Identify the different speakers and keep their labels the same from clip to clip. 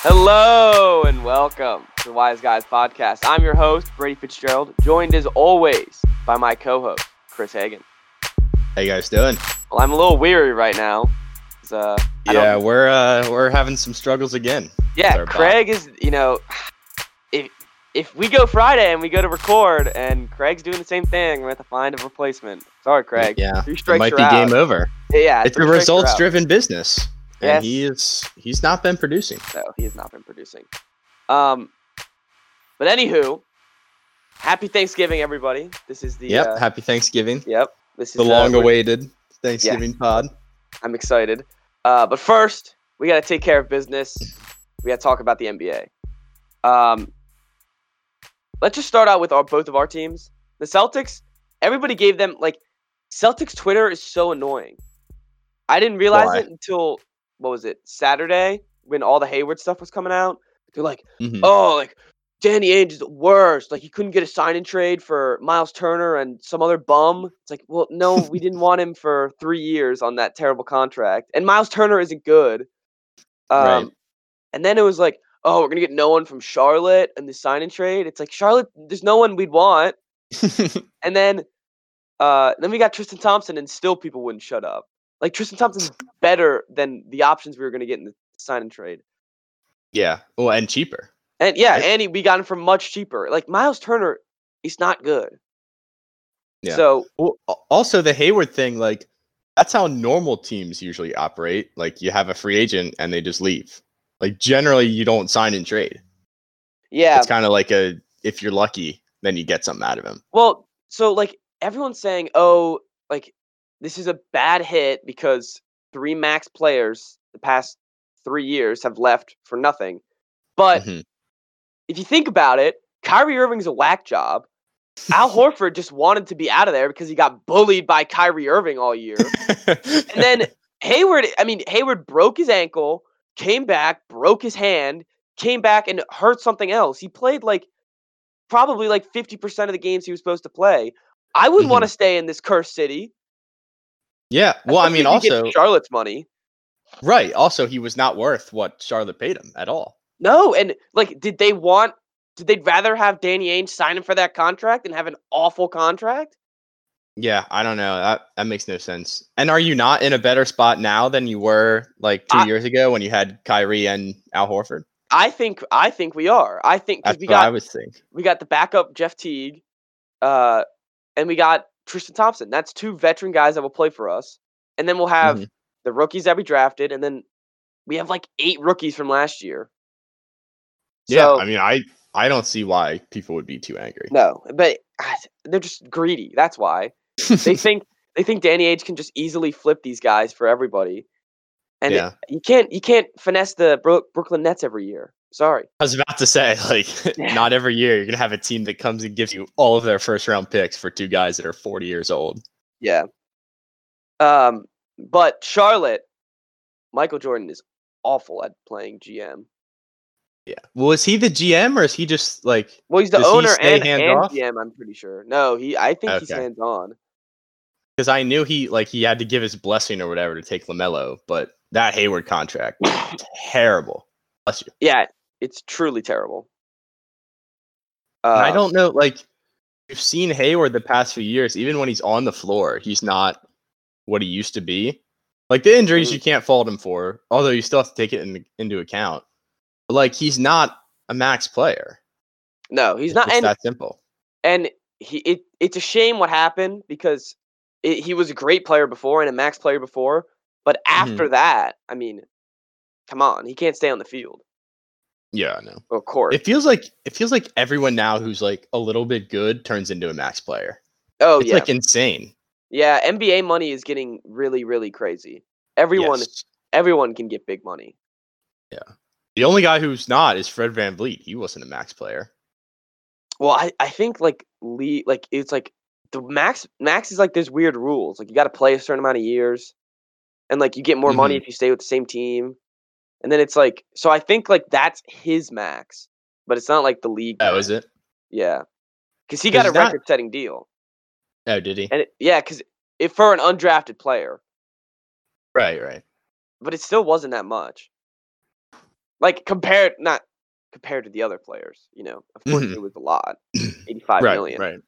Speaker 1: Hello and welcome to the Wise Guys Podcast. I'm your host, Brady Fitzgerald, joined as always by my co host, Chris Hagan.
Speaker 2: How you guys doing?
Speaker 1: Well, I'm a little weary right now. 'cause, Uh, I don't-
Speaker 2: Yeah, we're uh, we're having some struggles again.
Speaker 1: yeah,
Speaker 2: they're back.
Speaker 1: Craig is, you know, if if we go Friday and we go to record and Craig's doing the same thing, we're going to have to find a replacement. Sorry, Craig.
Speaker 2: Yeah,
Speaker 1: Three
Speaker 2: it
Speaker 1: strikes
Speaker 2: might
Speaker 1: you're
Speaker 2: be
Speaker 1: out.
Speaker 2: game over.
Speaker 1: Yeah, three
Speaker 2: It's a
Speaker 1: strikes you're out.
Speaker 2: results-driven business,
Speaker 1: Yes.
Speaker 2: and he is he's not been producing.
Speaker 1: So he has not been producing. Um, but anywho, happy Thanksgiving, everybody. This is the
Speaker 2: Yep.
Speaker 1: uh,
Speaker 2: Happy Thanksgiving,
Speaker 1: yep. This is
Speaker 2: the
Speaker 1: uh, we're-
Speaker 2: long-awaited Thanksgiving pod.
Speaker 1: I'm excited. Uh, but first, we got to take care of business. We got to talk about the NBA. Um, let's just start out with our both of our teams. The Celtics. Everybody gave them like Celtics Twitter is so annoying. I didn't realize
Speaker 2: Why?
Speaker 1: it until what was it Saturday when all the Hayward stuff was coming out. They're like.
Speaker 2: Mhm.
Speaker 1: oh, like Danny Ainge is the worst. Like he couldn't get a sign and trade for Miles Turner and some other bum. It's like, well, no, we didn't want him for three years on that terrible contract. And Miles Turner isn't good. Um,
Speaker 2: Right.
Speaker 1: And then it was like, oh, we're gonna get no one from Charlotte and the sign and trade. It's like Charlotte, there's no one we'd want. And then, uh, then we got Tristan Thompson, and still people wouldn't shut up. Like Tristan Thompson's better than the options we were gonna get in the sign and trade.
Speaker 2: yeah. Well, and cheaper.
Speaker 1: And yeah,
Speaker 2: Right?
Speaker 1: and he, we got him for much cheaper. Like Miles Turner, he's not good.
Speaker 2: Yeah.
Speaker 1: So
Speaker 2: Well, a- also the Hayward thing, like that's how normal teams usually operate. Like you have a free agent and they just leave. Like generally, you don't sign and trade.
Speaker 1: yeah,
Speaker 2: It's kind of like a if you're lucky, then you get something out of him.
Speaker 1: well, so like everyone's saying, oh, like this is a bad hit because three max players the past three years have left for nothing. But
Speaker 2: Mhm.
Speaker 1: if you think about it, Kyrie Irving's a whack job. Al Horford just wanted to be out of there because he got bullied by Kyrie Irving all year.
Speaker 2: Mm-hmm.
Speaker 1: And then Hayward, I mean, Hayward broke his ankle, came back, broke his hand, came back and hurt something else. He played like probably like 50% of the games he was supposed to play. I wouldn't want to stay in this cursed city.
Speaker 2: yeah. Mm-hmm. Well, I
Speaker 1: especially
Speaker 2: mean,
Speaker 1: if you get
Speaker 2: also
Speaker 1: Charlotte's money.
Speaker 2: right. Also, he was not worth what Charlotte paid him at all.
Speaker 1: No, and like, did they want, did they rather have Danny Ainge sign him for that contract and have an awful contract?
Speaker 2: Yeah, I don't know. That that makes no sense. And are you not in a better spot now than you were like two
Speaker 1: I-
Speaker 2: years ago when you had Kyrie and Al Horford?
Speaker 1: I think, I think we are. I think because
Speaker 2: That's
Speaker 1: we
Speaker 2: what
Speaker 1: got
Speaker 2: I would think.
Speaker 1: we got the backup Jeff Teague, uh, and we got Tristan Thompson. That's two veteran guys that will play for us. And then we'll have
Speaker 2: Mhm.
Speaker 1: the rookies that we drafted, and then we have like eight rookies from last year.
Speaker 2: Yeah,
Speaker 1: So-
Speaker 2: I mean, I I don't see why people would be too angry.
Speaker 1: No, but ah, they're just greedy. That's why they think they think Danny Age can just easily flip these guys for everybody, and it-
Speaker 2: yeah,
Speaker 1: you can't you can't finesse the Bro- Brooklyn Nets every year. Sorry.
Speaker 2: I was about to say like,
Speaker 1: Yeah.
Speaker 2: not every year you're gonna have a team that comes and gives you all of their first round picks for two guys that are 40 years old.
Speaker 1: Yeah. Um, but Charlotte, Michael Jordan is awful at playing GM.
Speaker 2: Yeah. Well, is he the GM or is he just like?
Speaker 1: Well, he's the
Speaker 2: Does he
Speaker 1: owner
Speaker 2: stay
Speaker 1: and, and
Speaker 2: hands-off?
Speaker 1: GM. I'm pretty sure. No, he. I think he's
Speaker 2: Okay.
Speaker 1: hands on.
Speaker 2: Because I knew he like he had to give his blessing or whatever to take Lamelo, but that Hayward contract terrible. Bless you.
Speaker 1: Yeah, it's truly terrible. Uh,
Speaker 2: And I don't know. Like you've seen Hayward the past few years, even when he's on the floor, he's not what he used to be. Like the injuries,
Speaker 1: Mhm.
Speaker 2: you can't fault him for, although you still have to take it in, into account. But like he's not a max player.
Speaker 1: No, he's
Speaker 2: It's
Speaker 1: not.
Speaker 2: just
Speaker 1: Uh, And
Speaker 2: that simple.
Speaker 1: and he. It, it's a shame what happened because it, he was a great player before and a max player before, but
Speaker 2: Mm-hmm.
Speaker 1: after that, I mean, come on, he can't stay on the field
Speaker 2: Yeah, I know.
Speaker 1: or court.
Speaker 2: It feels like it feels like everyone now who's like a little bit good turns into a max player.
Speaker 1: oh
Speaker 2: it's
Speaker 1: yeah,
Speaker 2: like insane.
Speaker 1: yeah. NBA money is getting really, really crazy. Everyone,
Speaker 2: Yes.
Speaker 1: everyone can get big money.
Speaker 2: The only guy who's not is Fred Van Vliet. He wasn't a max player.
Speaker 1: Well, I, I think like Lee like it's like the max max is like there's weird rules. Like you gotta play a certain amount of years. And like you get more
Speaker 2: Mm-hmm.
Speaker 1: money if you stay with the same team. And then it's like so I think like that's his max, but it's not like the league.
Speaker 2: Oh,
Speaker 1: max.
Speaker 2: is it?
Speaker 1: Yeah. Cause he
Speaker 2: 'Cause
Speaker 1: got a
Speaker 2: he's not-
Speaker 1: record setting deal.
Speaker 2: Oh, did he?
Speaker 1: And it, yeah, because if for an undrafted player,
Speaker 2: Right, right.
Speaker 1: but it still wasn't that much. Like compared, not compared to the other players, you know. Of course,
Speaker 2: Mhm.
Speaker 1: it was a lot, eighty-five
Speaker 2: right,
Speaker 1: million.
Speaker 2: right.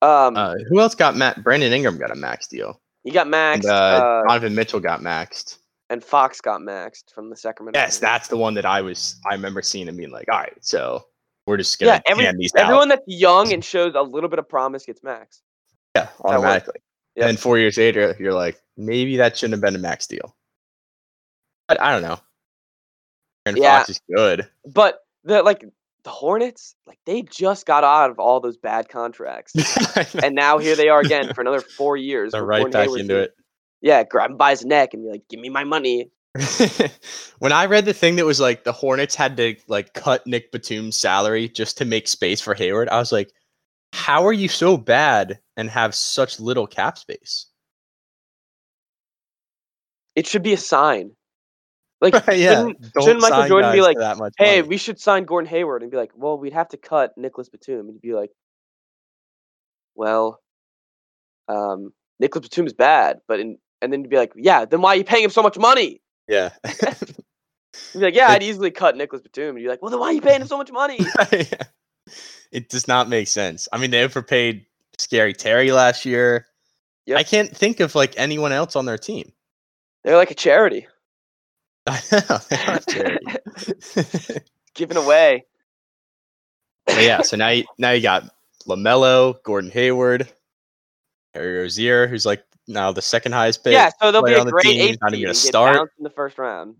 Speaker 1: Um,
Speaker 2: Uh, who else got Matt? Brandon Ingram got a max deal.
Speaker 1: you got maxed,
Speaker 2: And,
Speaker 1: uh,
Speaker 2: uh, Donovan Mitchell got maxed.
Speaker 1: and Fox got maxed from the Sacramento.
Speaker 2: Yes,
Speaker 1: Kings.
Speaker 2: that's the one that I was. I remember seeing and being like, "All right, so we're just gonna
Speaker 1: Yeah, every-
Speaker 2: hand these
Speaker 1: Everyone
Speaker 2: out."
Speaker 1: that's young and shows a little bit of promise gets maxed.
Speaker 2: Yeah,
Speaker 1: one.
Speaker 2: automatically.
Speaker 1: Yeah.
Speaker 2: And then four years later, you're like, maybe that shouldn't have been a max deal. But I don't know. Aaron
Speaker 1: Yeah.
Speaker 2: Fox is good.
Speaker 1: But the like the Hornets, like they just got out of all those bad contracts, and now here they are again for another four years.
Speaker 2: They're
Speaker 1: with
Speaker 2: right
Speaker 1: Gordon
Speaker 2: back
Speaker 1: Hayward
Speaker 2: into
Speaker 1: being-
Speaker 2: it.
Speaker 1: Yeah, grab him by his neck and be like, "Give me my money."
Speaker 2: when I read the thing that was like the Hornets had to like cut Nick Batum's salary just to make space for Hayward, I was like, how are you so bad and have such little cap space?
Speaker 1: It should be a sign. Like, shouldn't-
Speaker 2: Don't
Speaker 1: shouldn't Michael
Speaker 2: sign
Speaker 1: Jordan be
Speaker 2: guys
Speaker 1: like,
Speaker 2: for that much
Speaker 1: hey,
Speaker 2: money."
Speaker 1: we should sign Gordon Hayward and be like, well, we'd have to cut Nicholas Batum and be like, well, um, Nicholas Batum's bad, but in, and then you'd be like, yeah, then why are you paying him so much money?
Speaker 2: yeah.
Speaker 1: You'd be like, yeah,
Speaker 2: It-
Speaker 1: I'd easily cut Nicholas Batum. And you're like, well, then why are you paying him so much money?
Speaker 2: it does not make sense. I mean, they overpaid Scary Terry last year.
Speaker 1: Yep.
Speaker 2: I can't think of like anyone else on their team.
Speaker 1: They're like a charity,
Speaker 2: I know. they are charity.
Speaker 1: giving away.
Speaker 2: but yeah, so now you, now you got Lamelo, Gordon Hayward, Harry Rozier, who's like now the second highest paid.
Speaker 1: yeah, so they'll be
Speaker 2: player
Speaker 1: a
Speaker 2: on the
Speaker 1: great
Speaker 2: team,
Speaker 1: eight
Speaker 2: not even
Speaker 1: seed
Speaker 2: gonna
Speaker 1: and get
Speaker 2: start.
Speaker 1: bounced in the first round.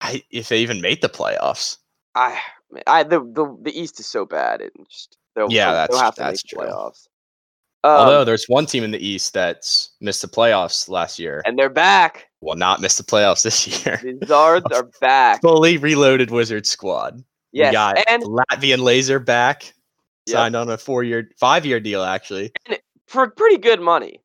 Speaker 2: I, if they even made the playoffs.
Speaker 1: I, man, I the, the the East is so bad. It just they'll,
Speaker 2: Yeah,
Speaker 1: they'll-
Speaker 2: that's-
Speaker 1: they'll have to
Speaker 2: that's
Speaker 1: make
Speaker 2: true.
Speaker 1: the playoffs.
Speaker 2: Although
Speaker 1: Um,
Speaker 2: there's one team in the East that's missed the playoffs last year.
Speaker 1: and they're back.
Speaker 2: Will not miss the playoffs this year.
Speaker 1: The Zards are back.
Speaker 2: Fully reloaded Wizard squad. we
Speaker 1: Yes,
Speaker 2: got
Speaker 1: and
Speaker 2: Latvian Laser back.
Speaker 1: Yep.
Speaker 2: Signed on a four year, five year deal, actually.
Speaker 1: for pretty good money.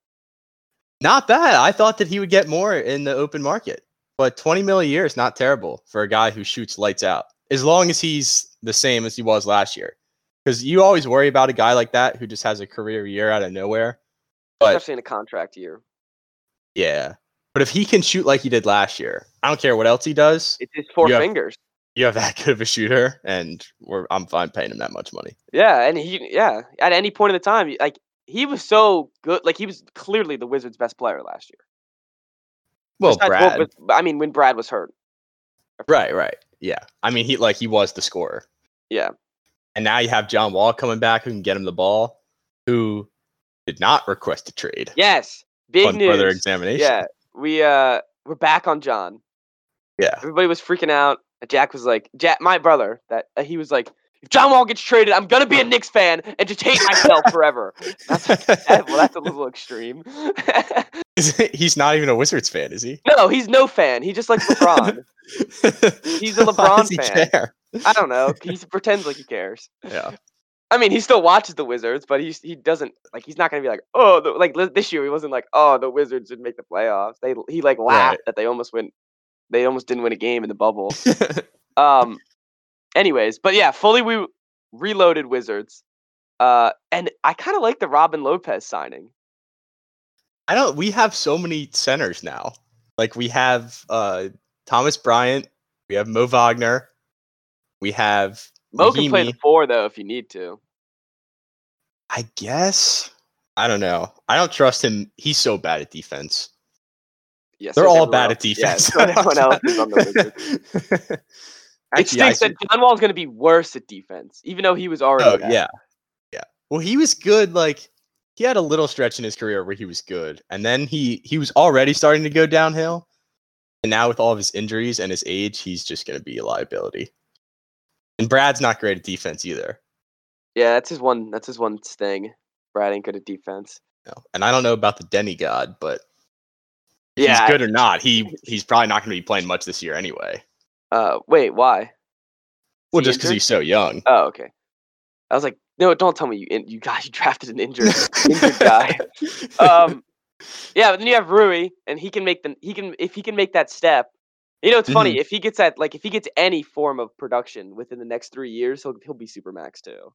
Speaker 2: Not bad. I thought that he would get more in the open market, but 20 mil a year is not terrible for a guy who shoots lights out, as long as he's the same as he was last year. Because you always worry about a guy like that who just has a career year out of nowhere. But
Speaker 1: especially in a contract year.
Speaker 2: yeah, but if he can shoot like he did last year, I don't care what else he does.
Speaker 1: It's his four
Speaker 2: You have-
Speaker 1: fingers.
Speaker 2: You have that good of a shooter, and we're, I'm fine paying him that much money.
Speaker 1: Yeah, and he yeah, at any point in the time, like he was so good, like he was clearly the Wizards' best player last year.
Speaker 2: Well,
Speaker 1: Besides what
Speaker 2: Brad,
Speaker 1: was- I mean, when Brad was hurt.
Speaker 2: Right, right. Yeah. I mean, he like he was the scorer.
Speaker 1: Yeah.
Speaker 2: And now you have John Wall coming back who can get him the ball, who did not request a trade.
Speaker 1: Yes, big
Speaker 2: on further
Speaker 1: news.
Speaker 2: examination.
Speaker 1: Yeah, we uh we're back on John.
Speaker 2: Yeah.
Speaker 1: Everybody was freaking out. and Jack was like, Jack, my brother, that uh, he was like, if John Wall gets traded, I'm gonna be a Knicks fan and just hate myself forever. Eh, well, that's a little extreme.
Speaker 2: He's not even a Wizards fan, is he?
Speaker 1: no, he's no fan. He just likes LeBron.
Speaker 2: He's
Speaker 1: a
Speaker 2: Why
Speaker 1: LeBron
Speaker 2: does he
Speaker 1: fan.
Speaker 2: care?
Speaker 1: I don't know. He pretends like he cares.
Speaker 2: Yeah.
Speaker 1: I mean, he still watches the Wizards, but he's, he doesn't like. He's not gonna be like, oh, the, like li- this year he wasn't like, oh, the Wizards didn't make the playoffs. They he like laughed that they almost went, they almost didn't win a game in the bubble. um, anyways, but yeah, fully we reloaded Wizards, uh, and I kind of like the Robin Lopez signing.
Speaker 2: I don't we have so many centers now. Like we have uh Thomas Bryant, we have Mo Wagner, we have
Speaker 1: Mo can play the
Speaker 2: Mahimi.
Speaker 1: four though if you need to.
Speaker 2: I guess. I don't know. I don't trust him. He's so bad at defense.
Speaker 1: Yes,
Speaker 2: They're
Speaker 1: so is
Speaker 2: all
Speaker 1: everyone
Speaker 2: bad at
Speaker 1: else. Yeah,
Speaker 2: defense. Oh,
Speaker 1: so everyone else is on the Wizards. It
Speaker 2: Actually, I
Speaker 1: stinks that John Wall's going to be worse at defense, even though he was
Speaker 2: should-
Speaker 1: already.
Speaker 2: oh,
Speaker 1: bad.
Speaker 2: yeah. Yeah. Well, he was good. Like, he had a little stretch in his career where he was good. And then he he was already starting to go downhill. And now, with all of his injuries and his age, he's just going to be a liability. And Brad's not great at defense either.
Speaker 1: Yeah, that's his one. That's his one sting. Brad ain't good at defense.
Speaker 2: you know. And I don't know about the demigod, but if
Speaker 1: Yeah.
Speaker 2: he's good or not, he he's probably not going to be playing much this year anyway.
Speaker 1: Uh, wait, why?
Speaker 2: Well,
Speaker 1: he
Speaker 2: just because
Speaker 1: injured?
Speaker 2: he's so young.
Speaker 1: Oh, okay. I was like, no, don't tell me you in, you guys you drafted an injured injured guy. Um, yeah, but then you have Rui, and he can make the he can if he can make that step. You know, it's funny
Speaker 2: Mm-hmm.
Speaker 1: if he gets that like if he gets any form of production within the next three years, he'll he'll be supermax too.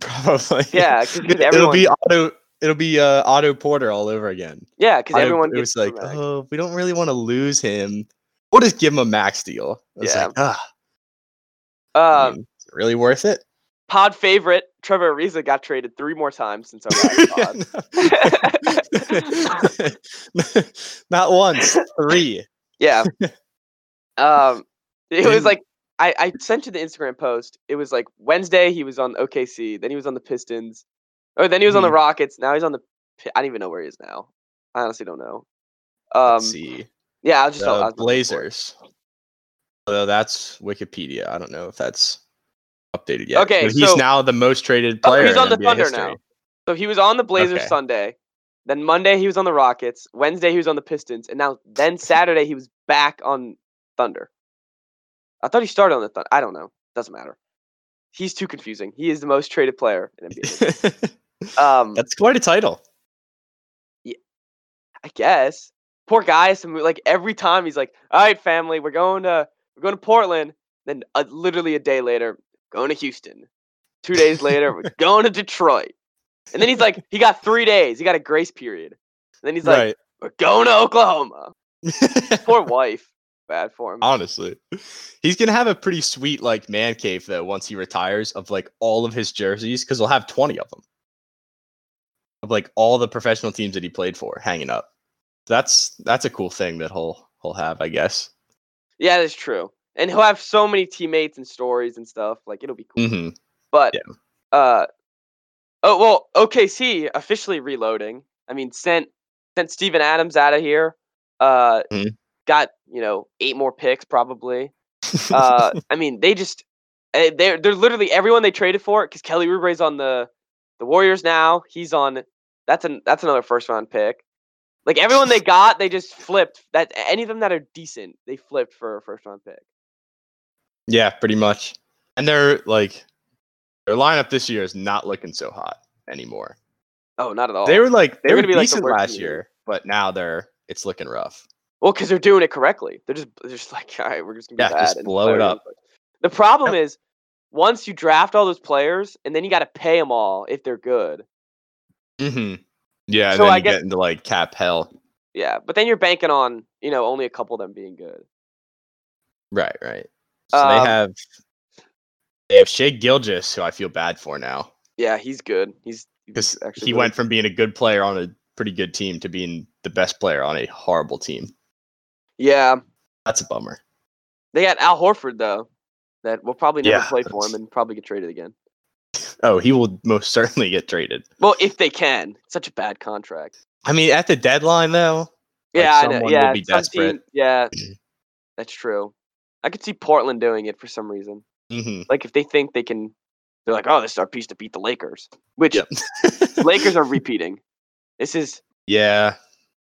Speaker 2: Probably.
Speaker 1: Yeah, 'cause
Speaker 2: It- it'll
Speaker 1: everyone-
Speaker 2: be auto. It'll be uh, Otto Porter all over again.
Speaker 1: Yeah, because
Speaker 2: Otto-
Speaker 1: everyone
Speaker 2: it was
Speaker 1: gets
Speaker 2: like,
Speaker 1: Supermax.
Speaker 2: oh, we don't really want to lose him, We'll just give him a max deal. It's
Speaker 1: Yeah.
Speaker 2: like, ah, I "Oh,
Speaker 1: Uh,
Speaker 2: mean, is it really worth it?
Speaker 1: pod favorite Trevor Ariza got traded three more times since our last pod.
Speaker 2: Not once, three.
Speaker 1: Yeah. Um, it was
Speaker 2: Didn't-
Speaker 1: like I, I sent you the Instagram post. It was like Wednesday he was on OKC, then he was on the Pistons, or then he was on the
Speaker 2: Mhm.
Speaker 1: Rockets. Now he's on the. Pi- I don't even know where he is now. I honestly don't know. Um,
Speaker 2: Let's see.
Speaker 1: yeah, I was just I was
Speaker 2: the
Speaker 1: looking for it.
Speaker 2: Blazers. Although that's Wikipedia. I don't know if that's updated yet.
Speaker 1: Okay,
Speaker 2: But he's
Speaker 1: so-
Speaker 2: now the most traded
Speaker 1: Oh,
Speaker 2: player.
Speaker 1: he's
Speaker 2: in
Speaker 1: on the
Speaker 2: NBA
Speaker 1: Thunder
Speaker 2: history.
Speaker 1: now. So he was on the Blazers
Speaker 2: Okay.
Speaker 1: Sunday, then Monday he was on the Rockets, Wednesday he was on the Pistons, and now then Saturday he was back on Thunder. I thought he started on the Thunder. I don't know. Doesn't matter. He's too confusing. He is the most traded player in NBA. Um,
Speaker 2: that's quite a title.
Speaker 1: I guess. Poor guy has to move. Like every time he's like, "All right, family, we're going to we're going to Portland." Then uh, literally a day later, going to Houston. Two days later, we're going to Detroit. And then he's like, he got three days. He got a grace period. And then he's like,
Speaker 2: right.
Speaker 1: we're going to Oklahoma. Poor wife. Bad for him.
Speaker 2: Honestly, he's gonna have a pretty sweet like man cave though once he retires of like all of his jerseys because he'll have twenty of them of like all the professional teams that he played for hanging up. That's that's a cool thing that he'll he'll have, I guess.
Speaker 1: Yeah, that's true. And he'll have so many teammates and stories and stuff. Like it'll be cool.
Speaker 2: hmm
Speaker 1: But
Speaker 2: Yeah.
Speaker 1: uh oh well, OKC officially reloading. I mean, sent sent Steven Adams out of here. Uh
Speaker 2: Mhm.
Speaker 1: got, you know, eight more picks probably. Uh I mean, they just eh, they're they're literally everyone they traded for cuz Kelly Oubre's on the the Warriors now. He's on that's an that's another first round pick. Like everyone they got, they just flipped. That any of them that are decent, they flipped for a first round pick.
Speaker 2: Yeah, pretty much. And they're like their lineup this year is not looking so hot anymore.
Speaker 1: Oh, not at all.
Speaker 2: They were like they
Speaker 1: They're
Speaker 2: were
Speaker 1: gonna be, like, the
Speaker 2: decent
Speaker 1: worst
Speaker 2: last
Speaker 1: team.
Speaker 2: year, but now they're it's looking rough.
Speaker 1: Well, because they're doing it correctly. They're just they're just like, all right, we're just gonna be
Speaker 2: Yeah,
Speaker 1: bad
Speaker 2: just
Speaker 1: and
Speaker 2: blow it
Speaker 1: play
Speaker 2: up."
Speaker 1: really quick." The problem is, once you draft all those players, and then you got to pay them all if they're good.
Speaker 2: Mm-hmm. Yeah, and
Speaker 1: So
Speaker 2: then
Speaker 1: I
Speaker 2: you
Speaker 1: guess-
Speaker 2: get into like cap hell.
Speaker 1: Yeah, but then you're banking on you know only a couple of them being good.
Speaker 2: Right, right. So they
Speaker 1: Um,
Speaker 2: have they have Shea Gilgis, who I feel bad for now.
Speaker 1: Yeah, he's good. He's he's
Speaker 2: Because
Speaker 1: actually
Speaker 2: he
Speaker 1: really-
Speaker 2: went from being a good player on a pretty good team to being the best player on a horrible team.
Speaker 1: Yeah,
Speaker 2: That's a bummer.
Speaker 1: they got Al Horford though, that will probably never
Speaker 2: Yeah,
Speaker 1: play for
Speaker 2: that's-
Speaker 1: him and probably get traded again.
Speaker 2: Oh, he will most certainly get traded.
Speaker 1: Well, if they can, such a bad contract.
Speaker 2: I mean, at the deadline though, Like,
Speaker 1: Yeah, I know.
Speaker 2: someone will
Speaker 1: Yeah,
Speaker 2: be
Speaker 1: some
Speaker 2: desperate.
Speaker 1: team- yeah, that's true. I could see Portland doing it for some reason.
Speaker 2: hmm
Speaker 1: Like if they think they can, they're like, oh, this is our piece to beat the Lakers, which
Speaker 2: Yep.
Speaker 1: Lakers are repeating. This is
Speaker 2: mm-hmm. yeah,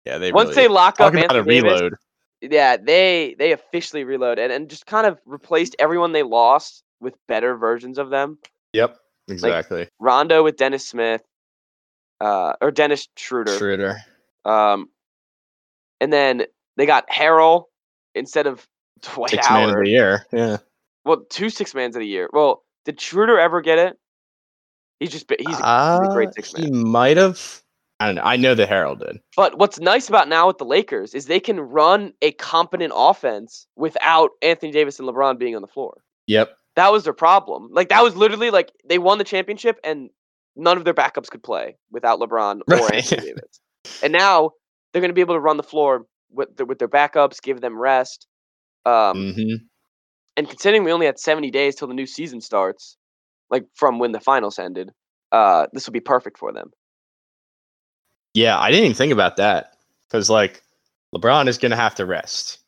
Speaker 2: yeah. They
Speaker 1: once
Speaker 2: really,
Speaker 1: they lock up
Speaker 2: talk about
Speaker 1: Anthony
Speaker 2: a
Speaker 1: Davis.
Speaker 2: reload.
Speaker 1: Yeah, they they officially reload and, and just kind of replaced everyone they lost with better versions of them.
Speaker 2: Yep, exactly.
Speaker 1: Rondo with Dennis Smith, uh, or Dennis Schroeder.
Speaker 2: Schroeder.
Speaker 1: Um, and then they got Harrell instead of Dwight
Speaker 2: Six man
Speaker 1: Howard.
Speaker 2: of the year. Yeah.
Speaker 1: Well, two six mans of the year. Well, did Schroeder ever get it? He's just been- he's a really great
Speaker 2: Uh,
Speaker 1: six
Speaker 2: He might have. I don't know. I know the Herald did.
Speaker 1: But what's nice about now with the Lakers is they can run a competent offense without Anthony Davis and LeBron being on the floor.
Speaker 2: Yep.
Speaker 1: That was their problem. Like that was literally like they won the championship and none of their backups could play without LeBron or
Speaker 2: Right.
Speaker 1: Anthony Davis. And now they're going to be able to run the floor with the, with their backups, give them rest. Um,
Speaker 2: hmm
Speaker 1: And considering we only had 70 days till the new season starts, like from when the finals ended, uh, this will be perfect for them.
Speaker 2: Yeah, I didn't even think about that because like LeBron is gonna have to rest.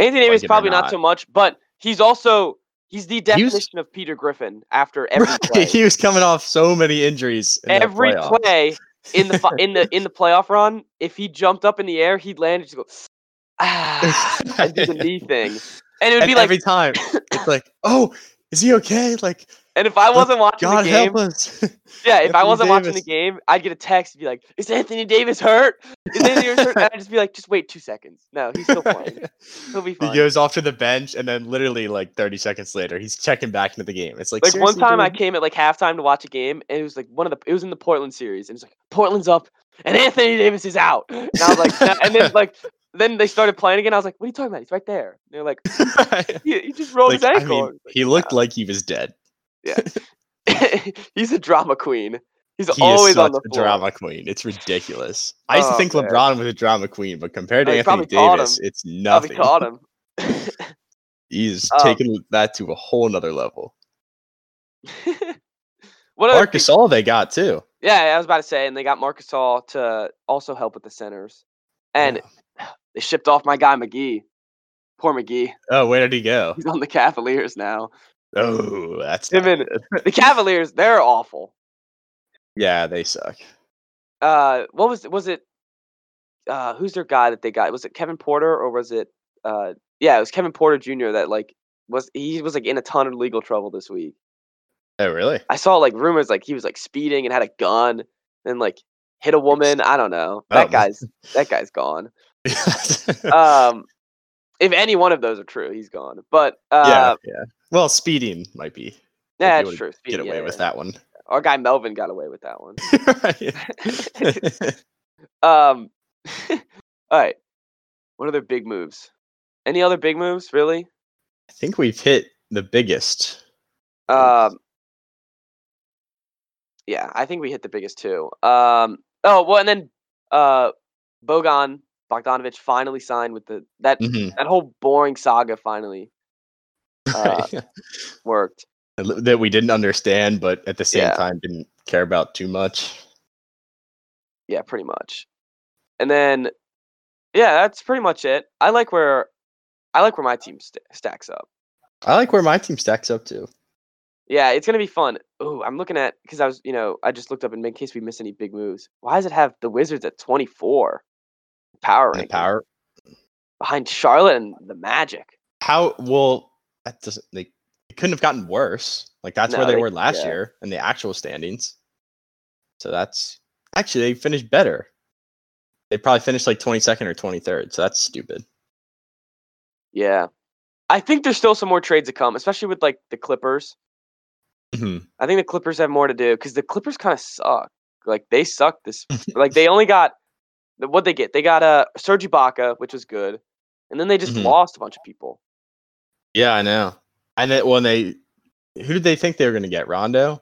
Speaker 1: Anthony Davis
Speaker 2: Like it or
Speaker 1: probably not.
Speaker 2: not.
Speaker 1: so much, but he's also he's the
Speaker 2: He was-
Speaker 1: definition of Peter Griffin after every play.
Speaker 2: he was coming off so many injuries. In the
Speaker 1: every
Speaker 2: playoffs.
Speaker 1: play in the fi- in the in the playoff run, if he jumped up in the air, he'd land and just go ah, and do the knee thing, and it would
Speaker 2: And
Speaker 1: be like,
Speaker 2: E-, every time it's like, oh, is he okay? Like,
Speaker 1: and if I wasn't watching
Speaker 2: God
Speaker 1: the game,
Speaker 2: help us.
Speaker 1: yeah, if I
Speaker 2: Anthony
Speaker 1: wasn't watching the
Speaker 2: Davis.
Speaker 1: game, I'd get a text and be like, is Anthony Davis hurt? Is Anthony Davis hurt? And I'd just be like, just wait two seconds. No, he's still playing. He'll be fine.
Speaker 2: He goes off to the bench, and then literally like 30 seconds later, he's checking back into the game. It's like,
Speaker 1: Like one
Speaker 2: "Seriously,
Speaker 1: time I
Speaker 2: dude?"
Speaker 1: came at like halftime to watch a game, and it was like one of the it was in the Portland series, and it's like Portland's up, and Anthony Davis is out, and I was like, "No," and then like then they started playing again. I was like, "What are you talking about? He's right there." And they're like, "He, he just rolled
Speaker 2: Like,
Speaker 1: his
Speaker 2: I
Speaker 1: ankle."
Speaker 2: mean, he looked like he was dead.
Speaker 1: he's a drama queen. He's
Speaker 2: He
Speaker 1: always
Speaker 2: is such
Speaker 1: on the
Speaker 2: a
Speaker 1: floor.
Speaker 2: drama queen. It's ridiculous. I used to
Speaker 1: Oh,
Speaker 2: think
Speaker 1: man.
Speaker 2: LeBron was a drama queen, but compared to
Speaker 1: Oh, he
Speaker 2: Anthony
Speaker 1: probably caught
Speaker 2: Davis, it's
Speaker 1: Probably
Speaker 2: nothing.
Speaker 1: caught him.
Speaker 2: He's
Speaker 1: Um,
Speaker 2: taken that to a whole nother level.
Speaker 1: what other
Speaker 2: Marcus All they got too.
Speaker 1: peop- Yeah, I was about to say, and they got Marcus All to also help with the centers, and
Speaker 2: Yeah.
Speaker 1: they shipped off my guy McGee. Poor McGee.
Speaker 2: oh, where did he go?
Speaker 1: He's on the Cavaliers now.
Speaker 2: Oh, that's
Speaker 1: Him
Speaker 2: not
Speaker 1: and-
Speaker 2: good.
Speaker 1: The Cavaliers, they're awful.
Speaker 2: yeah, they suck.
Speaker 1: Uh, what was was it? Uh, who's their guy that they got? Was it Kevin Porter or was it? Uh, yeah, it was Kevin Porter Jr. That like was he was like in a ton of legal trouble this week.
Speaker 2: Oh, really?
Speaker 1: I saw like rumors like he was like speeding and had a gun and like hit a woman. I don't know. That
Speaker 2: Oh.
Speaker 1: guy's that guy's gone. Um, if any one of those are true, he's gone. But
Speaker 2: yeah,
Speaker 1: uh,
Speaker 2: yeah. Well, speeding might be
Speaker 1: yeah, that's
Speaker 2: if you would've-
Speaker 1: true.
Speaker 2: get
Speaker 1: Speeding,
Speaker 2: away
Speaker 1: yeah,
Speaker 2: with
Speaker 1: yeah.
Speaker 2: that one.
Speaker 1: Our guy Melvin got away with that one.
Speaker 2: Right.
Speaker 1: Um, all right. What are their big moves? Any other big moves, really?
Speaker 2: I think we've hit the biggest. Yes.
Speaker 1: Um, yeah, I think we hit the biggest two. Um, oh well, and then uh, Bogan Bogdanovich finally signed with the that
Speaker 2: Mhm.
Speaker 1: that whole boring saga finally Uh,
Speaker 2: Right.
Speaker 1: worked.
Speaker 2: that we didn't understand, but at the same
Speaker 1: Yeah.
Speaker 2: time didn't care about too much.
Speaker 1: Yeah, pretty much. And then, yeah, that's pretty much it. I like where I like where my team st- stacks up.
Speaker 2: I like where my team stacks up to.
Speaker 1: Yeah, it's gonna be fun. Ooh, I'm looking at because I was, you know, I just looked up in in case we miss any big moves. Why does it have the Wizards at 24? Power
Speaker 2: And
Speaker 1: rank
Speaker 2: power.
Speaker 1: behind Charlotte and the Magic.
Speaker 2: How well that doesn't like it couldn't have gotten worse. Like that's
Speaker 1: No,
Speaker 2: where they,
Speaker 1: they-
Speaker 2: were last
Speaker 1: yeah.
Speaker 2: year in the actual standings. So that's actually they finished better. They probably finished like twenty second or twenty third. So that's stupid.
Speaker 1: Yeah, I think there's still some more trades to come, especially with like the Clippers.
Speaker 2: Mhm.
Speaker 1: I think the Clippers have more to do because the Clippers kind of suck. Like they suck this. like they only got what they get. They got uh, Serge Ibaka, which was good, and then they just
Speaker 2: Mhm.
Speaker 1: lost a bunch of people.
Speaker 2: Yeah, I know. And that when they who did they think they were gonna get? Rondo?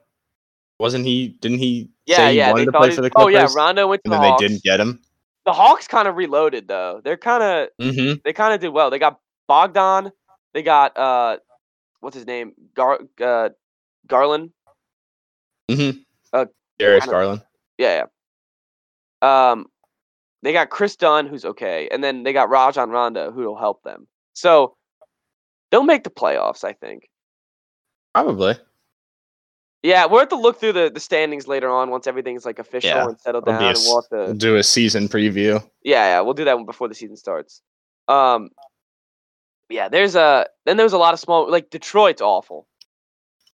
Speaker 2: Wasn't he didn't he
Speaker 1: Yeah,
Speaker 2: say he
Speaker 1: yeah.
Speaker 2: wanted
Speaker 1: They
Speaker 2: to
Speaker 1: thought
Speaker 2: play
Speaker 1: he-
Speaker 2: for the
Speaker 1: oh
Speaker 2: Clippers?
Speaker 1: yeah, Rondo went to
Speaker 2: and
Speaker 1: the
Speaker 2: then
Speaker 1: Hawks.
Speaker 2: they didn't get him.
Speaker 1: the Hawks kind of reloaded though. They're kind of
Speaker 2: Mm-hmm.
Speaker 1: they kind of did well. They got Bogdan. They got uh, what's his name? Gar uh, Garland.
Speaker 2: Mm-hmm.
Speaker 1: Uh,
Speaker 2: Darius
Speaker 1: kinda-
Speaker 2: Garland.
Speaker 1: Yeah, yeah. Um, they got Chris Dunn, who's okay, and then they got Rajon Rondo, who'll help them. So they'll make the playoffs, I think.
Speaker 2: Probably.
Speaker 1: Yeah, we'll have to look through the, the standings later on once everything's like official
Speaker 2: Yeah,
Speaker 1: and settled
Speaker 2: it'll
Speaker 1: down.
Speaker 2: be a
Speaker 1: And we'll have to
Speaker 2: We'll do a season preview.
Speaker 1: Yeah, yeah, we'll do that one before the season starts. Um, yeah, there's a then there's a lot of small like Detroit's awful.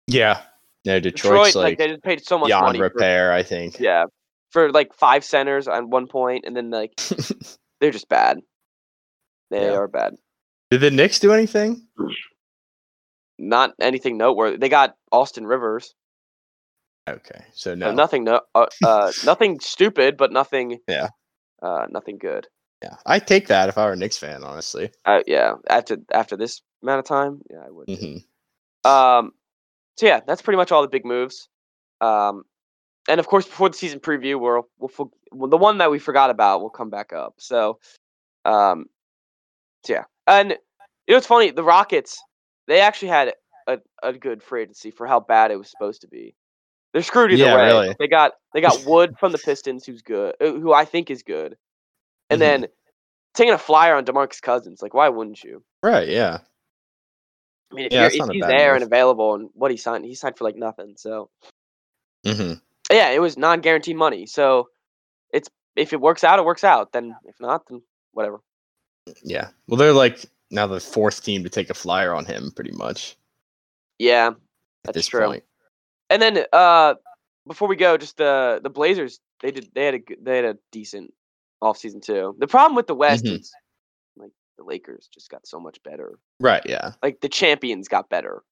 Speaker 2: Yeah. No,
Speaker 1: Detroit,
Speaker 2: Detroit's
Speaker 1: like,
Speaker 2: like,
Speaker 1: they just paid so much
Speaker 2: beyond
Speaker 1: money. For,
Speaker 2: repair, I think.
Speaker 1: yeah, for like five centers at one point, and then like they're just bad. They
Speaker 2: Yeah.
Speaker 1: are bad.
Speaker 2: Did the Knicks do anything?
Speaker 1: Not anything noteworthy. They got Austin Rivers.
Speaker 2: Okay. So
Speaker 1: No.
Speaker 2: no.
Speaker 1: nothing no uh, uh nothing stupid, but nothing
Speaker 2: Yeah.
Speaker 1: uh nothing good.
Speaker 2: Yeah. I take that if I were a Knicks fan, honestly.
Speaker 1: Uh, yeah, after after this amount of time, yeah, I would.
Speaker 2: hmm
Speaker 1: Um, so yeah, that's pretty much all the big moves. Um, and of course, before the season preview, we'll we'll, fo- well the one that we forgot about will come back up. So, um, so yeah, and you know it's funny, the Rockets they actually had a, a good free agency for how bad it was supposed to be. They're screwed either
Speaker 2: Yeah,
Speaker 1: way.
Speaker 2: really.
Speaker 1: They got they got Wood from the Pistons, who's good, uh, who I think is good, and
Speaker 2: Mhm.
Speaker 1: then taking a flyer on DeMarcus Cousins. Like, why wouldn't you?
Speaker 2: Right. Yeah.
Speaker 1: I mean, if,
Speaker 2: Yeah,
Speaker 1: you're,
Speaker 2: that's
Speaker 1: if
Speaker 2: not a
Speaker 1: he's
Speaker 2: bad
Speaker 1: there and
Speaker 2: move.
Speaker 1: available, and what he signed, he signed for like nothing. So
Speaker 2: hmm
Speaker 1: yeah, it was non-guaranteed money. So it's if it works out, it works out. Then if not, then whatever.
Speaker 2: Yeah. Well, they're like now the fourth team to take a flyer on him, pretty much.
Speaker 1: Yeah.
Speaker 2: At
Speaker 1: That's
Speaker 2: this
Speaker 1: true.
Speaker 2: point.
Speaker 1: And then uh, before we go, just the the Blazers, they did they had a g- they had a decent offseason too. The problem with the West
Speaker 2: Mhm.
Speaker 1: is like the Lakers just got so much better.
Speaker 2: Right. Yeah.
Speaker 1: Like the champions got better.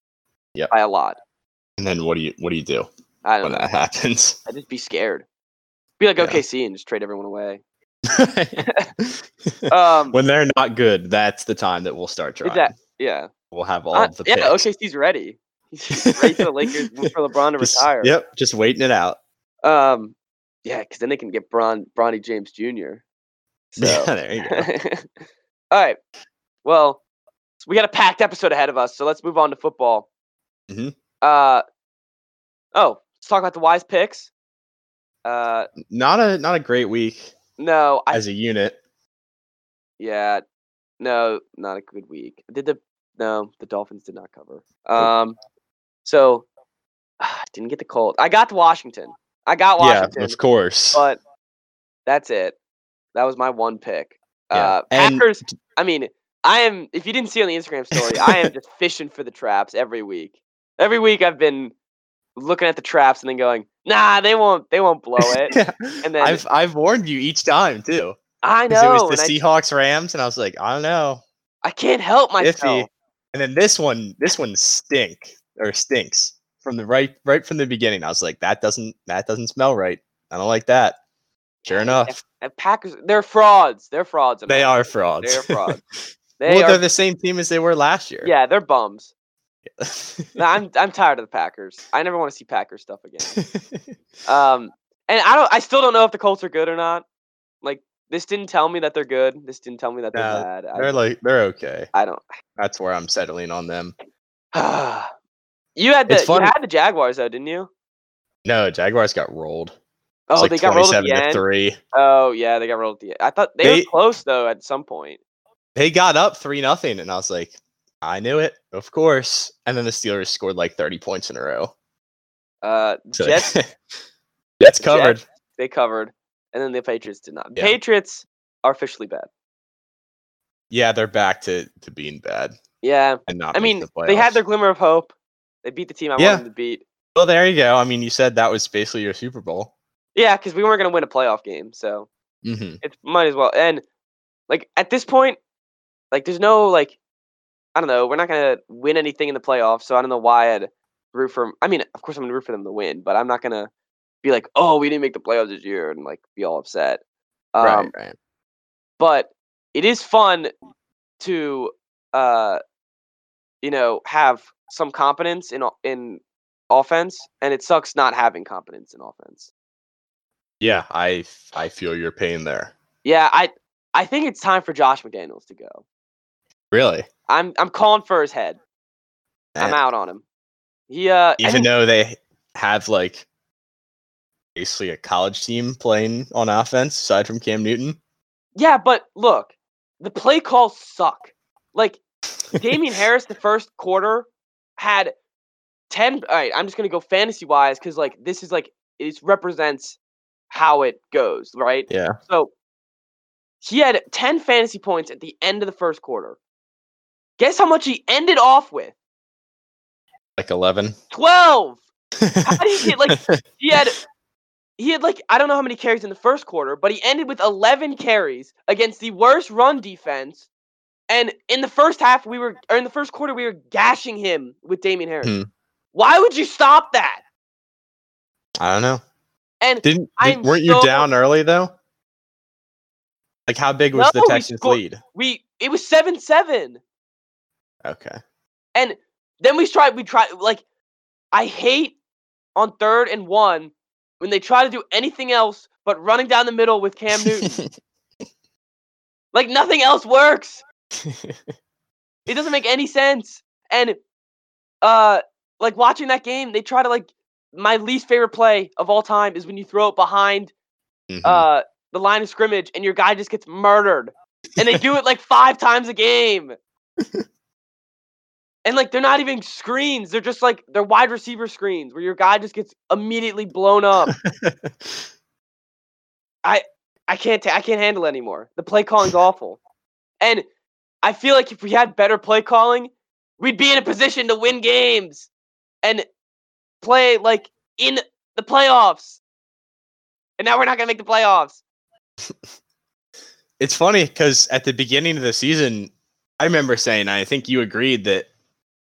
Speaker 2: Yep.
Speaker 1: By a lot.
Speaker 2: And then what do you what do you do
Speaker 1: I
Speaker 2: when
Speaker 1: don't know.
Speaker 2: that happens?
Speaker 1: I'd just be scared. Be like
Speaker 2: Yeah.
Speaker 1: OKC and just trade everyone away. Um,
Speaker 2: when they're not good, that's the time that we'll start trying.
Speaker 1: exact- yeah.
Speaker 2: We'll have all
Speaker 1: Uh,
Speaker 2: of the
Speaker 1: yeah,
Speaker 2: picks.
Speaker 1: OKC's ready. He's ready for the Lakers for LeBron to
Speaker 2: Just-
Speaker 1: retire.
Speaker 2: Yep, just waiting it out.
Speaker 1: Um, yeah, because then they can get Bron Bronny James Jr. So,
Speaker 2: Yeah, there you go.
Speaker 1: all right. Well, we got a packed episode ahead of us, so let's move on to football.
Speaker 2: Mhm.
Speaker 1: Uh, oh, let's talk about the wise picks. Uh,
Speaker 2: Not a not a great week
Speaker 1: no, I
Speaker 2: as a unit.
Speaker 1: yeah, no, not a good week. Did the no, the Dolphins did not cover. Um, so didn't get the Colts. I got to Washington. I got Washington.
Speaker 2: Yeah, of course.
Speaker 1: but that's it. That was my one pick.
Speaker 2: Yeah,
Speaker 1: Uh,
Speaker 2: and-
Speaker 1: Packers. I mean, I am. If you didn't see on the Instagram story, I am just fishing for the traps every week. Every week, I've been looking at the traps and then going, "Nah, they won't. They won't blow it." and then-
Speaker 2: I've I've warned you each time too.
Speaker 1: I
Speaker 2: 'Cause
Speaker 1: know.
Speaker 2: it was
Speaker 1: and
Speaker 2: the
Speaker 1: I,
Speaker 2: Seahawks Rams, and I was like, I don't know,
Speaker 1: I can't help myself.
Speaker 2: iffy. And then this one, this one stink or stinks from the right right from the beginning. I was like, that doesn't that doesn't smell right. I don't like that. Sure
Speaker 1: Yeah,
Speaker 2: enough,
Speaker 1: And Uh, Packers, they're frauds. They're frauds. in
Speaker 2: they
Speaker 1: my
Speaker 2: are
Speaker 1: opinion.
Speaker 2: frauds.
Speaker 1: They're frauds. They
Speaker 2: well,
Speaker 1: are.
Speaker 2: they're the same team as they were last year.
Speaker 1: yeah, they're bums.
Speaker 2: Yeah.
Speaker 1: No, I'm I'm tired of the Packers. I never want to see Packers stuff again. Um, and I don't. I still don't know if the Colts are good or not. Like this didn't tell me that they're good. This didn't tell me that they're
Speaker 2: No,
Speaker 1: bad.
Speaker 2: they're
Speaker 1: I,
Speaker 2: like they're okay.
Speaker 1: I don't.
Speaker 2: That's where I'm settling on them.
Speaker 1: you had the
Speaker 2: It's
Speaker 1: you
Speaker 2: funny.
Speaker 1: had the Jaguars though, didn't you?
Speaker 2: No, Jaguars got rolled.
Speaker 1: Oh,
Speaker 2: It's like
Speaker 1: they got rolled at the
Speaker 2: to
Speaker 1: end.
Speaker 2: three.
Speaker 1: Oh yeah, they got rolled at the end. I thought they,
Speaker 2: They-
Speaker 1: were close though at some point.
Speaker 2: They got up three nothing, and I was like, I knew it, of course. And then the Steelers scored like 30 points in a row.
Speaker 1: Uh,
Speaker 2: So
Speaker 1: Jets
Speaker 2: Jets covered.
Speaker 1: they covered, and then the Patriots did not.
Speaker 2: Yeah.
Speaker 1: Patriots are officially bad.
Speaker 2: Yeah, they're back to to being bad
Speaker 1: Yeah,
Speaker 2: and not.
Speaker 1: I
Speaker 2: making
Speaker 1: mean
Speaker 2: the
Speaker 1: they had
Speaker 2: playoffs.
Speaker 1: their glimmer of hope. They beat the team I
Speaker 2: Yeah.
Speaker 1: wanted them to beat.
Speaker 2: Well, there you go. I mean, you said that was basically your Super Bowl.
Speaker 1: Yeah, because we weren't going to win a playoff game, so.
Speaker 2: Mm-hmm.
Speaker 1: it might as well. And like at this point, like there's no like I don't know, we're not gonna win anything in the playoffs, so I don't know why I'd root for. I mean, of course I'm gonna root for them to win, but I'm not gonna be like, oh, we didn't make the playoffs this year and like be all upset. Um,
Speaker 2: right, right.
Speaker 1: But it is fun to uh, you know, have some competence in o- in offense, and it sucks not having competence in offense.
Speaker 2: Yeah, I I feel your pain there.
Speaker 1: Yeah, I I think it's time for Josh McDaniels to go.
Speaker 2: Really.
Speaker 1: I'm I'm calling for his head. I'm
Speaker 2: Eh.
Speaker 1: out on him. He uh I
Speaker 2: even
Speaker 1: think-
Speaker 2: though they have like basically a college team playing on offense aside from Cam Newton.
Speaker 1: yeah, but look, the play calls suck. Like Damian Harris the first quarter had 10 All right, I'm just going to go fantasy wise cuz like this is like it represents how it goes, right?
Speaker 2: Yeah.
Speaker 1: So he had 10 fantasy points at the end of the first quarter. Guess how much he ended off with?
Speaker 2: Like 11.
Speaker 1: 12. How do you get like he had he had like I don't know how many carries in the first quarter, but he ended with 11 carries against the worst run defense. And in the first half, we were or in the first quarter, we were gashing him with Damian Harris.
Speaker 2: Hmm.
Speaker 1: Why would you stop that?
Speaker 2: I don't know.
Speaker 1: And
Speaker 2: Didn't
Speaker 1: I'm
Speaker 2: did, weren't
Speaker 1: so-
Speaker 2: you down early though? Like how big was
Speaker 1: No,
Speaker 2: the
Speaker 1: we
Speaker 2: Texans
Speaker 1: scored-
Speaker 2: lead?
Speaker 1: we it was seven seven.
Speaker 2: Okay.
Speaker 1: Then we tried we tried like I hate on third and one when they try to do anything else but running down the middle with Cam Newton. like nothing else works. It doesn't make any sense. And uh like watching that game, they try to like my least favorite play of all time is when you throw it behind
Speaker 2: Mhm.
Speaker 1: uh the line of scrimmage and your guy just gets murdered. And they do it like five times a game. And like they're not even screens. They're just like they're wide receiver screens where your guy just gets immediately blown up. I can't ta- I can't handle it anymore. The play calling's awful. And I feel like if we had better play calling, we'd be in a position to win games and play like in the playoffs. And now we're not going to make the playoffs.
Speaker 2: it's funny because at the beginning of the season, I remember saying, I think you agreed that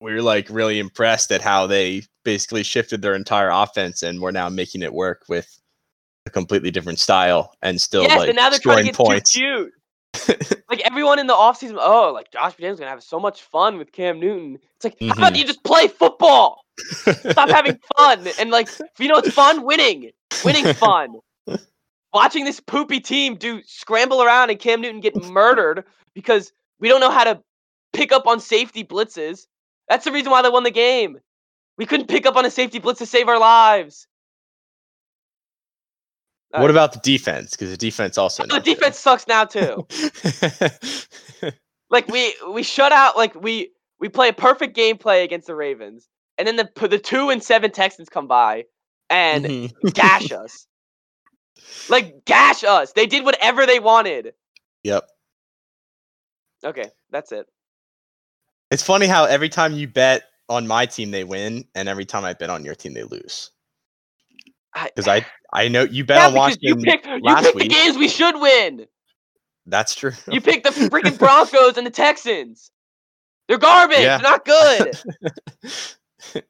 Speaker 2: we were like really impressed at how they basically shifted their entire offense and we're now making it work with a completely different style and still
Speaker 1: yes,
Speaker 2: like
Speaker 1: and now they're trying to
Speaker 2: scoring
Speaker 1: get
Speaker 2: points.
Speaker 1: too cute. like everyone in the offseason, oh, like Josh McDaniels gonna have so much fun with Cam Newton. It's like, how about
Speaker 2: Mhm.
Speaker 1: you just play football? Stop having fun. And like, you know, it's fun winning. Winning's fun. Watching this poopy team do scramble around and Cam Newton get murdered because we don't know how to pick up on safety blitzes. That's the reason why they won the game. We couldn't pick up on a safety blitz to save our lives.
Speaker 2: What about the defense? Because the defense also.
Speaker 1: The
Speaker 2: not
Speaker 1: uh, Oh,
Speaker 2: good.
Speaker 1: defense sucks now too. like we we shut out like we we play a perfect gameplay against the Ravens, and then the p- the two and seven Texans come by and
Speaker 2: Mhm.
Speaker 1: gash us. Like gash us. They did whatever they wanted.
Speaker 2: Yep.
Speaker 1: Okay, that's it.
Speaker 2: It's funny how every time you bet on my team they win, and every time I bet on your team they lose. Because I I know you bet
Speaker 1: eh, yeah,
Speaker 2: on
Speaker 1: because you
Speaker 2: Washington.
Speaker 1: picked you
Speaker 2: last
Speaker 1: picked the
Speaker 2: week.
Speaker 1: games we should win.
Speaker 2: That's true.
Speaker 1: You picked the freaking Broncos and the Texans. They're garbage.
Speaker 2: Yeah.
Speaker 1: They're not good.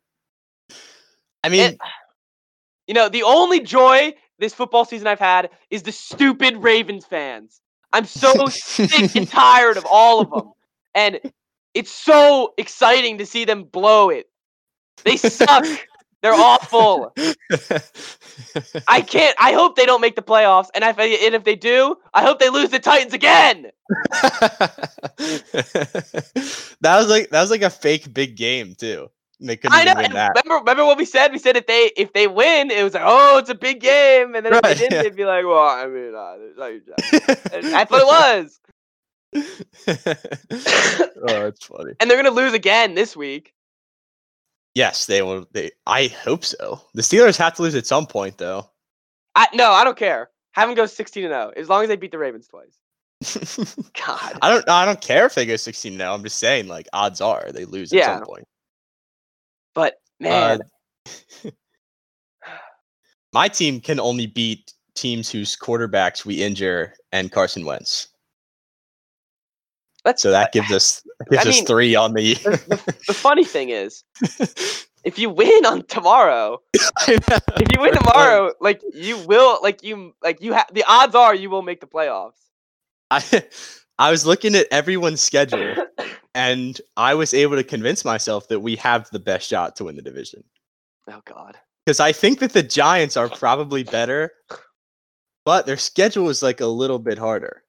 Speaker 2: I mean,
Speaker 1: You know, the only joy this football season I've had is the stupid Ravens fans. I'm so sick and tired of all of them. And it's so exciting to see them blow it. They suck. They're awful. I can't. I hope they don't make the playoffs. And if, and if they do, I hope they lose the Titans again.
Speaker 2: that was like that was like a fake big game too. And They couldn't
Speaker 1: I know.
Speaker 2: even win
Speaker 1: and
Speaker 2: that.
Speaker 1: Remember, remember what we said? We said if they if they win, it was like, oh, it's a big game. And then if they
Speaker 2: Right,
Speaker 1: didn't,
Speaker 2: yeah.
Speaker 1: they'd be like, well, I mean, uh, there's not your job. And That's what it was.
Speaker 2: oh, that's funny.
Speaker 1: And they're gonna lose again this week.
Speaker 2: Yes, they will. They. I hope so. The Steelers have to lose at some point though.
Speaker 1: I no, I don't care. Have them go 16 and 0 as long as they beat the Ravens twice. God.
Speaker 2: I don't. I don't care if they go sixteen now. I'm just saying, like, odds are they lose at
Speaker 1: Yeah.
Speaker 2: some point.
Speaker 1: But man,
Speaker 2: Uh, my team can only beat teams whose quarterbacks we injure and Carson Wentz.
Speaker 1: That's-
Speaker 2: so that gives us gives us
Speaker 1: mean-
Speaker 2: three on the year.
Speaker 1: the funny thing is, if you win on tomorrow, if you win
Speaker 2: First
Speaker 1: tomorrow, like you will like you like you have the odds are you will make the playoffs.
Speaker 2: I, I was looking at everyone's schedule and I was able to convince myself that we have the best shot to win the division.
Speaker 1: Oh god.
Speaker 2: Because I think that the Giants are probably better, but their schedule is like a little bit harder.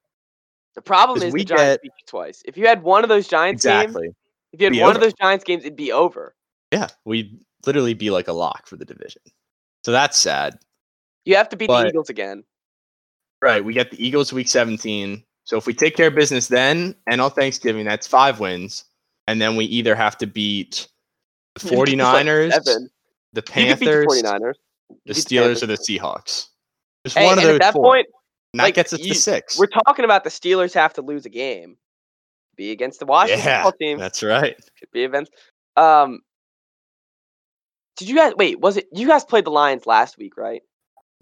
Speaker 1: The problem
Speaker 2: 'Cause
Speaker 1: is
Speaker 2: we
Speaker 1: the Giants
Speaker 2: get-
Speaker 1: beat you twice. If you had one of those Giants games,
Speaker 2: Exactly.
Speaker 1: if you had
Speaker 2: be
Speaker 1: one of
Speaker 2: over.
Speaker 1: those Giants games, it'd be over.
Speaker 2: Yeah. We'd literally be like a lock for the division. So that's sad.
Speaker 1: You have to beat
Speaker 2: But-
Speaker 1: the Eagles again.
Speaker 2: Right. We get the Eagles week 17. So if we take care of business then and on Thanksgiving, that's five wins. And then we either have to beat the
Speaker 1: It's like
Speaker 2: 49ers,
Speaker 1: Seven. You could beat
Speaker 2: the
Speaker 1: the
Speaker 2: Panthers,
Speaker 1: 49ers.
Speaker 2: the
Speaker 1: beat the
Speaker 2: Steelers,
Speaker 1: Panthers.
Speaker 2: or the Seahawks. Just
Speaker 1: Hey,
Speaker 2: one of
Speaker 1: and
Speaker 2: those
Speaker 1: at that
Speaker 2: four.
Speaker 1: point,
Speaker 2: and that
Speaker 1: like,
Speaker 2: gets us
Speaker 1: you-
Speaker 2: to 6
Speaker 1: we're talking about the Steelers have to lose a game. Be against the Washington
Speaker 2: Yeah.
Speaker 1: football team.
Speaker 2: That's right.
Speaker 1: could be events. Um, did you guys wait? Was it you guys played the Lions last week, right?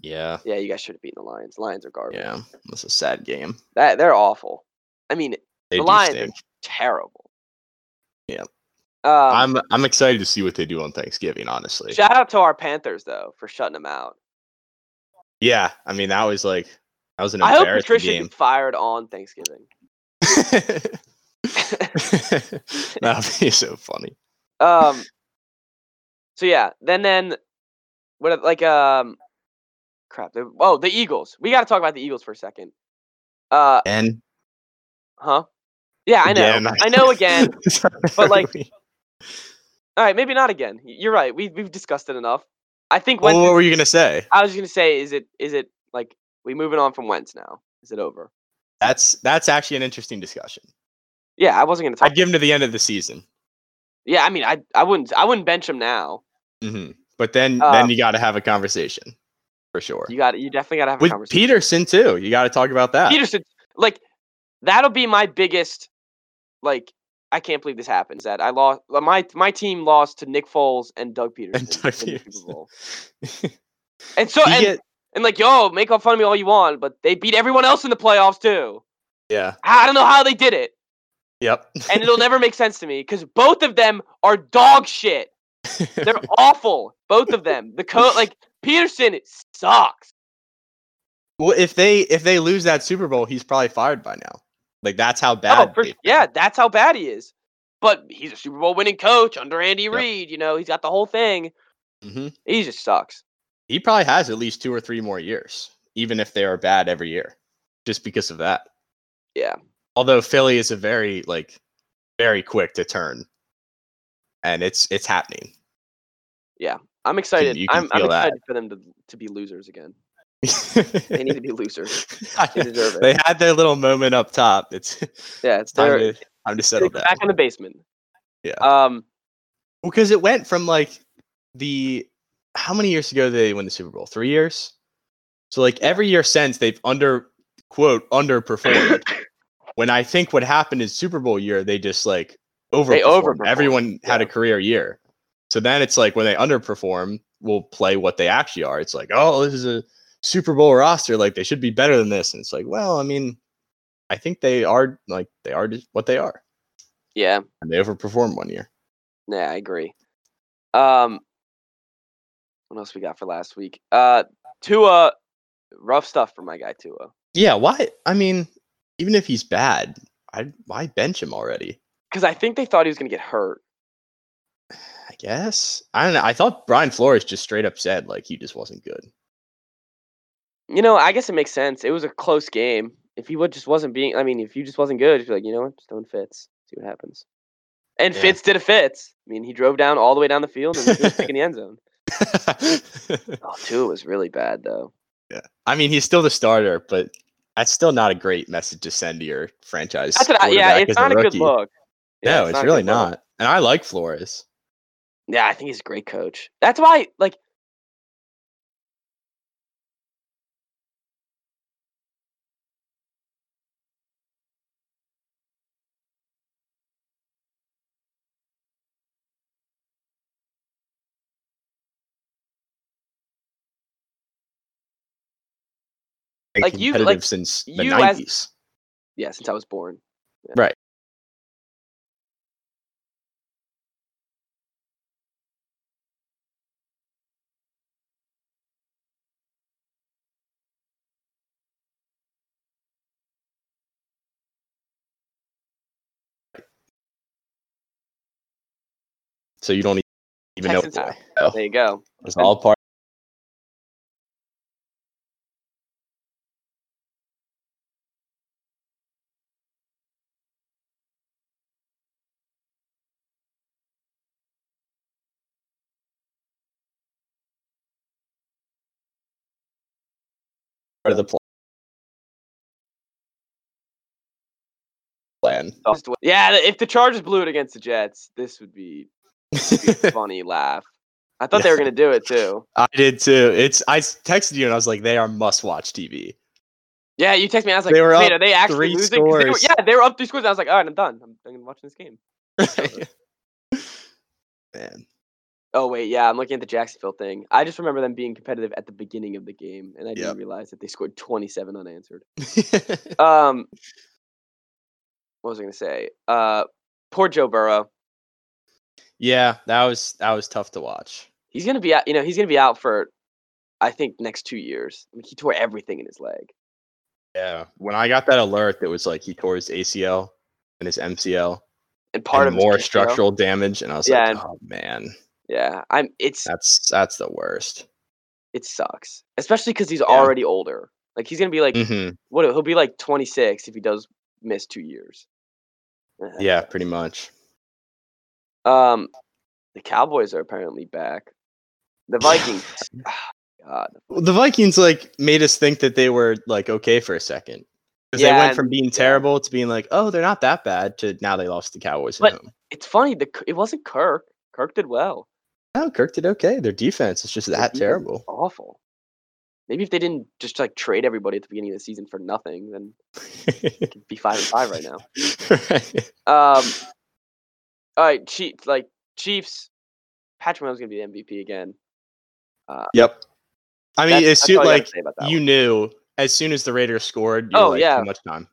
Speaker 2: Yeah.
Speaker 1: Yeah, you guys should have beaten the Lions. Lions are garbage.
Speaker 2: Yeah. That's a sad game.
Speaker 1: That they're awful. I mean, The
Speaker 2: They do
Speaker 1: Lions are
Speaker 2: stink.
Speaker 1: terrible.
Speaker 2: Yeah.
Speaker 1: Um,
Speaker 2: I'm I'm excited to see what they do on Thanksgiving, honestly.
Speaker 1: shout out to our Panthers though for shutting them out.
Speaker 2: yeah. I mean, that was like that was an
Speaker 1: I hope
Speaker 2: embarrassing
Speaker 1: Patricia
Speaker 2: game.
Speaker 1: gets fired on Thanksgiving.
Speaker 2: that would be so funny.
Speaker 1: Um. so yeah, then then what are- like um crap. the- Oh, the Eagles. We got to talk about the Eagles for a second. Uh,
Speaker 2: And
Speaker 1: huh? Yeah, I know.
Speaker 2: Again.
Speaker 1: I know again. but, like,
Speaker 2: what
Speaker 1: All right, maybe not again. Y- You're right. We we've discussed it enough. I think Wentz.
Speaker 2: what
Speaker 1: is-
Speaker 2: were you gonna say?
Speaker 1: I was gonna say, is it is it like we moving on from Wentz now? Is it over?
Speaker 2: That's that's actually an interesting discussion.
Speaker 1: Yeah, I wasn't gonna talk.
Speaker 2: I'd give him to the end of the season.
Speaker 1: yeah, I mean, I I wouldn't I wouldn't bench him now.
Speaker 2: hmm But then
Speaker 1: Um,
Speaker 2: then you got to have a conversation for sure.
Speaker 1: You got you definitely gotta have a
Speaker 2: With
Speaker 1: conversation.
Speaker 2: Peterson too, you got to talk about that.
Speaker 1: Peterson, like that'll be my biggest. Like I can't believe this happens. That I lost uh, my my team lost to Nick Foles and Doug Peterson.
Speaker 2: Doug
Speaker 1: in the Super
Speaker 2: Peterson.
Speaker 1: Bowl. And so
Speaker 2: You
Speaker 1: and,
Speaker 2: get-
Speaker 1: and like yo, make fun of me all you want, but they beat everyone else in the playoffs too.
Speaker 2: yeah.
Speaker 1: I don't know how they did it.
Speaker 2: Yep.
Speaker 1: and it'll never make sense to me because both of them are dog shit. They're awful, both of them. The coach, like Peterson, sucks.
Speaker 2: well, if they if they lose that Super Bowl, he's probably fired by now. Like that's how bad.
Speaker 1: Oh, for-
Speaker 2: they've
Speaker 1: yeah,
Speaker 2: been.
Speaker 1: that's how bad he is. But he's a Super Bowl winning coach under Andy
Speaker 2: Yep.
Speaker 1: Reid. You know, he's got the whole thing.
Speaker 2: Mhm.
Speaker 1: He just sucks.
Speaker 2: He probably has at least two or three more years, even if they are bad every year, just because of that.
Speaker 1: Yeah.
Speaker 2: Although Philly is a very like very quick to turn, and it's it's happening.
Speaker 1: I'm excited.
Speaker 2: you can
Speaker 1: I'm, I'm
Speaker 2: feel that.
Speaker 1: excited for them to, to be losers again. They need to be losers.
Speaker 2: I-
Speaker 1: They deserve it.
Speaker 2: they had their little moment up top. It's
Speaker 1: Yeah, it's
Speaker 2: time
Speaker 1: they're
Speaker 2: to, time to
Speaker 1: they're
Speaker 2: settle down.
Speaker 1: back in the basement.
Speaker 2: Yeah.
Speaker 1: Um.
Speaker 2: Because it went from like the how many years ago did they win the Super Bowl? Three years. So like every year since they've under quote underperformed. when I think what happened is Super Bowl year they just like overperformed.
Speaker 1: overperformed,
Speaker 2: Everyone had a
Speaker 1: yeah.
Speaker 2: career year. So then it's like when they underperform, we'll play what they actually are. It's like oh this is a Super Bowl roster like they should be better than this. And it's like well I mean I think they are like they are just what they are
Speaker 1: Yeah.
Speaker 2: and they overperformed one year.
Speaker 1: Yeah, I agree. Um, what else we got for last week? Uh, Tua, rough stuff for my guy Tua.
Speaker 2: Yeah, why? I mean, even if he's bad, I why bench him already?
Speaker 1: Because I think they thought he was gonna get hurt.
Speaker 2: I guess I don't know. I thought Brian Flores just straight up said like he just wasn't good.
Speaker 1: You know, I guess it makes sense. It was a close game. If he would just wasn't being, I mean, if you just wasn't good, you'd be like, you know what, just doing Fitz, see what happens. And
Speaker 2: Yeah.
Speaker 1: Fitz did a Fitz. I mean, he drove down all the way down the field and was in the end zone. Oh, Tua was really bad though.
Speaker 2: I mean, he's still the starter, but that's still not a great message to send to your franchise.
Speaker 1: That's what I, yeah,
Speaker 2: quarterback
Speaker 1: it's
Speaker 2: as a
Speaker 1: not a good
Speaker 2: rookie.
Speaker 1: look. Yeah,
Speaker 2: no, it's,
Speaker 1: not a
Speaker 2: really
Speaker 1: good look.
Speaker 2: not. And I like Flores.
Speaker 1: Yeah, I think he's a great coach. That's why, like,
Speaker 2: Been
Speaker 1: Like, you- like,
Speaker 2: competitive since the
Speaker 1: you as-
Speaker 2: nineties.
Speaker 1: yeah, since I was born. Yeah.
Speaker 2: Right. So you don't e, even know
Speaker 1: Texans
Speaker 2: why.
Speaker 1: are-
Speaker 2: Oh,
Speaker 1: There you go.
Speaker 2: It's all part. part of the pl- plan.
Speaker 1: Just wa- Yeah, th- if the Chargers blew it against the Jets, this would be a funny laugh. I thought they were
Speaker 2: Yeah.
Speaker 1: gonna do it too.
Speaker 2: I did too. It's I s- texted you and I was like, they are must-watch TV.
Speaker 1: Yeah, you text me. I was like,
Speaker 2: They were
Speaker 1: wait,
Speaker 2: up
Speaker 1: are they actually
Speaker 2: three
Speaker 1: losing? 'Cause They were,
Speaker 2: scores.
Speaker 1: yeah, they were up three scores. and I was like, all right, I'm done. I'm, I'm watching this game.
Speaker 2: Man.
Speaker 1: Oh wait, yeah, I'm looking at the Jacksonville thing. I just remember them being competitive at the beginning of the game, and I didn't
Speaker 2: Yep.
Speaker 1: realize that they scored 27 unanswered. Um, what was I gonna say? Uh, poor Joe Burrow.
Speaker 2: yeah, that was that was tough to watch.
Speaker 1: He's gonna be out. You know, he's gonna be out for, I think, next two years. I mean, he tore everything in his leg.
Speaker 2: Yeah. When I got that alert that was like he tore his ACL and his MCL
Speaker 1: And part of
Speaker 2: and
Speaker 1: his
Speaker 2: more
Speaker 1: PTO.
Speaker 2: structural damage, and I was
Speaker 1: Yeah,
Speaker 2: like,
Speaker 1: and-
Speaker 2: oh man,
Speaker 1: Yeah, I'm. It's
Speaker 2: that's that's the worst.
Speaker 1: it sucks, especially because he's already older. Like he's gonna be like
Speaker 2: hmm
Speaker 1: what? He'll be like 26 if he does miss two years. Uh,
Speaker 2: Yeah, pretty much.
Speaker 1: Um, the Cowboys are apparently back. The Vikings. ah, God.
Speaker 2: Well, The Vikings like made us think that they were like okay for a second. 'Cause they
Speaker 1: Yeah,
Speaker 2: went
Speaker 1: and-
Speaker 2: from being terrible to being like, oh, they're not that bad to now they lost to the Cowboys
Speaker 1: But-
Speaker 2: at home.
Speaker 1: It's funny. The it wasn't Kirk. Kirk did well.
Speaker 2: No, Oh, Kirk did okay. Their defense is just
Speaker 1: Their defense
Speaker 2: that
Speaker 1: is
Speaker 2: terrible.
Speaker 1: Awful. Maybe if they didn't just like trade everybody at the beginning of the season for nothing, then it'd be five and five right now.
Speaker 2: Right.
Speaker 1: Um. All right, Chiefs. Like Chiefs. Patrick Mahomes gonna be the MVP again.
Speaker 2: Yep. I mean,
Speaker 1: That's-
Speaker 2: as
Speaker 1: that's
Speaker 2: soon
Speaker 1: all I gotta
Speaker 2: like
Speaker 1: say about that
Speaker 2: you
Speaker 1: one.
Speaker 2: knew as soon as the Raiders scored, you
Speaker 1: Oh,
Speaker 2: were like,
Speaker 1: yeah.
Speaker 2: how much time?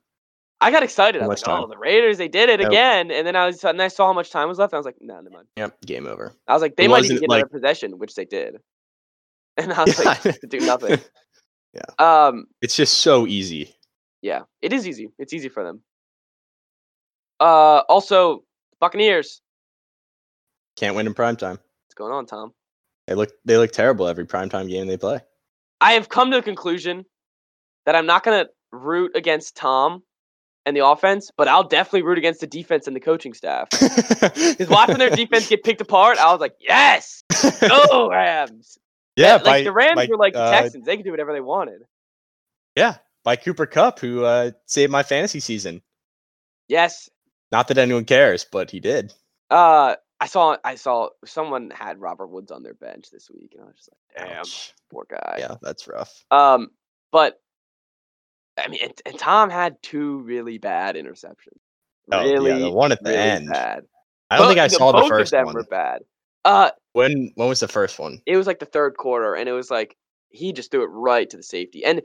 Speaker 1: I got excited. I
Speaker 2: How
Speaker 1: was like,
Speaker 2: much
Speaker 1: "Oh,
Speaker 2: time?
Speaker 1: the Raiders! They did it
Speaker 2: Nope.
Speaker 1: again!" And then I was, and I saw how much time was left. And I was like, "No, nah, never mind."
Speaker 2: Yep. Game over.
Speaker 1: I was like, "They
Speaker 2: It
Speaker 1: might even
Speaker 2: wasn't
Speaker 1: get another possession," which they did. And I was like, um, "To do nothing." Um,
Speaker 2: it's just so easy.
Speaker 1: yeah, it is easy. It's easy for them. Uh, also, Buccaneers.
Speaker 2: Can't win in prime time.
Speaker 1: What's going on, Tom?
Speaker 2: They look they look terrible every primetime game they play.
Speaker 1: I have come to the conclusion that I'm not going to root against Tom and the offense, but I'll definitely root against the defense and the coaching staff. Because watching their defense get picked apart, I was like, yes, go Rams.
Speaker 2: yeah,
Speaker 1: like the Rams were like the
Speaker 2: uh,
Speaker 1: Texans; they could do whatever they wanted.
Speaker 2: yeah, by Cooper Cup, who uh, saved my fantasy season.
Speaker 1: Yes,
Speaker 2: Not that anyone cares, but he did.
Speaker 1: uh, I saw I saw someone had Robert Woods on their bench this week, and I was just like, damn,
Speaker 2: Ouch.
Speaker 1: poor guy.
Speaker 2: Yeah, that's rough.
Speaker 1: Um, but I mean, and, and Tom had two really bad interceptions.
Speaker 2: Oh,
Speaker 1: really,
Speaker 2: yeah, the one at the
Speaker 1: really
Speaker 2: end.
Speaker 1: bad.
Speaker 2: I don't think I
Speaker 1: Both-
Speaker 2: saw the
Speaker 1: both
Speaker 2: first
Speaker 1: of them
Speaker 2: one.
Speaker 1: were bad. Uh,
Speaker 2: When when was the first one?
Speaker 1: it was like the third quarter, and it was like he just threw it right to the safety. And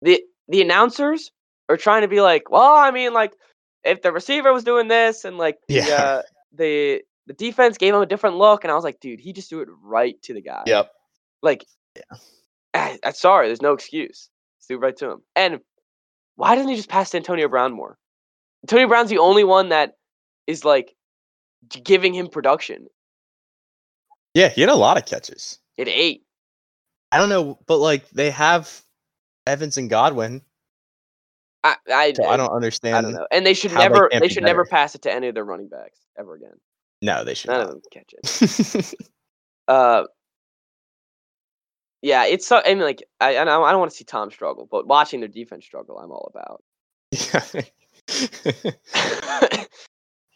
Speaker 1: the the announcers are trying to be like, well, I mean, like if the receiver was doing this, and like the,
Speaker 2: Yeah.
Speaker 1: uh, the the defense gave him a different look, and I was like, dude, he just threw it right to the guy.
Speaker 2: Yep.
Speaker 1: Like,
Speaker 2: Yeah.
Speaker 1: I, am sorry, there's no excuse. Just do it right to him. And why doesn't he just pass to Antonio Brown more? Antonio Brown's the only one that is like g- giving him production
Speaker 2: Yeah, he had a lot of catches.
Speaker 1: at eight.
Speaker 2: I don't know, but like they have Evans and Godwin,
Speaker 1: I I,
Speaker 2: so I don't understand.
Speaker 1: I don't know. And they should
Speaker 2: how they
Speaker 1: never
Speaker 2: can't
Speaker 1: they
Speaker 2: be
Speaker 1: should never
Speaker 2: better.
Speaker 1: pass it to any of their running backs ever again.
Speaker 2: No, they should.
Speaker 1: None of
Speaker 2: Not.
Speaker 1: them catch it. Uh, yeah, it's so. I mean, like I I don't, I don't want to see Tom struggle, but watching their defense struggle, I'm all about.
Speaker 2: Yeah.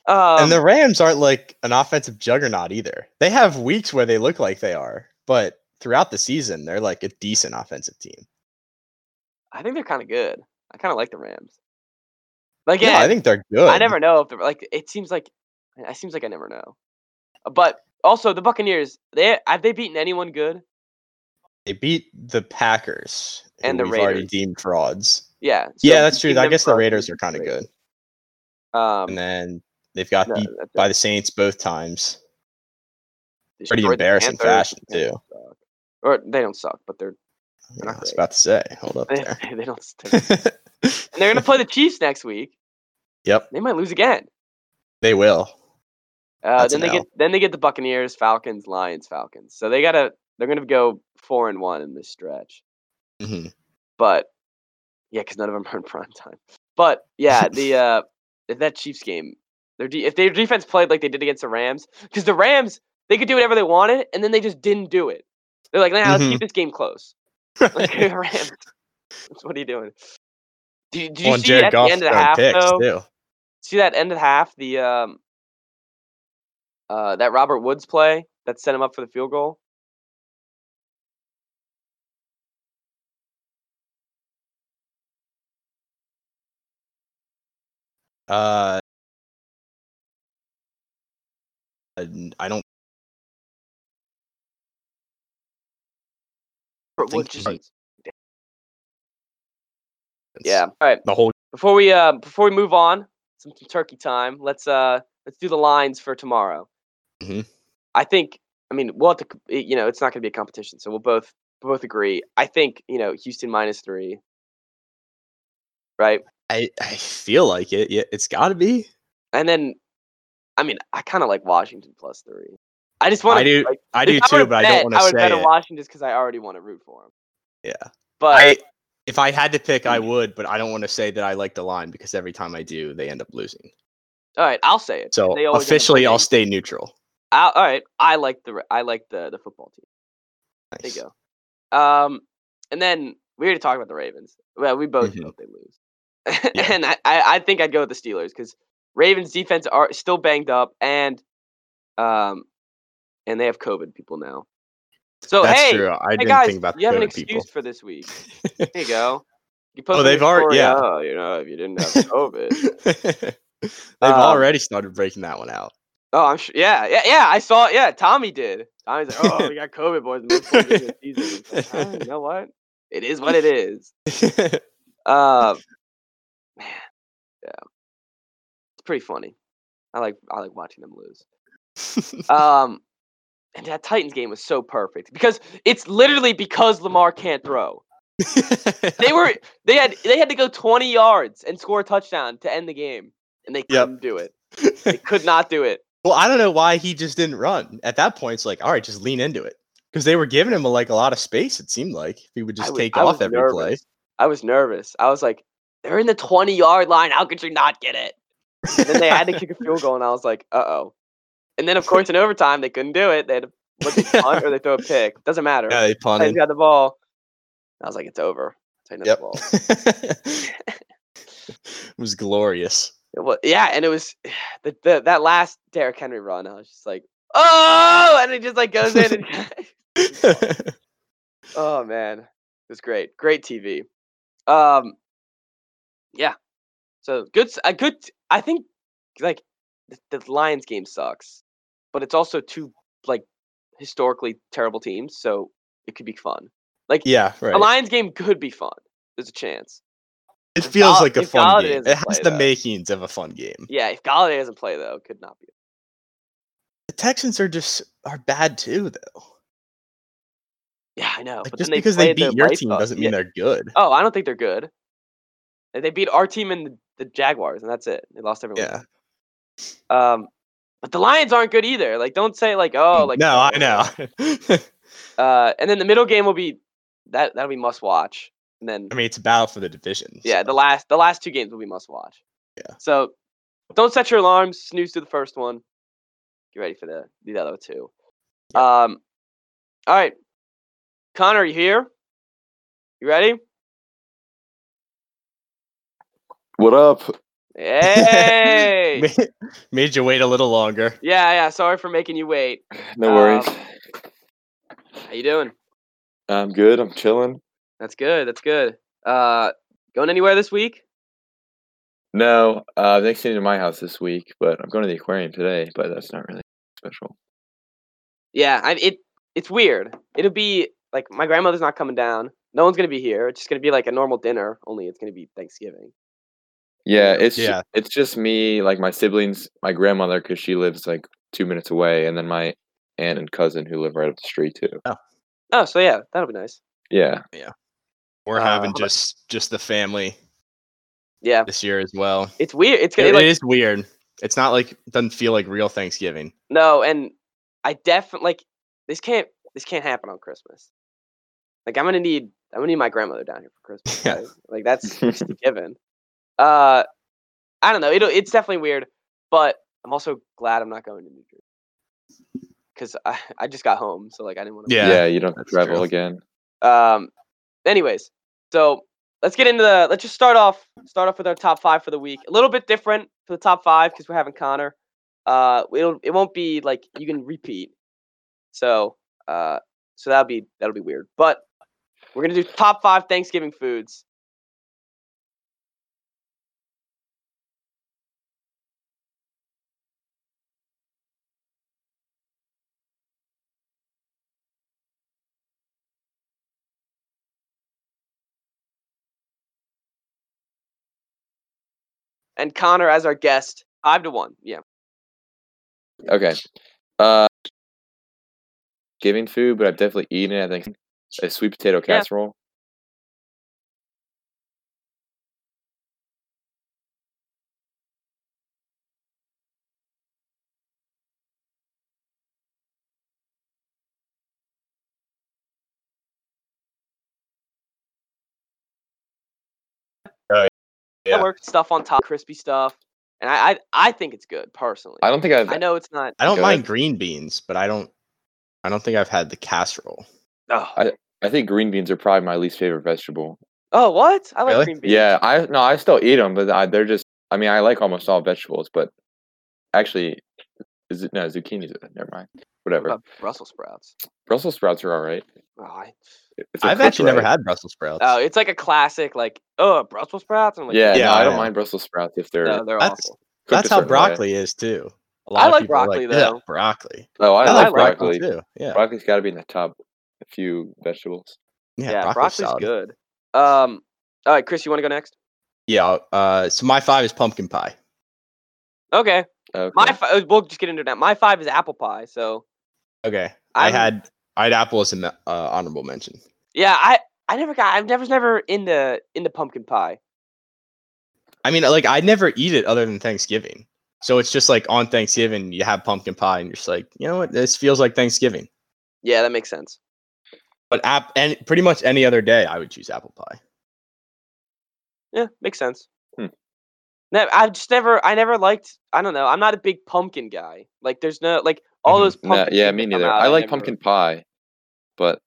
Speaker 1: um,
Speaker 2: and the Rams aren't like an offensive juggernaut either. They have weeks where they look like they are, but throughout the season, they're like a decent offensive team.
Speaker 1: I think they're kind of good. I kind of like the Rams. Like
Speaker 2: Yeah,
Speaker 1: yeah,
Speaker 2: I think they're good.
Speaker 1: I never know if they're like it seems like it seems like I never know. But also the Buccaneers, they have they beaten anyone good?
Speaker 2: They beat the Packers who
Speaker 1: And the
Speaker 2: we've already
Speaker 1: Raiders.
Speaker 2: deemed frauds.
Speaker 1: Yeah.
Speaker 2: yeah, that's true.
Speaker 1: beating
Speaker 2: I
Speaker 1: them
Speaker 2: guess the
Speaker 1: for us
Speaker 2: Raiders
Speaker 1: is
Speaker 2: are kind of
Speaker 1: great.
Speaker 2: good.
Speaker 1: Um,
Speaker 2: And then they've got
Speaker 1: no,
Speaker 2: beat
Speaker 1: that's it.
Speaker 2: by the Saints both times.
Speaker 1: They
Speaker 2: pretty
Speaker 1: destroyed the
Speaker 2: embarrassing
Speaker 1: Panthers.
Speaker 2: fashion,
Speaker 1: The Panthers suck. Or they don't suck, but they're
Speaker 2: I
Speaker 1: not
Speaker 2: was
Speaker 1: great.
Speaker 2: about to say. Hold up
Speaker 1: they,
Speaker 2: there.
Speaker 1: they don't. stink. and they're gonna play the Chiefs next week.
Speaker 2: yep,
Speaker 1: They might lose again.
Speaker 2: they will.
Speaker 1: Uh,
Speaker 2: That's
Speaker 1: then
Speaker 2: an
Speaker 1: they get
Speaker 2: L.
Speaker 1: then they get the Buccaneers, Falcons, Lions, Falcons. So they gotta they're gonna go four and one in this stretch.
Speaker 2: Mhm.
Speaker 1: But yeah, because none of them are in prime time. But yeah, the uh, if that Chiefs game, their de- if their defense played like they did against the Rams, because the Rams they could do whatever they wanted, and then they just didn't do it. They're like, nah, let's
Speaker 2: Mm-hmm.
Speaker 1: keep this game close. Like the Rams, what are you doing? Did, did you
Speaker 2: On
Speaker 1: see at
Speaker 2: Jared
Speaker 1: the
Speaker 2: Goff's
Speaker 1: end of the half
Speaker 2: picks
Speaker 1: though?
Speaker 2: too.
Speaker 1: See that end of the half, the um, uh, that Robert Woods play that set him up for the field goal.
Speaker 2: Uh, and I don't
Speaker 1: Robert
Speaker 2: think
Speaker 1: Woods
Speaker 2: he
Speaker 1: just-
Speaker 2: might-
Speaker 1: yeah. All right.
Speaker 2: the whole
Speaker 1: before we uh before we move on some, some turkey time let's uh let's do the lines for tomorrow
Speaker 2: Mhm.
Speaker 1: i think i mean we'll have to c- you know it's not going to be a competition so we'll both we'll both agree i think you know houston minus three right
Speaker 2: I, I feel like it. Yeah, it's got to be.
Speaker 1: and then i mean i kind of like washington plus three i just want
Speaker 2: I do.
Speaker 1: like,
Speaker 2: I
Speaker 1: if
Speaker 2: do
Speaker 1: were
Speaker 2: too, but I
Speaker 1: bet,
Speaker 2: don't want
Speaker 1: i
Speaker 2: to
Speaker 1: would bet
Speaker 2: say
Speaker 1: on
Speaker 2: it.
Speaker 1: washington because i already want to root for him
Speaker 2: Yeah.
Speaker 1: but Hmm.
Speaker 2: I, if I had to pick, I would, but I don't want to say that I like the line because every time I do, they end up losing.
Speaker 1: all right i'll say it
Speaker 2: So
Speaker 1: They always end up
Speaker 2: officially, I'll
Speaker 1: winning.
Speaker 2: stay neutral.
Speaker 1: I, all right i like the Ra- i like the the football team There
Speaker 2: Nice.
Speaker 1: you go. Um, and then we already talked about the Ravens. Well, we both
Speaker 2: Mhm.
Speaker 1: hope they lose. and I, I, I think I'd go with the Steelers because Ravens defense are still banged up and um, and they have COVID people now. So
Speaker 2: That's
Speaker 1: hey,
Speaker 2: true. I
Speaker 1: hey
Speaker 2: didn't
Speaker 1: guys,
Speaker 2: think about
Speaker 1: you
Speaker 2: the
Speaker 1: have an
Speaker 2: COVID
Speaker 1: excuse
Speaker 2: people.
Speaker 1: for this week. There you go. You post
Speaker 2: Oh,
Speaker 1: on your
Speaker 2: they've alre-
Speaker 1: story,
Speaker 2: yeah.
Speaker 1: Oh, you know, if you didn't have COVID.
Speaker 2: They've
Speaker 1: Um,
Speaker 2: already started breaking that one out.
Speaker 1: oh, I'm sure. Yeah, yeah, yeah. I saw. it. Yeah, Tommy did. Tommy's like, oh, we got COVID, boys. and we're playing this season." It's like, "Ah, you know what? It is what it is. Uh, man, yeah, it's pretty funny. I like I like watching them lose. Um, and that Titans game was so perfect because it's literally because Lamar can't throw. They were they had they had to go 20 yards and score a touchdown to end the game. and they
Speaker 2: Yep.
Speaker 1: couldn't do it. They could not do it.
Speaker 2: Well, I don't know why he just didn't run. At that point, it's like, all right, just lean into it. Because they were giving him like a lot of space, it seemed like. If he would
Speaker 1: I
Speaker 2: just
Speaker 1: was-
Speaker 2: take
Speaker 1: I
Speaker 2: off
Speaker 1: was
Speaker 2: every
Speaker 1: nervous.
Speaker 2: play.
Speaker 1: I was nervous. I was like, they're in the 20 yard line. How could you not get it? And then they had to kick a field goal, and I was like, uh oh. And then, of course, in overtime, they couldn't do it. They had to what, they punt or they throw a pick. Doesn't matter.
Speaker 2: Yeah, they
Speaker 1: Titans
Speaker 2: punted.
Speaker 1: got the ball. I was like, it's over. Titans got
Speaker 2: Yep.
Speaker 1: the ball.
Speaker 2: it was glorious.
Speaker 1: It wa- yeah, and it was the, the that last Derrick Henry run. I was just like, oh, and it just like goes in. And oh man, it was great, great TV. Um, yeah, so good, s- a good. t- I think like the, the Lions game sucks, but it's also two like historically terrible teams, so it could be fun.
Speaker 2: yeah,
Speaker 1: A
Speaker 2: right.
Speaker 1: Lions game could be fun. There's a chance.
Speaker 2: It feels
Speaker 1: Gall-
Speaker 2: like a
Speaker 1: if Golladay
Speaker 2: fun game.
Speaker 1: doesn't
Speaker 2: It has
Speaker 1: play,
Speaker 2: the
Speaker 1: though.
Speaker 2: makings of a fun game.
Speaker 1: Yeah, if Galladay doesn't play though, it could not be.
Speaker 2: The Texans are just are bad too, though.
Speaker 1: Yeah, I know.
Speaker 2: Like
Speaker 1: but
Speaker 2: just
Speaker 1: then they
Speaker 2: because they
Speaker 1: played their
Speaker 2: beat your
Speaker 1: lights
Speaker 2: team
Speaker 1: out.
Speaker 2: doesn't
Speaker 1: Yeah.
Speaker 2: mean they're good.
Speaker 1: Oh, I don't think they're good. Like, They beat our team and the, the Jaguars, and that's it. They lost everyone.
Speaker 2: Yeah.
Speaker 1: Um, but the Lions aren't good either. Like, don't say like, oh, like
Speaker 2: no, I
Speaker 1: oh.
Speaker 2: know.
Speaker 1: Uh, and then the middle game will be that that'll be must watch. And then
Speaker 2: I mean, it's a battle for the division.
Speaker 1: yeah, the
Speaker 2: so.
Speaker 1: last the last two games will be must watch.
Speaker 2: Yeah.
Speaker 1: So don't set your alarms. Snooze to the first one. Get ready for the the other two. Um, all right, Connor, you here? You ready?
Speaker 3: What up?
Speaker 1: Hey.
Speaker 2: Ma- made you wait a little longer.
Speaker 1: Yeah, yeah. Sorry for making you wait.
Speaker 3: No worries.
Speaker 1: Um, How you doing?
Speaker 3: I'm good. I'm chilling.
Speaker 1: That's good. That's good. Uh, going anywhere this week?
Speaker 3: No, uh, next thing to my house this week, but I'm going to the aquarium today. But that's not really special.
Speaker 1: Yeah, I, it it's weird. It'll be like my grandmother's not coming down. No one's gonna be here. It's just gonna be like a normal dinner, only it's gonna be Thanksgiving.
Speaker 3: Yeah, it's ju-
Speaker 2: Yeah.
Speaker 3: it's just me, like my siblings, my grandmother, because she lives like two minutes away, and then my aunt and cousin who live right up the street too.
Speaker 1: Oh, so yeah, that'll be nice.
Speaker 3: Yeah,
Speaker 2: We're
Speaker 1: Uh,
Speaker 2: having
Speaker 1: but-
Speaker 2: just just the family
Speaker 1: Yeah,
Speaker 2: this year as well.
Speaker 1: it's weird. It's gonna
Speaker 2: It-
Speaker 1: like
Speaker 2: it is weird. It's not like doesn't feel like real Thanksgiving.
Speaker 1: no, and I definitely like this can't this can't happen on Christmas. Like I'm gonna need I'm gonna need my grandmother down here for Christmas.
Speaker 2: Yeah.
Speaker 1: right? Like that's just a given. Uh, I don't know. It'll it's definitely weird, but I'm also glad I'm not going to New Jersey because I I just got home, so like I didn't want to.
Speaker 3: yeah,
Speaker 2: Yeah,
Speaker 3: you don't have to
Speaker 2: that's true.
Speaker 3: travel again.
Speaker 1: Um, anyways, so let's get into the. Let's just start off. Start off with our top five for the week. A little bit different for the top five because we're having Connor. Uh, it'll it won't be like you can repeat. So uh, so that'll be that'll be weird. But we're gonna do top five Thanksgiving foods. And Connor as our guest, five to one. Yeah.
Speaker 3: Okay, uh, giving food, but I've definitely eaten it. I think a sweet potato casserole.
Speaker 1: yeah.
Speaker 2: Yeah.
Speaker 1: worked stuff on top, crispy stuff, and I, I I think it's good personally.
Speaker 3: I don't think I've.
Speaker 1: I know it's not.
Speaker 2: I don't
Speaker 3: Good.
Speaker 2: mind green beans, but I don't I don't think I've had the casserole.
Speaker 1: Oh,
Speaker 3: I think green beans are probably my least favorite vegetable.
Speaker 1: oh what? I like
Speaker 2: Really?
Speaker 1: green beans.
Speaker 3: Yeah, I no, I still eat them, but I, they're just. I mean, I like almost all vegetables, but actually, is it no zucchinis? uh, Never mind.
Speaker 1: What
Speaker 3: Whatever.
Speaker 1: about Brussels sprouts.
Speaker 3: Brussels sprouts are all right.
Speaker 1: Oh, I,
Speaker 3: if they're
Speaker 2: I've
Speaker 3: cooked
Speaker 2: actually never
Speaker 3: right.
Speaker 2: had Brussels sprouts.
Speaker 1: oh, it's like a classic. Like oh, Brussels sprouts. I'm like Uh,
Speaker 3: yeah,
Speaker 2: Yeah,
Speaker 3: no, I don't
Speaker 2: yeah.
Speaker 3: mind Brussels sprouts if they're.
Speaker 1: no, they're
Speaker 2: That's-
Speaker 1: awful.
Speaker 3: cooked a
Speaker 2: That's how
Speaker 3: certain way.
Speaker 2: broccoli is too. A
Speaker 1: I
Speaker 2: of
Speaker 1: like
Speaker 2: people are
Speaker 1: broccoli,
Speaker 2: "Ugh,
Speaker 1: though.
Speaker 2: broccoli.
Speaker 3: Oh,
Speaker 2: I,
Speaker 3: I, like
Speaker 2: like broccoli.
Speaker 3: broccoli.
Speaker 2: too. Yeah.
Speaker 3: Broccoli's got to be in the top few vegetables.
Speaker 2: yeah,
Speaker 1: Yeah,
Speaker 2: broccoli's,
Speaker 1: broccoli's
Speaker 2: solid.
Speaker 1: good. Um, all right, Chris, you want to go next?
Speaker 2: Yeah. Uh, so my five is pumpkin pie.
Speaker 1: Okay,
Speaker 3: Okay.
Speaker 1: my fi- uh, we'll just get into that. My five is apple pie. So
Speaker 2: Okay. i
Speaker 1: I'm-
Speaker 2: had I had apple as an uh, honorable mention.
Speaker 1: yeah, I I never got. I've never never into into pumpkin pie.
Speaker 2: I mean, like I never eat it other than Thanksgiving. So it's just like on Thanksgiving you have pumpkin pie and you're just like, you know what, this feels like Thanksgiving.
Speaker 1: Yeah, that makes sense.
Speaker 2: But app and pretty much any other day I would choose apple pie.
Speaker 1: Yeah, makes sense.
Speaker 3: Hmm.
Speaker 1: No, I've just never, I never liked. I don't know. I'm not a big pumpkin guy. Like, there's no like all
Speaker 2: Mhm.
Speaker 1: those.
Speaker 3: Mm-hmm. No,
Speaker 1: Pumpkin
Speaker 3: yeah,
Speaker 1: things
Speaker 3: me
Speaker 1: that come
Speaker 3: neither.
Speaker 1: out,
Speaker 3: I like
Speaker 1: never-
Speaker 3: pumpkin pie, but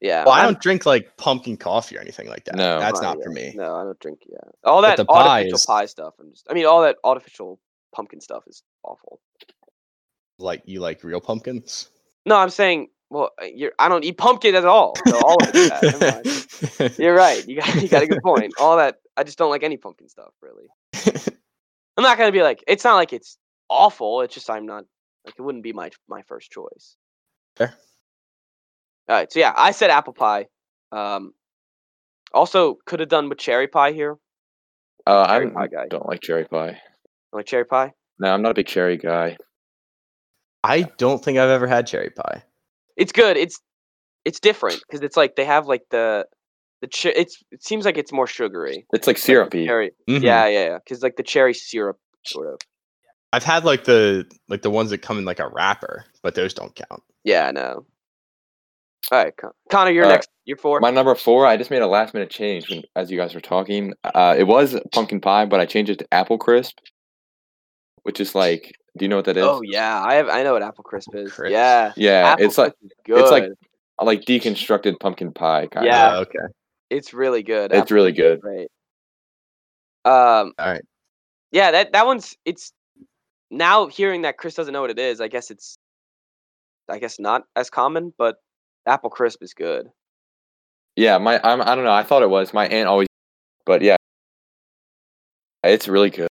Speaker 1: Yeah,
Speaker 2: Well, I
Speaker 1: I'm-
Speaker 2: don't drink like pumpkin coffee or anything like that.
Speaker 3: No.
Speaker 2: that's
Speaker 1: Oh,
Speaker 2: not
Speaker 1: yeah.
Speaker 2: for me.
Speaker 1: No, I don't drink. Yeah, all that
Speaker 2: But the pie
Speaker 1: artificial
Speaker 2: is-
Speaker 1: pie stuff. I'm just, I mean, all that artificial pumpkin stuff is awful.
Speaker 2: Like you like real pumpkins.
Speaker 1: No, I'm saying, well, uh, you're, I don't eat pumpkin at all. So all of it's bad. Never mind. You're right. You got, you got a good point. All that, I just don't like any pumpkin stuff, really. I'm not gonna be like, it's not like it's awful. It's just I'm not like it wouldn't be my my first choice.
Speaker 2: Fair.
Speaker 1: All right, so yeah, I said apple pie. Um, also, could have done with cherry pie here.
Speaker 3: uh,
Speaker 1: Cherry
Speaker 3: I'm-
Speaker 1: pie
Speaker 3: I
Speaker 1: guy.
Speaker 3: don't like cherry pie.
Speaker 1: Like cherry pie.
Speaker 3: No, I'm not a big cherry guy.
Speaker 2: I don't think I've ever had cherry pie.
Speaker 1: It's good. It's it's different because it's like they have like the the ch- it's it seems like it's more sugary.
Speaker 3: It's like syrupy.
Speaker 1: Cherry.
Speaker 3: Mm-hmm.
Speaker 2: Mhm.
Speaker 1: Yeah, yeah, yeah. Because like the cherry syrup sort of.
Speaker 2: I've had like the like the ones that come in like a wrapper, but those don't count.
Speaker 1: Yeah, I know. All right, Con- Connor, you're
Speaker 3: All right,
Speaker 1: next. You're four.
Speaker 3: My number four, I just made a last minute change when, as you guys were talking. Uh, it was pumpkin pie, but I changed it to apple crisp, which is like, do you know what that is?
Speaker 1: Oh yeah, I have. I know what apple crisp is.
Speaker 2: crisp.
Speaker 1: Yeah,
Speaker 3: yeah,
Speaker 1: apple
Speaker 3: it's like
Speaker 1: crisp is good.
Speaker 3: it's like- like deconstructed pumpkin pie kind
Speaker 1: Yeah.
Speaker 2: Uh, okay.
Speaker 1: it's really good.
Speaker 3: of. It's
Speaker 1: apple
Speaker 3: really good.
Speaker 1: Right. Um.
Speaker 2: All right.
Speaker 1: Yeah. That that one's. It's now hearing that Chris doesn't know what it is. I guess it's. I guess not as common, but apple crisp is good.
Speaker 3: Yeah, my I'm, I don't know. I thought it was my aunt always, but yeah, it's really good.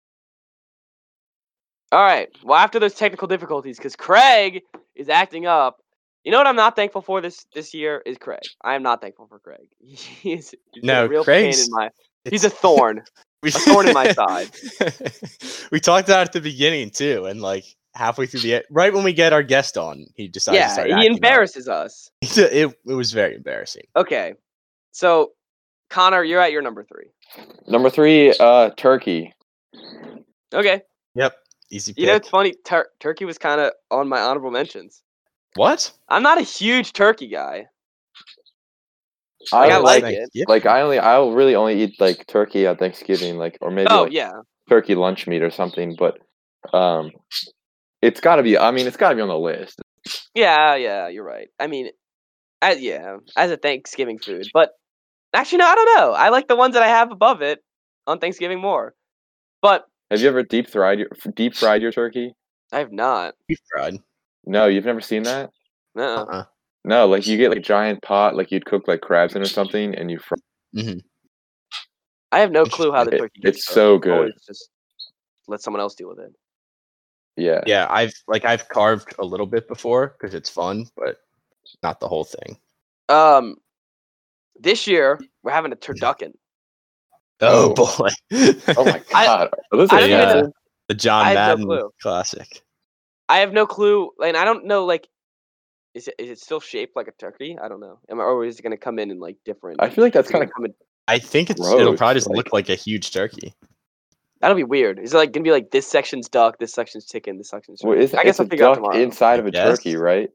Speaker 1: All right. Well, after those technical difficulties, because Craig is acting up. You know what I'm not thankful for this this year is Craig. I am not thankful for Craig. He's, he's been a
Speaker 2: No,
Speaker 1: real pain
Speaker 2: Craig's-
Speaker 1: in my. He's a thorn.
Speaker 2: we,
Speaker 1: thorn in my side.
Speaker 2: we talked about it at the beginning too, and like halfway through the e- right when we get our guest on, he decided. to start
Speaker 1: yeah, he
Speaker 2: acting up.
Speaker 1: embarrasses us.
Speaker 2: It, it was very embarrassing.
Speaker 1: Okay. So, Connor, you're at your number three.
Speaker 3: Number three, uh, turkey.
Speaker 1: Okay.
Speaker 2: Yep. Easy pick.
Speaker 1: You know, it's funny. Tur- turkey was kind of on my honorable mentions.
Speaker 2: what?
Speaker 1: I'm not a huge turkey guy.
Speaker 3: I,
Speaker 1: Like, I
Speaker 2: Oh,
Speaker 1: like
Speaker 3: like
Speaker 1: it.
Speaker 2: Thanksgiving.
Speaker 3: like I only I'll really only eat like turkey on Thanksgiving, like or maybe
Speaker 1: Oh,
Speaker 3: like
Speaker 1: yeah.
Speaker 3: turkey lunch meat or something. But um, it's got to be. I mean, it's got to be on the list.
Speaker 1: Yeah, yeah, you're right. I mean, as, yeah, as a Thanksgiving food. But actually, no, I don't know. I like the ones that I have above it on Thanksgiving more. But
Speaker 3: Have you ever deep fried your f- deep fried your turkey?
Speaker 1: I have not.
Speaker 2: Beef fried.
Speaker 3: No, you've never seen that.
Speaker 1: Uh-uh.
Speaker 2: Uh-uh.
Speaker 3: No, like you get like a giant pot, like you'd cook like crabs in or something, and you fry.
Speaker 1: I have no clue how the
Speaker 3: It-
Speaker 1: turkey gets
Speaker 3: it's
Speaker 1: cooked.
Speaker 3: so good.
Speaker 1: Always Just let someone else deal with it.
Speaker 3: Yeah,
Speaker 2: Yeah, I've like I've carved a little bit before because it's fun, but not the whole thing.
Speaker 1: Um, This year, we're having a turducken.
Speaker 2: Oh,
Speaker 3: Oh.
Speaker 2: boy.
Speaker 3: Oh my
Speaker 1: I-
Speaker 3: god, are those
Speaker 1: I
Speaker 3: are
Speaker 1: don't
Speaker 2: Yeah.
Speaker 1: even
Speaker 3: bad?
Speaker 1: know.
Speaker 2: the John
Speaker 1: I have no
Speaker 2: Madden
Speaker 1: clue.
Speaker 2: classic.
Speaker 1: I have no clue. Like, and I don't know. Like, is it is it still shaped like a turkey? I don't know. Am I or is it gonna come in in like different?
Speaker 3: I feel like that's
Speaker 1: is it gonna
Speaker 3: kind of
Speaker 1: come in-
Speaker 2: I think it's it'll
Speaker 3: Gross,
Speaker 2: probably just
Speaker 3: like-
Speaker 2: look like a huge turkey.
Speaker 1: That'll be weird. Is it like gonna be like this section's duck, this section's chicken, this section's?
Speaker 3: Well,
Speaker 1: turkey?
Speaker 3: it's,
Speaker 1: I guess
Speaker 3: it's a
Speaker 1: I'll figure out
Speaker 3: duck
Speaker 1: tomorrow.
Speaker 3: inside of a
Speaker 2: Yes.
Speaker 3: turkey, right?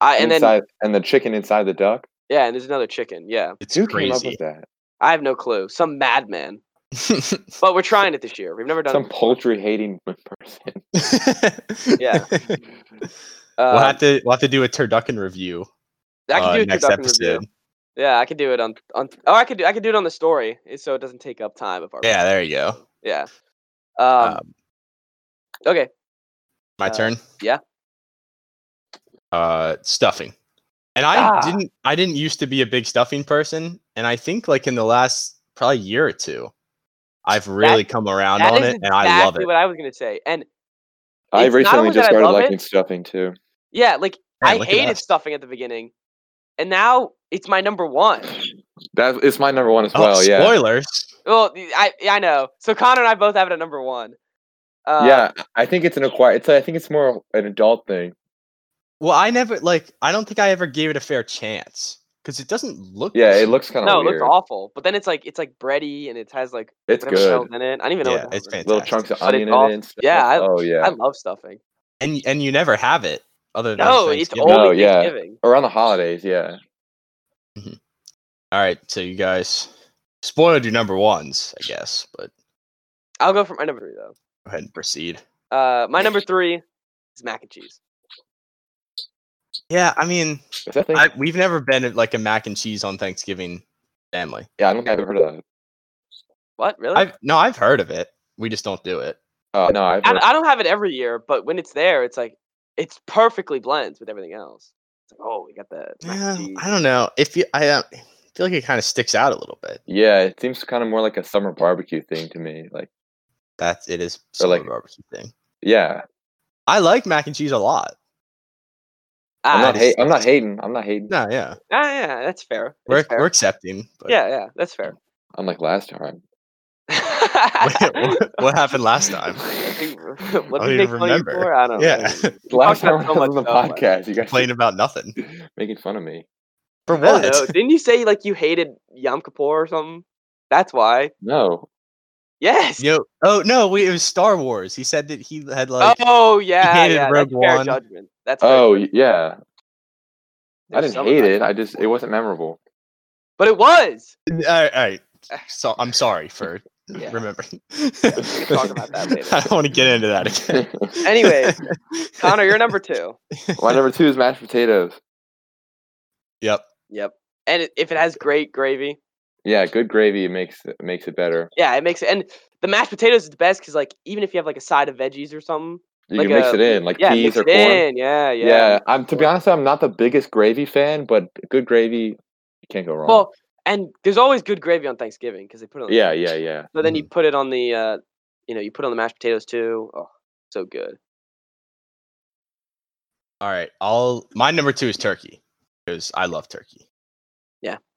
Speaker 1: I, and then
Speaker 3: inside, and the chicken inside the duck.
Speaker 1: yeah, and there's another chicken. Yeah,
Speaker 2: It's
Speaker 3: Who came up
Speaker 2: crazy.
Speaker 3: with that?
Speaker 1: I have no clue. Some madman. But we're trying it this year. We've never done
Speaker 3: Some
Speaker 1: it.
Speaker 3: poultry hating person.
Speaker 1: Yeah. Um,
Speaker 2: we'll have to we'll have to do a turducken review
Speaker 1: I can
Speaker 2: uh,
Speaker 1: do a
Speaker 2: next
Speaker 1: turducken
Speaker 2: episode.
Speaker 1: review. Yeah, I can do it on on. Oh, I could do I could do it on the story, eh, so it doesn't take up time of our.
Speaker 2: Yeah, there you go.
Speaker 1: Yeah.
Speaker 2: Um,
Speaker 1: Um, okay.
Speaker 2: my
Speaker 1: uh,
Speaker 2: turn.
Speaker 1: yeah.
Speaker 2: Uh, stuffing, and I
Speaker 1: Ah.
Speaker 2: didn't I didn't used to be a big stuffing person, and I think like in the last probably year or two, I've really come around
Speaker 1: That
Speaker 2: on
Speaker 1: is
Speaker 2: it, and I love
Speaker 1: exactly
Speaker 2: it.
Speaker 1: What I was gonna say, and
Speaker 3: I
Speaker 1: It's not
Speaker 3: recently
Speaker 1: only
Speaker 3: just
Speaker 1: that I
Speaker 3: started
Speaker 1: love
Speaker 3: liking
Speaker 1: it-
Speaker 3: stuffing too.
Speaker 1: Yeah, like
Speaker 2: Man,
Speaker 1: I
Speaker 2: look at
Speaker 1: hated
Speaker 2: us.
Speaker 1: stuffing at the beginning, and now it's my number one.
Speaker 3: That is my number one as
Speaker 2: Oh,
Speaker 3: well. Yeah,
Speaker 2: spoilers!
Speaker 1: Well, y- I yeah, I know. So Connor and I both have it at number one. Uh,
Speaker 3: yeah. I think it's an acquired. It's I think it's more an adult thing.
Speaker 2: Well, I never like I don't think I ever gave it a fair chance because it doesn't look.
Speaker 3: Yeah,
Speaker 2: good.
Speaker 3: it looks kind of
Speaker 1: No, it
Speaker 3: weird.
Speaker 1: looks awful. But then it's like it's like bready and it has like
Speaker 3: It's
Speaker 1: whatever
Speaker 3: good.
Speaker 1: shells in it. I don't even know.
Speaker 2: yeah,
Speaker 1: what the
Speaker 2: it's
Speaker 1: hell it is.
Speaker 2: fantastic.
Speaker 3: Little chunks of
Speaker 1: But it's
Speaker 3: onion in
Speaker 1: all-
Speaker 3: it. And stuff.
Speaker 1: yeah, I-
Speaker 3: oh yeah.
Speaker 1: I love stuffing.
Speaker 2: and and you never have it other than
Speaker 1: No, it's
Speaker 2: Thanksgiving.
Speaker 1: only
Speaker 3: No, yeah.
Speaker 1: Thanksgiving.
Speaker 3: Around the holidays, yeah.
Speaker 2: All right, so you guys spoiled your number ones, I guess, but
Speaker 1: I'll go for my number three though.
Speaker 2: go ahead and proceed.
Speaker 1: Uh, my number three is mac and cheese.
Speaker 2: Yeah, I mean,
Speaker 3: Is that thing?
Speaker 2: I, we've never been at, like a mac and cheese on Thanksgiving family.
Speaker 3: yeah, I don't think I've ever heard of that.
Speaker 1: What really? I,
Speaker 2: I've no, I've heard of it. We just don't do it.
Speaker 3: Oh no, I've heard,
Speaker 1: I don't have it every year, but when it's there, it's like it's perfectly blends with everything else. It's like, oh, we got that. mac
Speaker 2: Yeah,
Speaker 1: and cheese.
Speaker 2: I don't know. If you, I uh, feel like it kind of sticks out a little bit.
Speaker 3: yeah, it seems kind of more like a summer barbecue thing to me. Like,
Speaker 2: That's it is
Speaker 3: Or,
Speaker 2: sort
Speaker 3: like-
Speaker 2: of a barbecue thing.
Speaker 3: yeah,
Speaker 2: I like mac and cheese a lot.
Speaker 3: I'm
Speaker 1: Ah,
Speaker 3: not,
Speaker 2: it's-
Speaker 3: hate, I'm not hating. I'm not hating.
Speaker 2: No, yeah,
Speaker 1: ah, yeah, that's fair. That's
Speaker 2: we're
Speaker 1: fair.
Speaker 2: we're accepting. But
Speaker 1: yeah, yeah, that's fair.
Speaker 3: I'm like last time.
Speaker 2: what, what happened last time?
Speaker 1: what
Speaker 2: I
Speaker 1: did you
Speaker 2: don't
Speaker 1: make
Speaker 2: even
Speaker 1: fun of you
Speaker 2: remember.
Speaker 1: for? I don't
Speaker 2: Yeah,
Speaker 1: know.
Speaker 3: Last
Speaker 1: about
Speaker 3: time I
Speaker 1: so
Speaker 3: was on
Speaker 1: much
Speaker 3: the
Speaker 1: stuff, like-
Speaker 3: podcast, you guys
Speaker 2: complaining about nothing
Speaker 3: were making fun of me.
Speaker 2: for
Speaker 1: I don't
Speaker 2: what?
Speaker 1: know. Didn't you say like you hated Yom Kippur or something? That's why.
Speaker 3: No,
Speaker 1: Yes.
Speaker 2: Yo, oh no, we, it was Star Wars. He said that he had like
Speaker 1: oh yeah.
Speaker 2: hated
Speaker 1: yeah,
Speaker 2: Rogue
Speaker 1: that's fair
Speaker 2: One.
Speaker 1: judgment. That's fair
Speaker 3: oh
Speaker 1: judgment.
Speaker 3: y- yeah, I
Speaker 1: There's
Speaker 3: didn't
Speaker 1: some
Speaker 3: hate
Speaker 1: about
Speaker 3: it. I just it wasn't memorable.
Speaker 1: But it was.
Speaker 2: All right, all right. So I'm sorry for
Speaker 1: Yeah.
Speaker 2: remembering.
Speaker 1: talk about that later.
Speaker 2: I don't want to get into that again.
Speaker 1: Anyway, Connor, you're number two.
Speaker 3: My number two is mashed potatoes.
Speaker 2: Yep.
Speaker 1: Yep. And it, if it has great gravy,
Speaker 3: Yeah, good gravy makes it makes it better.
Speaker 1: yeah, it makes it. And the mashed potatoes is the best because like even if you have like a side of veggies or something,
Speaker 3: You
Speaker 1: Like
Speaker 3: can mix
Speaker 1: a-
Speaker 3: it in, like
Speaker 1: yeah,
Speaker 3: peas
Speaker 1: mix
Speaker 3: or
Speaker 1: it
Speaker 3: corn.
Speaker 1: in. Yeah,
Speaker 3: Yeah.
Speaker 1: yeah.
Speaker 3: I'm to be honest, I'm not the biggest gravy fan, but good gravy you can't go wrong.
Speaker 1: Well, and there's always good gravy on Thanksgiving because they put it. On
Speaker 3: yeah, yeah, yeah.
Speaker 1: So then
Speaker 2: Mm-hmm.
Speaker 1: you put it on the, uh, you know, you put it on the mashed potatoes too. Oh, so good.
Speaker 2: All right. I'll my number two is turkey because I love turkey.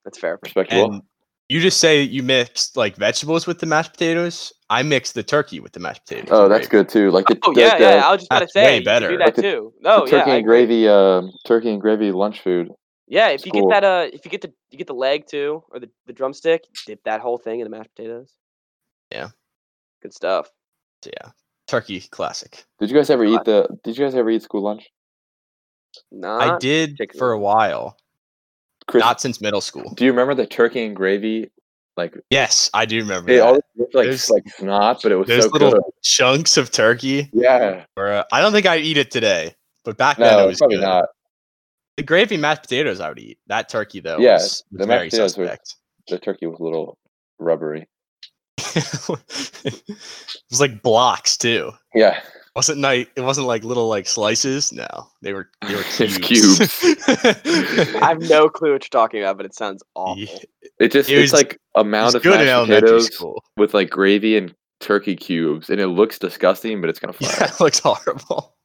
Speaker 1: That's fair.
Speaker 3: Respectable.
Speaker 2: And you just say you mixed like vegetables with the mashed potatoes. I that's the turkey with the mashed potatoes.
Speaker 3: oh, that's good too. Like the,
Speaker 1: Oh
Speaker 3: the-
Speaker 1: yeah,
Speaker 3: the-
Speaker 1: yeah. I was just about to
Speaker 2: that's way
Speaker 1: say you could
Speaker 2: better.
Speaker 1: do that
Speaker 3: Like the-
Speaker 1: too.
Speaker 3: the
Speaker 1: No, yeah,
Speaker 3: turkey
Speaker 1: I
Speaker 3: and
Speaker 1: agree.
Speaker 3: gravy, um, turkey and gravy lunch food.
Speaker 1: Yeah, if you
Speaker 3: Cool.
Speaker 1: get that, uh, if you get the you get the leg too, or the, the drumstick, dip that whole thing in the mashed potatoes.
Speaker 2: Yeah.
Speaker 1: good stuff.
Speaker 2: good. Yeah. Turkey classic.
Speaker 3: Did you guys ever eat the? Did you guys ever eat school lunch?
Speaker 1: Nah,
Speaker 2: I did
Speaker 1: chicken.
Speaker 2: for a while,
Speaker 3: Chris,
Speaker 2: not since middle school.
Speaker 3: do you remember the turkey and gravy? Like
Speaker 2: Yes, I do remember.
Speaker 3: it
Speaker 2: that.
Speaker 3: always looked like
Speaker 2: There's-
Speaker 3: like snot, but it was
Speaker 2: Those
Speaker 3: so
Speaker 2: little
Speaker 3: good.
Speaker 2: chunks of turkey.
Speaker 3: Yeah,
Speaker 2: Or, uh, I don't think I eat it today, but back then it
Speaker 3: no,
Speaker 2: was
Speaker 3: probably
Speaker 2: good.
Speaker 3: not.
Speaker 2: The gravy mashed potatoes I would eat. That turkey though,
Speaker 3: Yeah,
Speaker 2: was,
Speaker 3: the
Speaker 2: was
Speaker 3: mashed
Speaker 2: very
Speaker 3: potatoes were-
Speaker 2: suspect.
Speaker 3: The turkey was a little rubbery.
Speaker 2: it was like blocks too.
Speaker 3: Yeah,
Speaker 2: wasn't like it wasn't like little like slices. No, they were they were
Speaker 3: It's
Speaker 2: cubes.
Speaker 1: I have no clue what you're talking about, but it sounds awful.
Speaker 2: It
Speaker 3: it just
Speaker 2: It was-
Speaker 3: it's like a
Speaker 2: was
Speaker 3: mound of
Speaker 2: good in
Speaker 3: mashed
Speaker 2: elementary
Speaker 3: potatoes
Speaker 2: school.
Speaker 3: with like gravy and turkey cubes, and it looks disgusting, but it's kind of fun.
Speaker 2: Yeah, it looks horrible.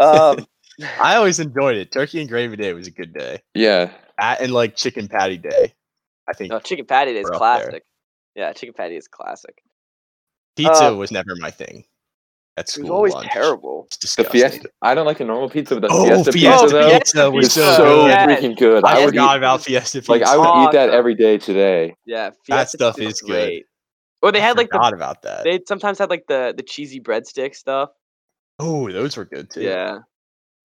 Speaker 1: Um,
Speaker 2: I always enjoyed it. Turkey and gravy day was a good day.
Speaker 3: Yeah,
Speaker 2: That and like chicken patty day. I think
Speaker 3: Uh,
Speaker 1: no, chicken patty is
Speaker 2: We're up there.
Speaker 1: classic. Yeah, chicken patty is classic.
Speaker 2: pizza
Speaker 1: uh,
Speaker 2: was never my thing. At
Speaker 1: It
Speaker 2: school
Speaker 1: was always
Speaker 2: lunch.
Speaker 1: terrible.
Speaker 2: It's
Speaker 3: the
Speaker 2: disgusting.
Speaker 3: fiesta. I don't like the normal pizza, but the
Speaker 2: Oh,
Speaker 3: fiesta,
Speaker 2: fiesta
Speaker 3: pizza
Speaker 2: pizza
Speaker 3: though
Speaker 2: was
Speaker 3: is
Speaker 2: so
Speaker 3: so
Speaker 2: good.
Speaker 3: freaking good.
Speaker 2: I,
Speaker 3: I would
Speaker 2: forgot
Speaker 3: eat,
Speaker 1: eat-
Speaker 2: about fiesta pizza. Oh,
Speaker 3: like I would eat that
Speaker 1: Awesome.
Speaker 3: every day today.
Speaker 1: Yeah,
Speaker 2: that
Speaker 1: Fiesta
Speaker 2: stuff
Speaker 1: pizza
Speaker 2: is
Speaker 1: was
Speaker 2: good.
Speaker 1: Or they
Speaker 2: I
Speaker 1: had like the
Speaker 2: forgot about that.
Speaker 1: they Uh, sometimes had like the the cheesy breadstick stuff.
Speaker 2: oh, those were good too.
Speaker 1: Yeah.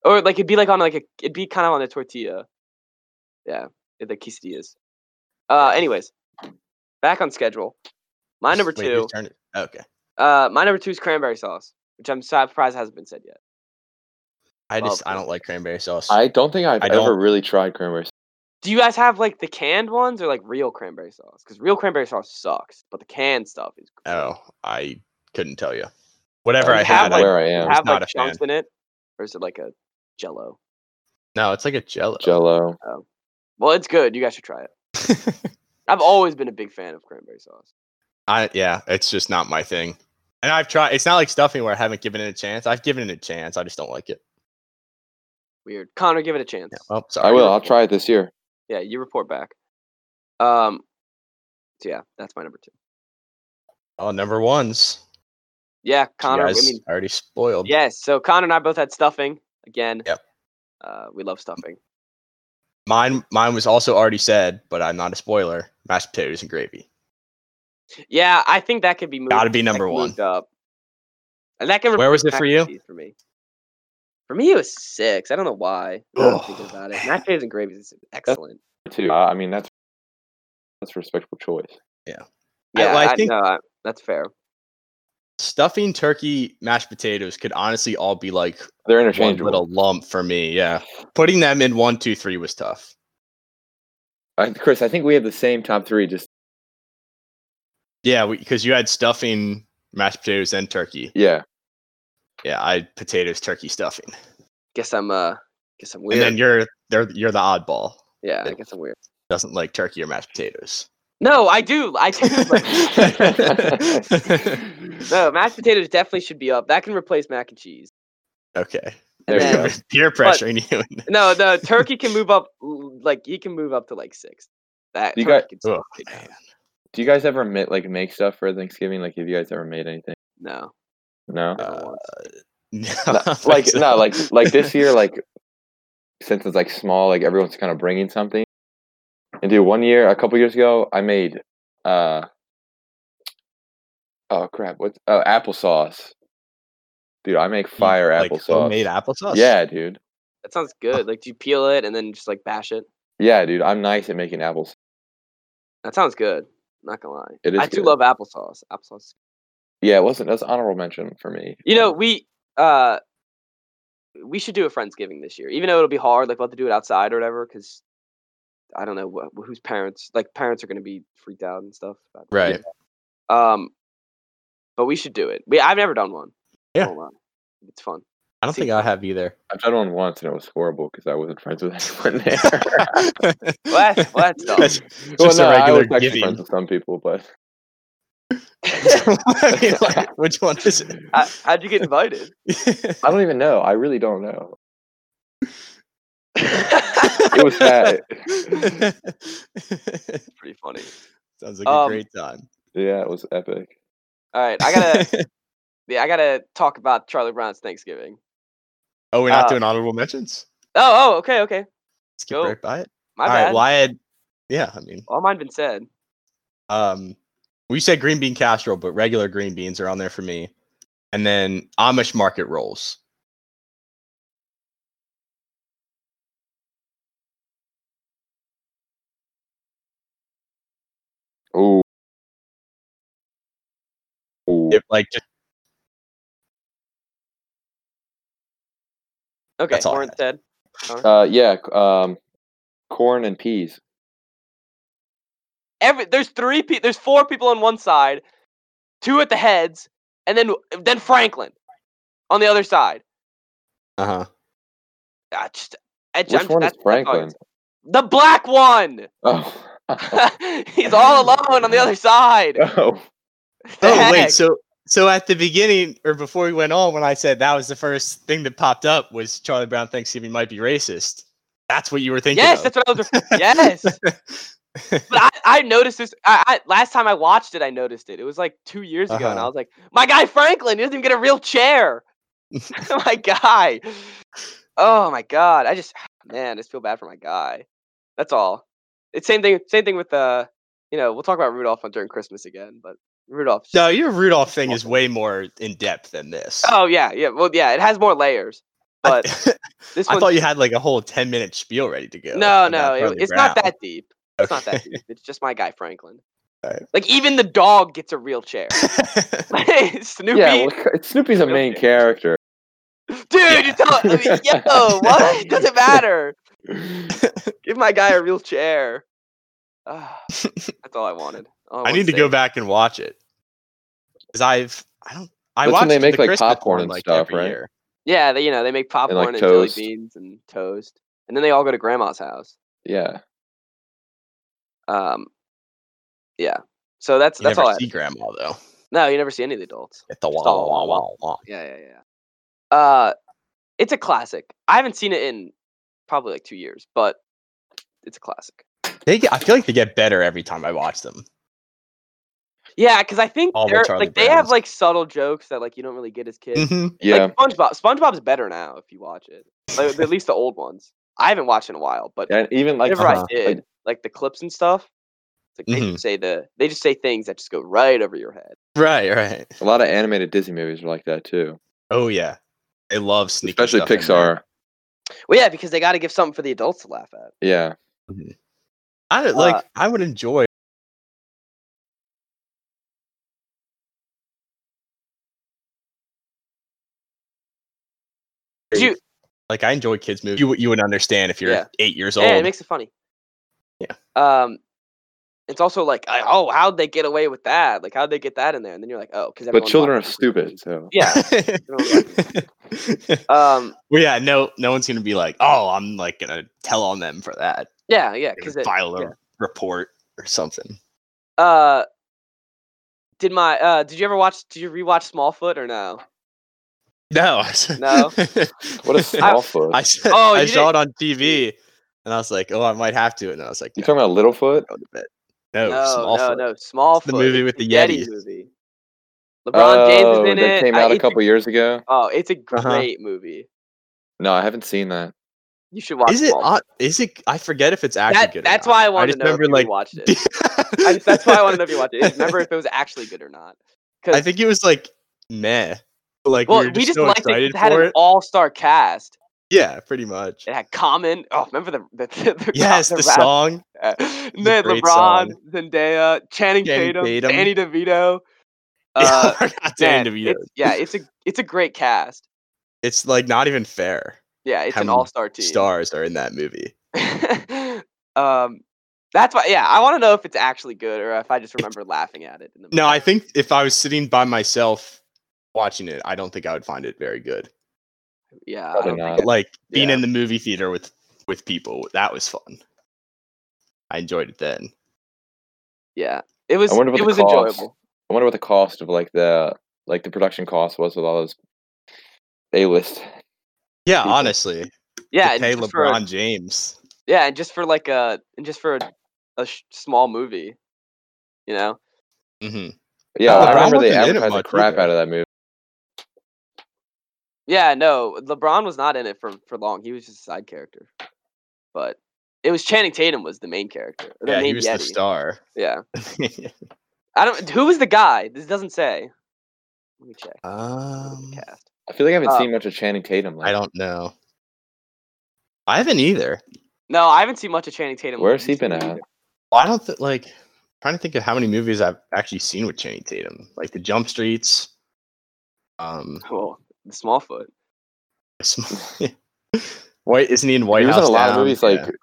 Speaker 1: Or like it'd be like on like a it'd be kind of on a tortilla. Yeah, yeah, the quesadillas. Uh, anyways, back on schedule. My number
Speaker 2: Wait,
Speaker 1: two,
Speaker 2: whose turn it- Okay.
Speaker 1: uh, my number two is cranberry sauce, which I'm surprised hasn't been said yet.
Speaker 2: I just I
Speaker 1: Love it.
Speaker 2: don't like cranberry sauce.
Speaker 3: I don't think I've
Speaker 2: I
Speaker 3: ever
Speaker 2: don't-
Speaker 3: really tried cranberry. sauce.
Speaker 1: Do you guys have like the canned ones or like real cranberry sauce? Because real cranberry sauce sucks, but the canned stuff is. great.
Speaker 2: Oh, I couldn't tell you. Whatever
Speaker 1: you
Speaker 2: I
Speaker 1: have,
Speaker 2: had,
Speaker 1: like-
Speaker 2: I,
Speaker 3: Where I
Speaker 1: Do you
Speaker 3: am,
Speaker 2: was
Speaker 1: have
Speaker 2: not
Speaker 1: like
Speaker 2: a
Speaker 1: chunks in it, or is it like a Jello?
Speaker 2: no, it's like a jello.
Speaker 3: Jello.
Speaker 1: Well, it's good. You guys should try it. I've always been a big fan of cranberry sauce.
Speaker 2: I yeah, it's just not my thing. And I've tried. It's not like stuffing where I haven't given it a chance. I've given it a chance. I just don't like it.
Speaker 1: Weird. Connor, give it a chance.
Speaker 2: Yeah, well, sorry.
Speaker 3: I will. I'll try it this year.
Speaker 1: Yeah, you report back. Um, so yeah, that's my number two.
Speaker 2: Oh, number ones.
Speaker 1: Yeah,
Speaker 2: You
Speaker 1: Connor. I
Speaker 2: guys
Speaker 1: mean,
Speaker 2: already spoiled.
Speaker 1: yes. So Connor and I both had stuffing again.
Speaker 2: Yep.
Speaker 1: Uh, we love stuffing.
Speaker 2: Mine, mine was also already said, but I'm not a spoiler. Mashed potatoes and gravy.
Speaker 1: Yeah, I think that could be moved.
Speaker 2: Gotta be
Speaker 1: that
Speaker 2: number
Speaker 1: could be
Speaker 2: one.
Speaker 1: moved Up. And that can
Speaker 2: Where was
Speaker 1: replace
Speaker 2: it for
Speaker 1: mac and
Speaker 2: you?
Speaker 1: cheese For me, for me, it was six. I don't know why. Now that I'm thinking
Speaker 2: Oh,
Speaker 1: about it.
Speaker 2: man.
Speaker 1: Mashed potatoes and gravy is excellent.
Speaker 3: too. Uh, I mean, that's that's a respectable choice.
Speaker 2: I-
Speaker 1: Yeah,
Speaker 2: well, I
Speaker 1: I-
Speaker 2: think-
Speaker 1: no, I- that's fair.
Speaker 2: Stuffing turkey, mashed potatoes could honestly all be like
Speaker 3: They're
Speaker 2: one
Speaker 3: interchangeable.
Speaker 2: little lump for me. Yeah, putting them in one, two, three was tough.
Speaker 3: I, Chris, I think we have the same top three. Just
Speaker 2: Yeah, because you had stuffing, mashed potatoes, and turkey.
Speaker 3: yeah,
Speaker 2: Yeah, I had potatoes, turkey, stuffing,
Speaker 1: Guess I'm uh, guess I'm
Speaker 2: and
Speaker 1: weird.
Speaker 2: then you're they're, you're the oddball.
Speaker 1: yeah, I guess I'm weird.
Speaker 2: Doesn't like turkey or mashed potatoes.
Speaker 1: No, I do. I do. like-
Speaker 2: okay.
Speaker 1: no, mashed potatoes definitely should be up. That can replace mac and cheese.
Speaker 3: there
Speaker 1: And
Speaker 3: we
Speaker 1: then-
Speaker 3: go.
Speaker 2: Peer pressuring you. into-
Speaker 1: No, the turkey can move up. l- Like he can move up to like six. That
Speaker 3: You
Speaker 1: turkey can
Speaker 2: Oh,
Speaker 1: stay down.
Speaker 2: man.
Speaker 3: Do you guys ever make like make stuff for Thanksgiving? Like, have you guys ever made anything?
Speaker 1: no.
Speaker 3: No.
Speaker 1: never once.
Speaker 2: No,
Speaker 3: No,
Speaker 2: I think
Speaker 3: like
Speaker 2: so.
Speaker 3: no, like like this year, like since it's like small, like everyone's kind of bringing something. And dude, one year, a couple years ago, I made, uh, oh crap, what's oh applesauce? Dude, I make fire
Speaker 2: like
Speaker 3: applesauce.
Speaker 2: Homemade applesauce.
Speaker 3: yeah, dude.
Speaker 1: That sounds good. Like, do you peel it and then just like bash it?
Speaker 3: Yeah, dude. I'm nice at making apples.
Speaker 1: That sounds good. Not gonna lie,
Speaker 3: It is.
Speaker 1: I do
Speaker 3: good.
Speaker 1: love applesauce. Applesauce.
Speaker 3: Yeah, it wasn't. That's honorable mention for me.
Speaker 1: You know, we uh, we should do a friendsgiving this year, even though it'll be hard. Like, we'll have to do it outside or whatever, because I don't know wh- whose parents. Like, parents are gonna be freaked out and stuff. About that.
Speaker 2: Right.
Speaker 1: Um, but we should do it. We I've never done one.
Speaker 2: Yeah.
Speaker 1: Won't lie. it's fun.
Speaker 2: I don't think I have either.
Speaker 3: I've done one once and it was horrible because I wasn't friends with anyone there.
Speaker 1: Well, that's, well, that's dumb.
Speaker 2: That's just
Speaker 3: well, no,
Speaker 2: a
Speaker 3: I was
Speaker 2: regular
Speaker 3: actually friends
Speaker 2: giving.
Speaker 3: with some people, but
Speaker 2: I mean, like, which one is
Speaker 1: I, how'd you get invited?
Speaker 2: it?
Speaker 3: I don't even know. I really don't know. It was bad.
Speaker 1: Pretty funny.
Speaker 2: Sounds like a
Speaker 1: Um,
Speaker 2: great time.
Speaker 3: Yeah, it was epic.
Speaker 1: All right, I gotta, yeah, I gotta talk about Charlie Brown's Thanksgiving.
Speaker 2: oh, we're not
Speaker 1: uh,
Speaker 2: doing honorable mentions.
Speaker 1: Oh, oh, okay, okay,
Speaker 2: Let's
Speaker 1: go.
Speaker 2: go right by it.
Speaker 1: my
Speaker 2: All
Speaker 1: bad.
Speaker 2: right, well, I had, yeah, I mean,
Speaker 1: All mine been said.
Speaker 2: um, we said green bean casserole, but regular green beans are on there for me, and then Amish market rolls.
Speaker 3: Oh. Ooh.
Speaker 2: It, like just,
Speaker 1: Okay,
Speaker 2: That's all I
Speaker 1: Lauren
Speaker 2: had.
Speaker 1: said.
Speaker 3: Uh, yeah. c- Um, corn and peas.
Speaker 1: Every there's three people, there's four people on one side, two at the heads, and then then Franklin on the other side.
Speaker 2: uh huh.
Speaker 1: I just, I,
Speaker 3: Which
Speaker 1: I'm,
Speaker 3: one
Speaker 1: that's-
Speaker 3: is
Speaker 1: that's all I gotta
Speaker 3: Franklin?
Speaker 1: say. The black one.
Speaker 3: Oh.
Speaker 1: He's all alone on the other side.
Speaker 3: oh.
Speaker 1: The
Speaker 2: Oh wait,
Speaker 1: heck?
Speaker 2: so so at the beginning or before we went on, when I said that was the first thing that popped up was Charlie Brown Thanksgiving might be racist. That's what you were thinking.
Speaker 1: Yes,
Speaker 2: of.
Speaker 1: that's what I was. ref- yes, but I, I noticed this. I, I last time I watched it, I noticed it. It was like two years ago, and I
Speaker 2: Uh-huh.
Speaker 1: was like, "My guy Franklin, he doesn't even get a real chair." my guy. Oh my god, I just ah, man, I just feel bad for my guy. That's all. It's same thing. Same thing with uh, you know, we'll talk about Rudolph on- during Christmas again, but Rudolph.
Speaker 2: no, your Rudolph thing is way more in depth than this.
Speaker 1: Oh yeah, yeah. Well, yeah, it has more layers,
Speaker 2: I-
Speaker 1: but this
Speaker 2: I
Speaker 1: one.
Speaker 2: thought you had like a whole ten minute spiel ready to go.
Speaker 1: No,
Speaker 2: about
Speaker 1: no,
Speaker 2: Charlie
Speaker 1: it, it's not
Speaker 2: Brown.
Speaker 1: that deep. It's not that
Speaker 2: Okay.
Speaker 1: deep. It's just my guy Franklin.
Speaker 2: Alright.
Speaker 1: Like even the dog gets a real chair. Snoopy,
Speaker 3: Yeah. Well, c- Snoopy's a
Speaker 1: Real
Speaker 3: main
Speaker 1: chair.
Speaker 3: character.
Speaker 1: dude, you tell I mean, yo, what? It doesn't matter. Give my guy a real chair. Ah, that's all I wanted. All
Speaker 2: I
Speaker 1: wanted
Speaker 2: need to
Speaker 1: say.
Speaker 2: go back and watch it because I've I don't I
Speaker 3: That's
Speaker 2: watched
Speaker 3: when they make,
Speaker 2: the
Speaker 3: like,
Speaker 2: Christmas
Speaker 3: popcorn
Speaker 2: one,
Speaker 3: and
Speaker 2: like,
Speaker 3: stuff,
Speaker 2: every
Speaker 3: right?
Speaker 2: year.
Speaker 1: Yeah, they, you know they make popcorn and, jelly
Speaker 3: toast.
Speaker 1: beans and toast, and then they all go to grandma's house.
Speaker 3: Yeah.
Speaker 1: Um, yeah. So that's
Speaker 2: You
Speaker 1: that's
Speaker 2: never
Speaker 1: all. I
Speaker 2: see grandma though.
Speaker 1: no, you never see any of the adults.
Speaker 2: At the wah,
Speaker 1: all
Speaker 2: wah,
Speaker 1: wah,
Speaker 2: wah, wah.
Speaker 1: Yeah, yeah, yeah. Uh, it's a classic. I haven't seen it in probably like two years, but it's a classic.
Speaker 2: They get, I feel like they get better every time I watch them.
Speaker 1: Yeah, because I think
Speaker 2: All the
Speaker 1: they're
Speaker 2: Charlie
Speaker 1: like they have
Speaker 2: Browns.
Speaker 1: like subtle jokes that like you don't really get as kids.
Speaker 2: Mhm.
Speaker 3: Yeah.
Speaker 1: Like SpongeBob. SpongeBob's better now if you watch it. Like, at least the old ones. I haven't watched in a while, but
Speaker 3: And even like,
Speaker 1: whenever
Speaker 2: uh-huh.
Speaker 1: I did, like, the clips and stuff, it's like they
Speaker 2: Mhm.
Speaker 1: just say the they just say things that just go right over your head.
Speaker 2: Right, right.
Speaker 3: a lot of animated Disney movies are like that too,
Speaker 2: Oh yeah, I love sneaking.
Speaker 3: especially
Speaker 2: stuff in there.
Speaker 3: Pixar.
Speaker 1: Well, yeah, because they got to give something for the adults to laugh at.
Speaker 3: Yeah,
Speaker 2: I
Speaker 1: Uh,
Speaker 2: don't- like. I would enjoy.
Speaker 1: Did you-
Speaker 2: Like I enjoy kids movies. You would- you would understand if you're
Speaker 1: Yeah.
Speaker 2: eight years old.
Speaker 1: Yeah, it makes it funny.
Speaker 2: Yeah.
Speaker 1: Um, it's also like, I- oh, how'd they get away with that? Like, how'd they get that in there? And then you're like, oh, because
Speaker 3: but children are stupid. So
Speaker 1: Yeah. Um.
Speaker 2: well, yeah, no, no one's gonna be like, oh, I'm like gonna tell on them for that.
Speaker 1: Yeah. Yeah.
Speaker 2: They're
Speaker 1: Because
Speaker 2: gonna file a
Speaker 1: yeah.
Speaker 2: report or something.
Speaker 1: uh, did my uh, did you ever watch? Did you rewatch Smallfoot or no?
Speaker 2: No,
Speaker 1: No.
Speaker 3: what a
Speaker 2: I,
Speaker 3: small foot.
Speaker 2: I, said,
Speaker 1: Oh,
Speaker 2: I
Speaker 1: you
Speaker 2: saw it on TV, and I was like, oh, I might have to, and then I was like,
Speaker 3: You
Speaker 2: no,
Speaker 3: talking about Littlefoot?
Speaker 2: go to bed. No,
Speaker 1: no,
Speaker 2: small
Speaker 1: no,
Speaker 2: foot.
Speaker 1: no. Smallfoot.
Speaker 2: The movie with the Yeti.
Speaker 1: movie. LeBron James
Speaker 3: Oh,
Speaker 1: is in
Speaker 3: that
Speaker 1: it.
Speaker 3: came
Speaker 1: I-
Speaker 3: out a
Speaker 1: it's
Speaker 3: couple years ago.
Speaker 1: Oh, it's a great
Speaker 2: Uh-huh.
Speaker 1: movie.
Speaker 3: No, I haven't seen that.
Speaker 1: You should watch.
Speaker 2: Is it?
Speaker 1: Smallfoot.
Speaker 2: on- Is it? I forget if it's actually
Speaker 1: That,
Speaker 2: good.
Speaker 1: that's
Speaker 2: or not.
Speaker 1: why I wanted
Speaker 2: just
Speaker 1: to know if
Speaker 2: remember
Speaker 1: you
Speaker 2: like.
Speaker 1: watched it. I just, that's why I wanted to know if you watched it. is Remember if it was actually good or not? Because
Speaker 2: I think it was like meh. Like
Speaker 1: well,
Speaker 2: we were just, so
Speaker 1: liked it. 'cause
Speaker 2: excited
Speaker 1: It had
Speaker 2: for
Speaker 1: an
Speaker 2: it.
Speaker 1: all-star cast.
Speaker 2: Yeah, pretty much.
Speaker 1: It had Common. Oh, remember the the, the, the
Speaker 2: Yes, the,
Speaker 1: the rap-
Speaker 2: song.
Speaker 1: Uh, and they had
Speaker 2: great
Speaker 1: LeBron,
Speaker 2: song.
Speaker 1: Zendaya, Channing,
Speaker 2: Channing
Speaker 1: Tatum,
Speaker 2: Tatum.
Speaker 1: Danny DeVito.
Speaker 2: Yeah,
Speaker 1: Uh,
Speaker 2: I forgot Dan
Speaker 1: man,
Speaker 2: DeVito.
Speaker 1: it's, yeah, it's a it's a great cast.
Speaker 2: It's like not even fair.
Speaker 1: Yeah, it's
Speaker 2: How
Speaker 1: an
Speaker 2: many
Speaker 1: all-star team.
Speaker 2: Stars are in that movie.
Speaker 1: um, that's why. Yeah, I want to know if it's actually good or if I just remember laughing at it. In the
Speaker 2: No, I think if I was sitting by myself watching it, I don't think I would find it very good.
Speaker 1: yeah, I
Speaker 3: Probably
Speaker 1: don't think
Speaker 3: not.
Speaker 2: But like being
Speaker 1: Yeah.
Speaker 2: in the movie theater with with people, that was fun. I enjoyed it then.
Speaker 1: Yeah, it was.
Speaker 3: I wonder what
Speaker 1: it
Speaker 3: the
Speaker 1: was
Speaker 3: cost-
Speaker 1: enjoyable.
Speaker 3: I wonder what the cost of like the like the production cost was with all those A list.
Speaker 2: Yeah,
Speaker 3: People-
Speaker 2: honestly,
Speaker 1: Yeah,
Speaker 2: to
Speaker 1: and
Speaker 2: pay
Speaker 1: just for-
Speaker 2: LeBron James.
Speaker 1: yeah, and just for like a and just for a, a sh- small movie, you know.
Speaker 2: hmm
Speaker 3: Yeah,
Speaker 2: Oh,
Speaker 3: I
Speaker 2: LeBron
Speaker 3: remember they
Speaker 2: wasn't in it
Speaker 3: advertised the
Speaker 2: much
Speaker 3: crap
Speaker 2: either.
Speaker 3: out of that movie.
Speaker 1: Yeah, no, LeBron was not in it for for long. He was just a side character, but it was Channing Tatum was the main character. or the
Speaker 2: Yeah, he
Speaker 1: main
Speaker 2: was the
Speaker 1: Yeti.
Speaker 2: star.
Speaker 1: Yeah, I don't. Who was the guy? This doesn't say. Let me check. Look at
Speaker 2: um,
Speaker 1: the cast.
Speaker 3: I feel like I haven't
Speaker 1: Uh,
Speaker 3: seen much of Channing Tatum. Like,
Speaker 2: I don't know. I haven't either.
Speaker 1: No, I haven't seen much of Channing Tatum.
Speaker 3: Where's
Speaker 1: lately.
Speaker 3: he been
Speaker 1: Have you
Speaker 3: at?
Speaker 1: seen
Speaker 2: I don't think like trying to think of how many movies I've actually seen with Channing Tatum, like the Jump Streets. Um,
Speaker 1: him? Well, the Smallfoot.
Speaker 2: sm- White isn't he in White
Speaker 3: he was
Speaker 2: House?
Speaker 3: in a lot
Speaker 2: Down?
Speaker 3: of movies
Speaker 2: Yeah.
Speaker 3: like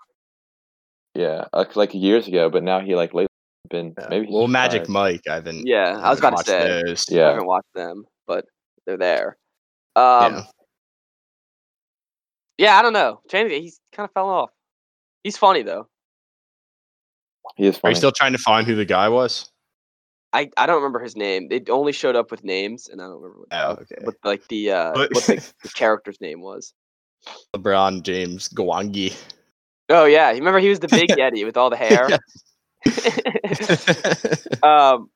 Speaker 3: yeah, like, like years ago, but now he like lately been
Speaker 2: Yeah.
Speaker 3: maybe he's
Speaker 2: well,
Speaker 3: just
Speaker 2: Magic
Speaker 3: tired.
Speaker 2: Mike. I haven't.
Speaker 1: Yeah, I was about to
Speaker 2: watched
Speaker 1: say.
Speaker 2: those.
Speaker 1: I
Speaker 3: Yeah,
Speaker 1: haven't watched them, but they're there. Um, yeah.
Speaker 2: Yeah.
Speaker 1: I don't know. Channing, he's kind of fell off. He's funny though.
Speaker 3: he
Speaker 2: Are
Speaker 3: is
Speaker 2: you
Speaker 3: funny.
Speaker 2: still trying to find who the guy was?
Speaker 1: I, I don't remember his name. They only showed up with names, and I don't remember what,
Speaker 2: Oh, okay.
Speaker 1: what like the uh,
Speaker 2: But-
Speaker 1: what the, the character's name was.
Speaker 2: LeBron James Gwangi.
Speaker 1: Oh yeah, you remember he was the big yeti with all the hair. um,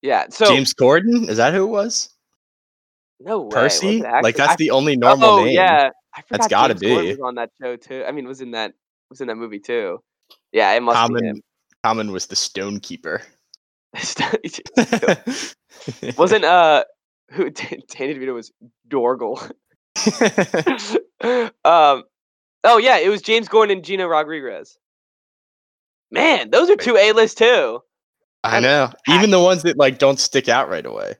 Speaker 1: yeah. So
Speaker 2: James Corden? Is that who it was?
Speaker 1: no way. was
Speaker 2: Percy?
Speaker 1: it actually-
Speaker 2: Like
Speaker 1: I
Speaker 2: that's the only normal
Speaker 1: oh,
Speaker 2: name.
Speaker 1: Yeah, I forgot
Speaker 2: gotta
Speaker 1: James Corden
Speaker 2: be.
Speaker 1: was on that show too. I mean, was in that was in that movie too. Yeah, it must be him.
Speaker 2: Common Common was the stone keeper.
Speaker 1: Wasn't uh who Dan- Danny DeVito was Dorgle. um oh yeah, it was James Gordon and Gina Rodriguez. Man, those are two A list too.
Speaker 2: I know. Even the ones that like don't stick out right away.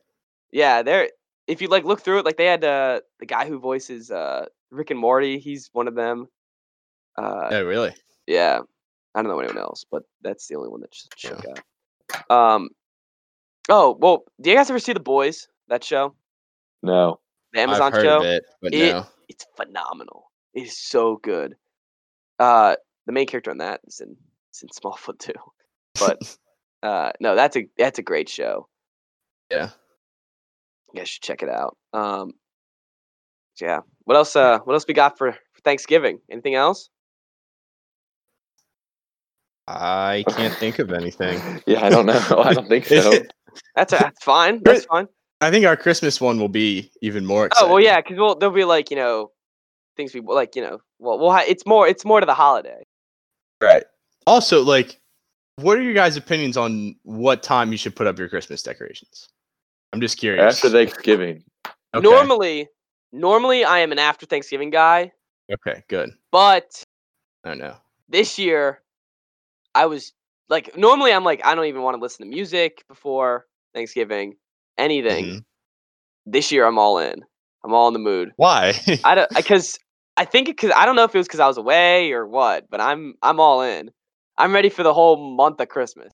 Speaker 1: Yeah, they're if you like look through it, like they had uh the guy who voices uh Rick and Morty, he's one of them. Uh
Speaker 2: Oh, really?
Speaker 1: Yeah, I don't know anyone else, but that's the only one that just shook out. Um, oh well, do you guys ever see the boys? That show,
Speaker 3: no,
Speaker 1: the Amazon
Speaker 2: I've heard
Speaker 1: show,
Speaker 2: of it, but
Speaker 1: It-
Speaker 2: no.
Speaker 1: it's phenomenal. It is so good. Uh, the main character on that is in is in Smallfoot too, but uh, no, that's a that's a great show.
Speaker 2: Yeah.
Speaker 1: You guys should check it out. Um, yeah. What else? Uh, what else we got for, for Thanksgiving? Anything else?
Speaker 2: I can't think of anything.
Speaker 3: yeah, I don't know. I don't think so.
Speaker 1: That's, that's fine.
Speaker 2: Chris-
Speaker 1: That's fine.
Speaker 2: I think our Christmas one will be even more
Speaker 1: Oh
Speaker 2: exciting.
Speaker 1: well, yeah, because well, they'll be like you know, things we like. You know, well, we'll ha- it's more it's more to the holiday.
Speaker 2: Right. Also, like, what are your guys' opinions on what time you should put up your Christmas decorations? I'm just curious.
Speaker 3: After Thanksgiving,
Speaker 2: Okay.
Speaker 1: Normally, normally I am an after Thanksgiving guy,
Speaker 2: Okay. Good.
Speaker 1: but
Speaker 2: I know.
Speaker 1: this year I was like normally I'm like I don't even want to listen to music before Thanksgiving, anything.
Speaker 2: Mhm.
Speaker 1: This year I'm all in. I'm all in the mood.
Speaker 2: Why?
Speaker 1: I don't because I think because I don't know if it was because I was away or what, but I'm I'm all in. I'm ready for the whole month of Christmas.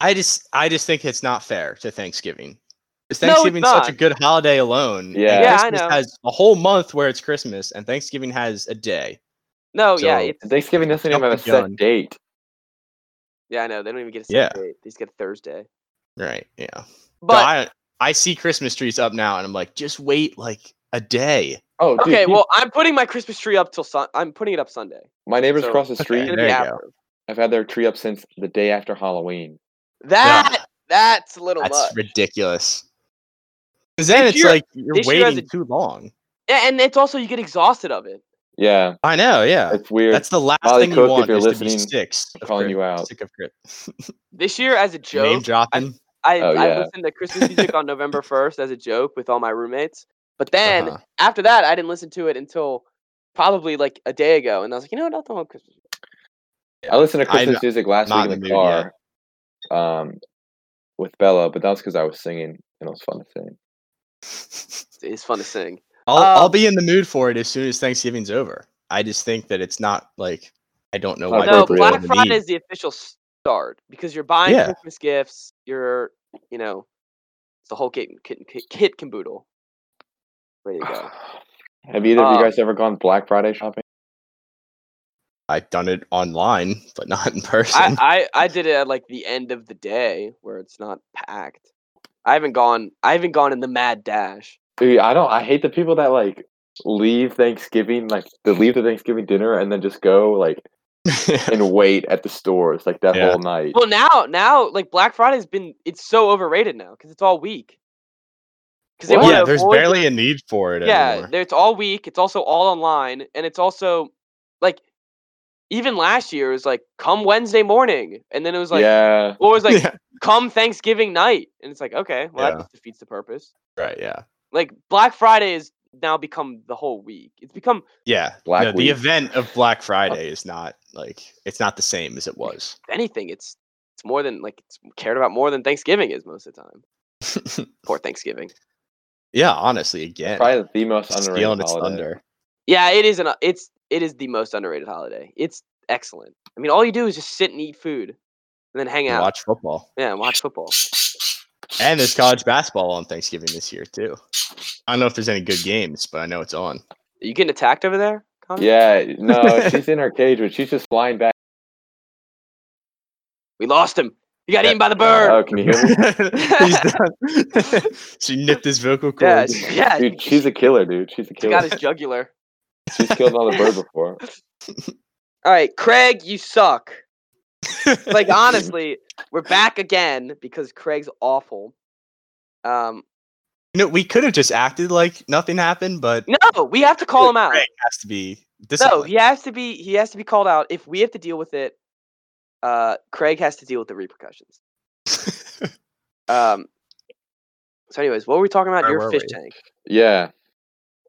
Speaker 2: I just I just think it's not fair to Thanksgiving. Because
Speaker 1: No, it's
Speaker 2: Thanksgiving's such a
Speaker 1: not.
Speaker 2: good holiday alone. and
Speaker 3: Yeah. Yeah,
Speaker 1: I
Speaker 2: Christmas
Speaker 1: know.
Speaker 2: has a whole month where it's Christmas and Thanksgiving has a day.
Speaker 1: No, yeah,
Speaker 2: So-
Speaker 1: it's,
Speaker 3: Thanksgiving doesn't even have a
Speaker 2: Jump the gun.
Speaker 3: set date.
Speaker 1: yeah, I know. They don't even get a
Speaker 2: Yeah.
Speaker 1: set date. They just get a Thursday.
Speaker 2: Right. Yeah. So
Speaker 1: But
Speaker 2: I I see Christmas trees up now and I'm like, just wait like a day.
Speaker 3: Oh, dude,
Speaker 1: okay,
Speaker 3: you-
Speaker 1: well, I'm putting my Christmas tree up till sun. I'm putting it up Sunday.
Speaker 3: my neighbors
Speaker 1: so-
Speaker 3: across the
Speaker 2: okay.
Speaker 3: street
Speaker 1: It's gonna
Speaker 2: There
Speaker 1: be
Speaker 2: you go.
Speaker 1: after.
Speaker 3: have had their tree up since the day after Halloween.
Speaker 1: That that's a little
Speaker 2: That's
Speaker 1: much.
Speaker 2: ridiculous. Because then
Speaker 1: This
Speaker 2: it's
Speaker 1: year-
Speaker 2: like you're
Speaker 1: this year as
Speaker 2: waiting
Speaker 1: a-
Speaker 2: too long.
Speaker 1: Yeah, and it's also you get exhausted of it.
Speaker 3: Yeah,
Speaker 2: I know, yeah.
Speaker 3: it's weird.
Speaker 2: That's the last
Speaker 3: Molly
Speaker 2: thing you
Speaker 3: Cook, if
Speaker 2: want
Speaker 3: you're
Speaker 2: is to be
Speaker 3: listening,
Speaker 2: sick.
Speaker 3: I'm calling you out.
Speaker 2: Sick of Chris.
Speaker 1: This year, as a
Speaker 2: Name
Speaker 1: joke,
Speaker 2: dropping.
Speaker 1: I,
Speaker 3: Oh,
Speaker 1: I
Speaker 3: yeah.
Speaker 1: listened to Christmas music on November 1st as a joke with all my roommates. But then
Speaker 2: Uh-huh.
Speaker 1: after that, I didn't listen to it until probably like a day ago. And I was like, you know what? I'll throw on Christmas. music."
Speaker 3: I listened to
Speaker 2: I'm
Speaker 3: Christmas music last
Speaker 2: not
Speaker 3: week
Speaker 2: in
Speaker 3: in
Speaker 2: the
Speaker 3: the
Speaker 2: mood yet.
Speaker 3: car, um, with Bella, but that was because I was singing and it was fun to sing.
Speaker 1: It's fun to sing.
Speaker 2: I'll, I'll
Speaker 1: Um,
Speaker 2: be in the mood for it as soon as Thanksgiving's over. I just think that it's not like I don't know why.
Speaker 3: Not
Speaker 1: No,
Speaker 2: people feel
Speaker 3: appropriate.
Speaker 1: Black
Speaker 2: the
Speaker 1: Friday
Speaker 2: need.
Speaker 1: is the official start because you're buying
Speaker 2: Yeah.
Speaker 1: Christmas gifts. You're, you know, it's the whole kit, and- kit, and- kit, kit and caboodle. There you go.
Speaker 3: Have either of
Speaker 1: Um,
Speaker 3: you guys ever gone Black Friday shopping?
Speaker 2: I've done it online, but not in person.
Speaker 1: I, I I did it at like the end of the day where it's not packed. I haven't gone. I haven't gone in the mad dash.
Speaker 3: Dude, I don't. I hate the people that like leave Thanksgiving, like they leave the Thanksgiving dinner and then just go like and wait at the stores like that
Speaker 2: Yeah.
Speaker 3: whole night.
Speaker 1: Well, now now like Black Friday's been it's so overrated now because it's all week. Because
Speaker 3: Well,
Speaker 2: yeah, there's barely a need for it
Speaker 1: yeah
Speaker 2: anymore.
Speaker 1: there- it's all week. It's also all online, and it's also like even last year it was like come Wednesday morning, and then it was like
Speaker 3: yeah,
Speaker 1: or it was like
Speaker 2: Yeah.
Speaker 1: come Thanksgiving night, and it's like okay, well
Speaker 2: Yeah.
Speaker 1: that just defeats the purpose.
Speaker 2: Right. Yeah.
Speaker 1: Like Black Friday is now become the whole week. It's become
Speaker 2: Yeah.
Speaker 3: Black
Speaker 2: no, the
Speaker 3: Week.
Speaker 2: event of Black
Speaker 1: Oh.
Speaker 2: Friday is not like it's not the same as it was.
Speaker 1: if anything. It's it's more than like it's cared about more than Thanksgiving is most of the time. Poor Thanksgiving.
Speaker 2: Yeah. Honestly, again,
Speaker 3: probably the most
Speaker 2: stealing
Speaker 3: underrated
Speaker 2: its
Speaker 3: holiday.
Speaker 2: thunder.
Speaker 1: Yeah, it is an uh, it's it is the most underrated holiday. It's excellent. I mean, all you do is just sit and eat food, and then hang
Speaker 2: and
Speaker 1: out.
Speaker 2: Watch football.
Speaker 1: Yeah, and watch football.
Speaker 2: And there's college basketball on Thanksgiving this year too. I don't know if there's any good games, but I know it's on.
Speaker 1: Are you getting attacked over there? Connor?
Speaker 3: Yeah, no, she's in her cage, but she's just flying back.
Speaker 1: we lost him. He got
Speaker 2: Yeah.
Speaker 1: eaten by the bird.
Speaker 3: Oh, can you hear me?
Speaker 2: He's done. she nipped his vocal
Speaker 1: yeah,
Speaker 2: cords.
Speaker 1: she- yeah.
Speaker 3: Dude, she's a killer, dude. She's a
Speaker 1: he
Speaker 3: killer.
Speaker 1: got his jugular.
Speaker 3: She's killed another bird before.
Speaker 1: All right, Craig, you suck. Like honestly, we're back again because Craig's awful. Um,
Speaker 2: you know, we could have just acted like nothing happened, but
Speaker 1: no, we have to call him out.
Speaker 2: Craig has to be
Speaker 1: No,
Speaker 2: disciplined.
Speaker 1: he has to be he has to be called out. If we have to deal with it, uh, Craig has to deal with the repercussions. um. So, anyways, what were we talking about?
Speaker 2: Where
Speaker 1: Your
Speaker 2: were
Speaker 1: fish
Speaker 2: we?
Speaker 1: tank
Speaker 3: Yeah.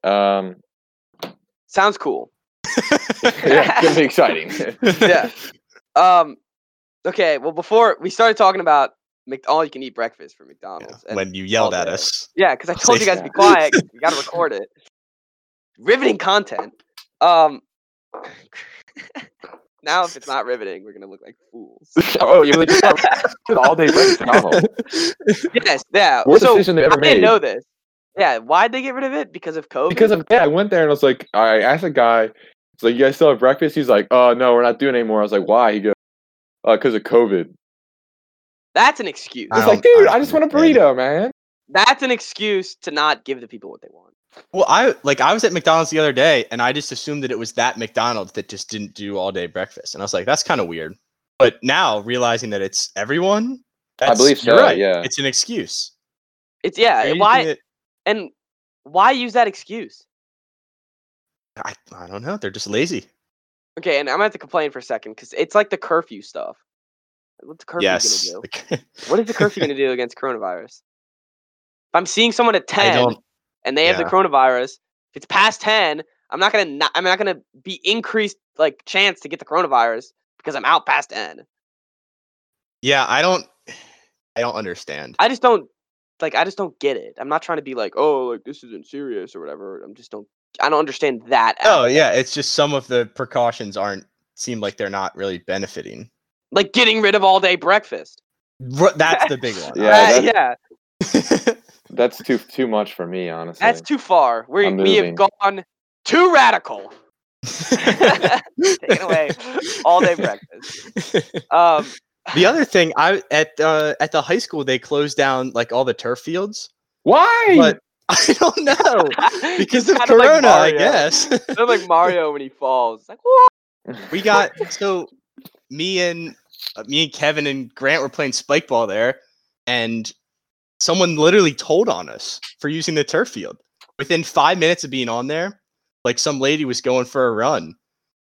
Speaker 3: Um,
Speaker 1: sounds cool.
Speaker 3: yeah, it's gonna be exciting.
Speaker 1: Yeah. Um. Okay. Well, before we started talking about Mc- all you can eat breakfast for McDonald's. and-
Speaker 2: when you yelled
Speaker 1: all
Speaker 2: at
Speaker 1: day.
Speaker 2: us.
Speaker 1: Yeah, because I
Speaker 2: I'll
Speaker 1: told
Speaker 2: say
Speaker 1: you guys to
Speaker 3: that.
Speaker 1: be quiet. 'cause we gotta record it. Riveting content. Um. now, if it's not riveting, we're gonna look like fools.
Speaker 3: oh, you were just all day breakfast McDonald's.
Speaker 1: yes. Yeah.
Speaker 3: Worst
Speaker 1: so
Speaker 3: decision they ever
Speaker 1: I didn't
Speaker 3: made.
Speaker 1: know this. Yeah. Why'd they get rid of it? Because of COVID.
Speaker 3: Because of, yeah, I went there and I was like, I asked a guy, it's like, you guys still have breakfast? He's like, oh no, we're not doing it anymore. I was like, why? He goes, because of COVID.
Speaker 1: that's an excuse.
Speaker 2: I
Speaker 3: It's like,
Speaker 2: don't- I
Speaker 3: dude,
Speaker 2: don't
Speaker 3: I just want a
Speaker 2: understand.
Speaker 3: burrito, man.
Speaker 1: That's an excuse to not give the people what they want.
Speaker 2: Well, I like I was at McDonald's the other day, and I just assumed that it was that McDonald's that just didn't do all day breakfast, and I was like, that's kind of weird. But now realizing that it's everyone, that's-
Speaker 3: believe
Speaker 2: you're
Speaker 3: so,
Speaker 2: right.
Speaker 3: yeah.
Speaker 2: it's an excuse.
Speaker 1: It's yeah.
Speaker 2: They're using
Speaker 1: Why
Speaker 2: it-
Speaker 1: and why use that excuse?
Speaker 2: I, I don't know. They're just lazy.
Speaker 1: Okay, and I'm gonna have to complain for a second because it's like the curfew stuff. What's the curfew
Speaker 2: yes.
Speaker 1: gonna do? What is the curfew gonna do against coronavirus? If I'm seeing someone at
Speaker 2: I
Speaker 1: ten
Speaker 2: don't.
Speaker 1: and they have the
Speaker 2: yeah.
Speaker 1: coronavirus, if it's past ten, I'm not gonna not, I'm not gonna be increased like chance to get the coronavirus because I'm out past ten.
Speaker 2: Yeah, I don't. I don't understand.
Speaker 1: I just don't like I just don't get it. I'm not trying to be like, oh, like this isn't serious or whatever. I'm just don't I don't understand that. at
Speaker 2: Oh
Speaker 1: all.
Speaker 2: yeah, it's just some of the precautions aren't seem like they're not really benefiting.
Speaker 1: Like getting rid of all day breakfast.
Speaker 2: Ru- That's the big one.
Speaker 1: Yeah,
Speaker 3: Yeah,
Speaker 1: that,
Speaker 3: that's-
Speaker 1: yeah
Speaker 3: That's too too much for me, honestly.
Speaker 1: that's too far. We
Speaker 3: I'm
Speaker 1: we have
Speaker 3: moving.
Speaker 1: gone too radical. Taking away all day breakfast. Um,
Speaker 2: the other thing, I at uh, at the high school they closed down like all the turf fields,
Speaker 3: Why?
Speaker 2: but I don't know because of
Speaker 1: kind of like
Speaker 2: Corona, I
Speaker 1: Mario.
Speaker 2: guess.
Speaker 1: they're like Mario when he falls. It's Like what?
Speaker 2: we got so me and uh, me and Kevin and Grant were playing spike ball there, and someone literally told on us for using the turf field. Within five minutes of being on there, like some lady was going for a run,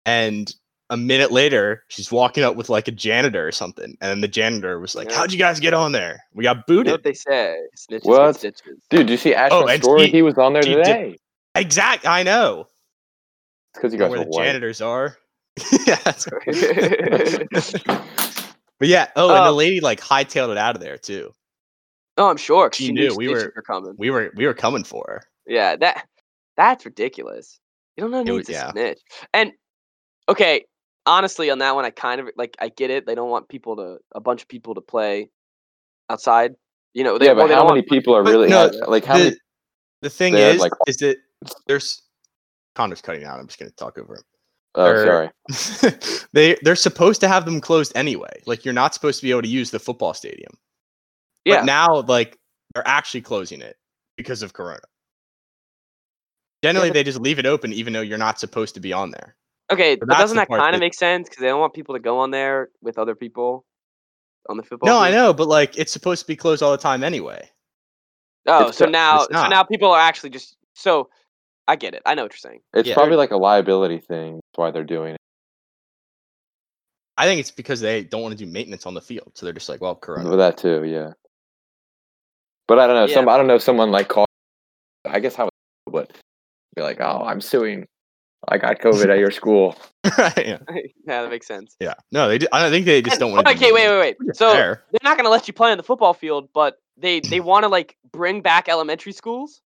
Speaker 2: and a minute later she's walking up with like a janitor or something, and the janitor was like,
Speaker 1: Yeah.
Speaker 2: "How'd you guys get on there? We got
Speaker 1: You know what
Speaker 2: booted."
Speaker 1: they say? Snitches
Speaker 3: What?
Speaker 1: get stitches.
Speaker 3: Dude, do you see
Speaker 2: Oh,
Speaker 3: Ashton's
Speaker 2: and
Speaker 3: story?
Speaker 2: he-
Speaker 3: He, was on there
Speaker 2: he did-
Speaker 3: today.
Speaker 2: Exact, I know
Speaker 3: It's because you
Speaker 2: Know
Speaker 3: guys
Speaker 2: where
Speaker 3: were
Speaker 2: the
Speaker 3: white.
Speaker 2: janitors are. yeah, that's-
Speaker 1: oh,
Speaker 2: but yeah. Oh, and the
Speaker 1: Um,
Speaker 2: lady like hightailed it out of there too.
Speaker 1: I'm sure. 'cause
Speaker 2: She
Speaker 1: She, knew,
Speaker 2: knew we
Speaker 1: snitches
Speaker 2: were-
Speaker 1: coming.
Speaker 2: We were we were coming for her.
Speaker 1: Yeah, that that's ridiculous. You don't know
Speaker 2: It
Speaker 1: need
Speaker 2: was-
Speaker 1: to
Speaker 2: yeah.
Speaker 1: snitch. And okay, honestly, on that one, I kind of like I get it. They don't want people to a bunch of people to play outside. You know, they,
Speaker 3: yeah,
Speaker 1: well,
Speaker 3: but
Speaker 1: they
Speaker 3: how
Speaker 1: don't
Speaker 3: many
Speaker 1: want-
Speaker 3: people are
Speaker 2: But
Speaker 3: really uh,
Speaker 2: no,
Speaker 3: like how
Speaker 2: the,
Speaker 3: many?
Speaker 2: the thing
Speaker 3: they had,
Speaker 2: is,
Speaker 3: like,
Speaker 2: is that there's Connor's cutting out. I'm just gonna talk over
Speaker 3: Oh,
Speaker 2: or-
Speaker 3: sorry.
Speaker 2: him. they they're supposed to have them closed anyway. Like you're not supposed to be able to use the football stadium.
Speaker 1: Yeah.
Speaker 2: But now like they're actually closing it because of Corona. Generally,
Speaker 1: but-
Speaker 2: they just leave it open even though you're not supposed to be on there.
Speaker 1: okay, but
Speaker 2: but that's
Speaker 1: doesn't
Speaker 2: the
Speaker 1: that
Speaker 2: part
Speaker 1: kind
Speaker 2: that-
Speaker 1: of make sense? Because they don't want people to go on there with other people on the football.
Speaker 2: no, I
Speaker 1: team?
Speaker 2: know, but like it's supposed to be closed all the time anyway.
Speaker 1: Oh,
Speaker 3: It's
Speaker 1: so
Speaker 3: not-
Speaker 1: now,
Speaker 2: it's
Speaker 1: so now people are actually just so. I get it. I know what you're saying.
Speaker 3: It's
Speaker 2: Yeah.
Speaker 3: probably like a liability thing. That's why they're doing it.
Speaker 2: I think it's because they don't want to do maintenance on the field, so they're just like, well, Corona.
Speaker 3: With that too, yeah. But I don't know.
Speaker 1: Yeah.
Speaker 3: Some I don't know. if Someone like called. I guess how, but be like, oh, I'm suing. I got COVID at your school.
Speaker 2: right? Yeah.
Speaker 1: yeah, that makes sense.
Speaker 2: yeah. No, they. Just, I don't think they just
Speaker 1: And-
Speaker 2: don't want. to
Speaker 1: okay,
Speaker 2: do
Speaker 1: wait, wait,
Speaker 2: maintenance. They're
Speaker 1: wait. So
Speaker 2: there.
Speaker 1: they're not going to let you play on the football field, but they they want to like bring back elementary schools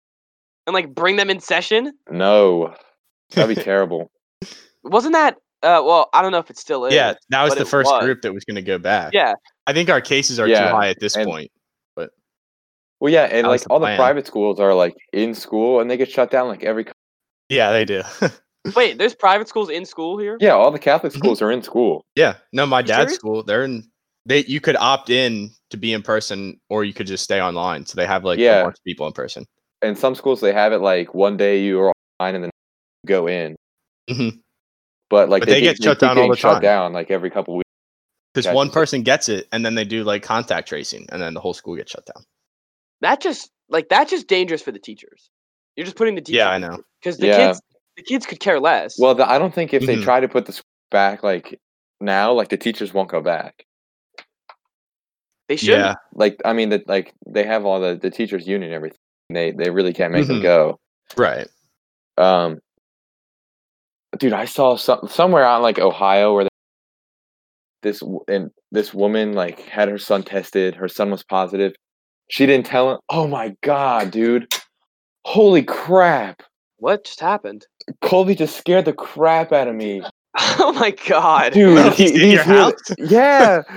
Speaker 1: and like bring them in session.
Speaker 3: No, that'd be terrible.
Speaker 1: Wasn't that? Uh, well, I don't know if it still is.
Speaker 2: Yeah, that was
Speaker 1: but
Speaker 2: the
Speaker 1: it
Speaker 2: first
Speaker 1: was.
Speaker 2: group that was going to go back.
Speaker 1: Yeah.
Speaker 2: I think our cases are
Speaker 3: Yeah,
Speaker 2: too high at this
Speaker 3: and-
Speaker 2: point.
Speaker 3: Well, yeah, and
Speaker 2: That was
Speaker 3: like
Speaker 2: the
Speaker 3: all the
Speaker 2: plan.
Speaker 3: private schools are like in school and they get shut down like every.
Speaker 2: Yeah, they do.
Speaker 1: Wait, there's private schools in school here.
Speaker 3: Yeah, all the Catholic
Speaker 2: Mhm.
Speaker 3: schools are in school.
Speaker 2: yeah. No, my dad's
Speaker 1: serious?
Speaker 2: school, they're in they you could opt in to be in person or you could just stay online. So they have like
Speaker 3: Yeah.
Speaker 2: a bunch of people in person.
Speaker 3: And some schools they have it like one day you are online and then you go in.
Speaker 2: Mhm.
Speaker 3: But like
Speaker 2: But they get shut
Speaker 3: keep
Speaker 2: down all
Speaker 3: getting
Speaker 2: the
Speaker 3: shut
Speaker 2: time.
Speaker 3: down like every couple weeks.
Speaker 2: Because
Speaker 3: Gotcha.
Speaker 2: one person gets it and then they do like contact tracing and then the whole school gets shut down.
Speaker 1: That just like that's just dangerous for the teachers. You're just putting the teachers
Speaker 2: Yeah, I know.
Speaker 1: because the
Speaker 3: Yeah.
Speaker 1: kids the kids could care less.
Speaker 3: Well, the, I don't think if they
Speaker 2: Mhm.
Speaker 3: try to put the school back like now, like the teachers won't go back.
Speaker 1: they should.
Speaker 2: Yeah.
Speaker 3: Like I mean that like they have all the the teachers union and everything. and they they really can't make
Speaker 2: Mhm.
Speaker 3: them go.
Speaker 2: Right.
Speaker 3: Um, dude, I saw some somewhere out in like Ohio where this w- and this woman like had her son tested. Her son was positive. She didn't tell him. Oh my god, dude! Holy crap!
Speaker 1: What just happened?
Speaker 3: Colby just scared the crap out of me,
Speaker 1: oh my god.
Speaker 3: dude.
Speaker 2: He's in
Speaker 3: He, he's
Speaker 2: your
Speaker 3: really-
Speaker 2: house?
Speaker 3: yeah.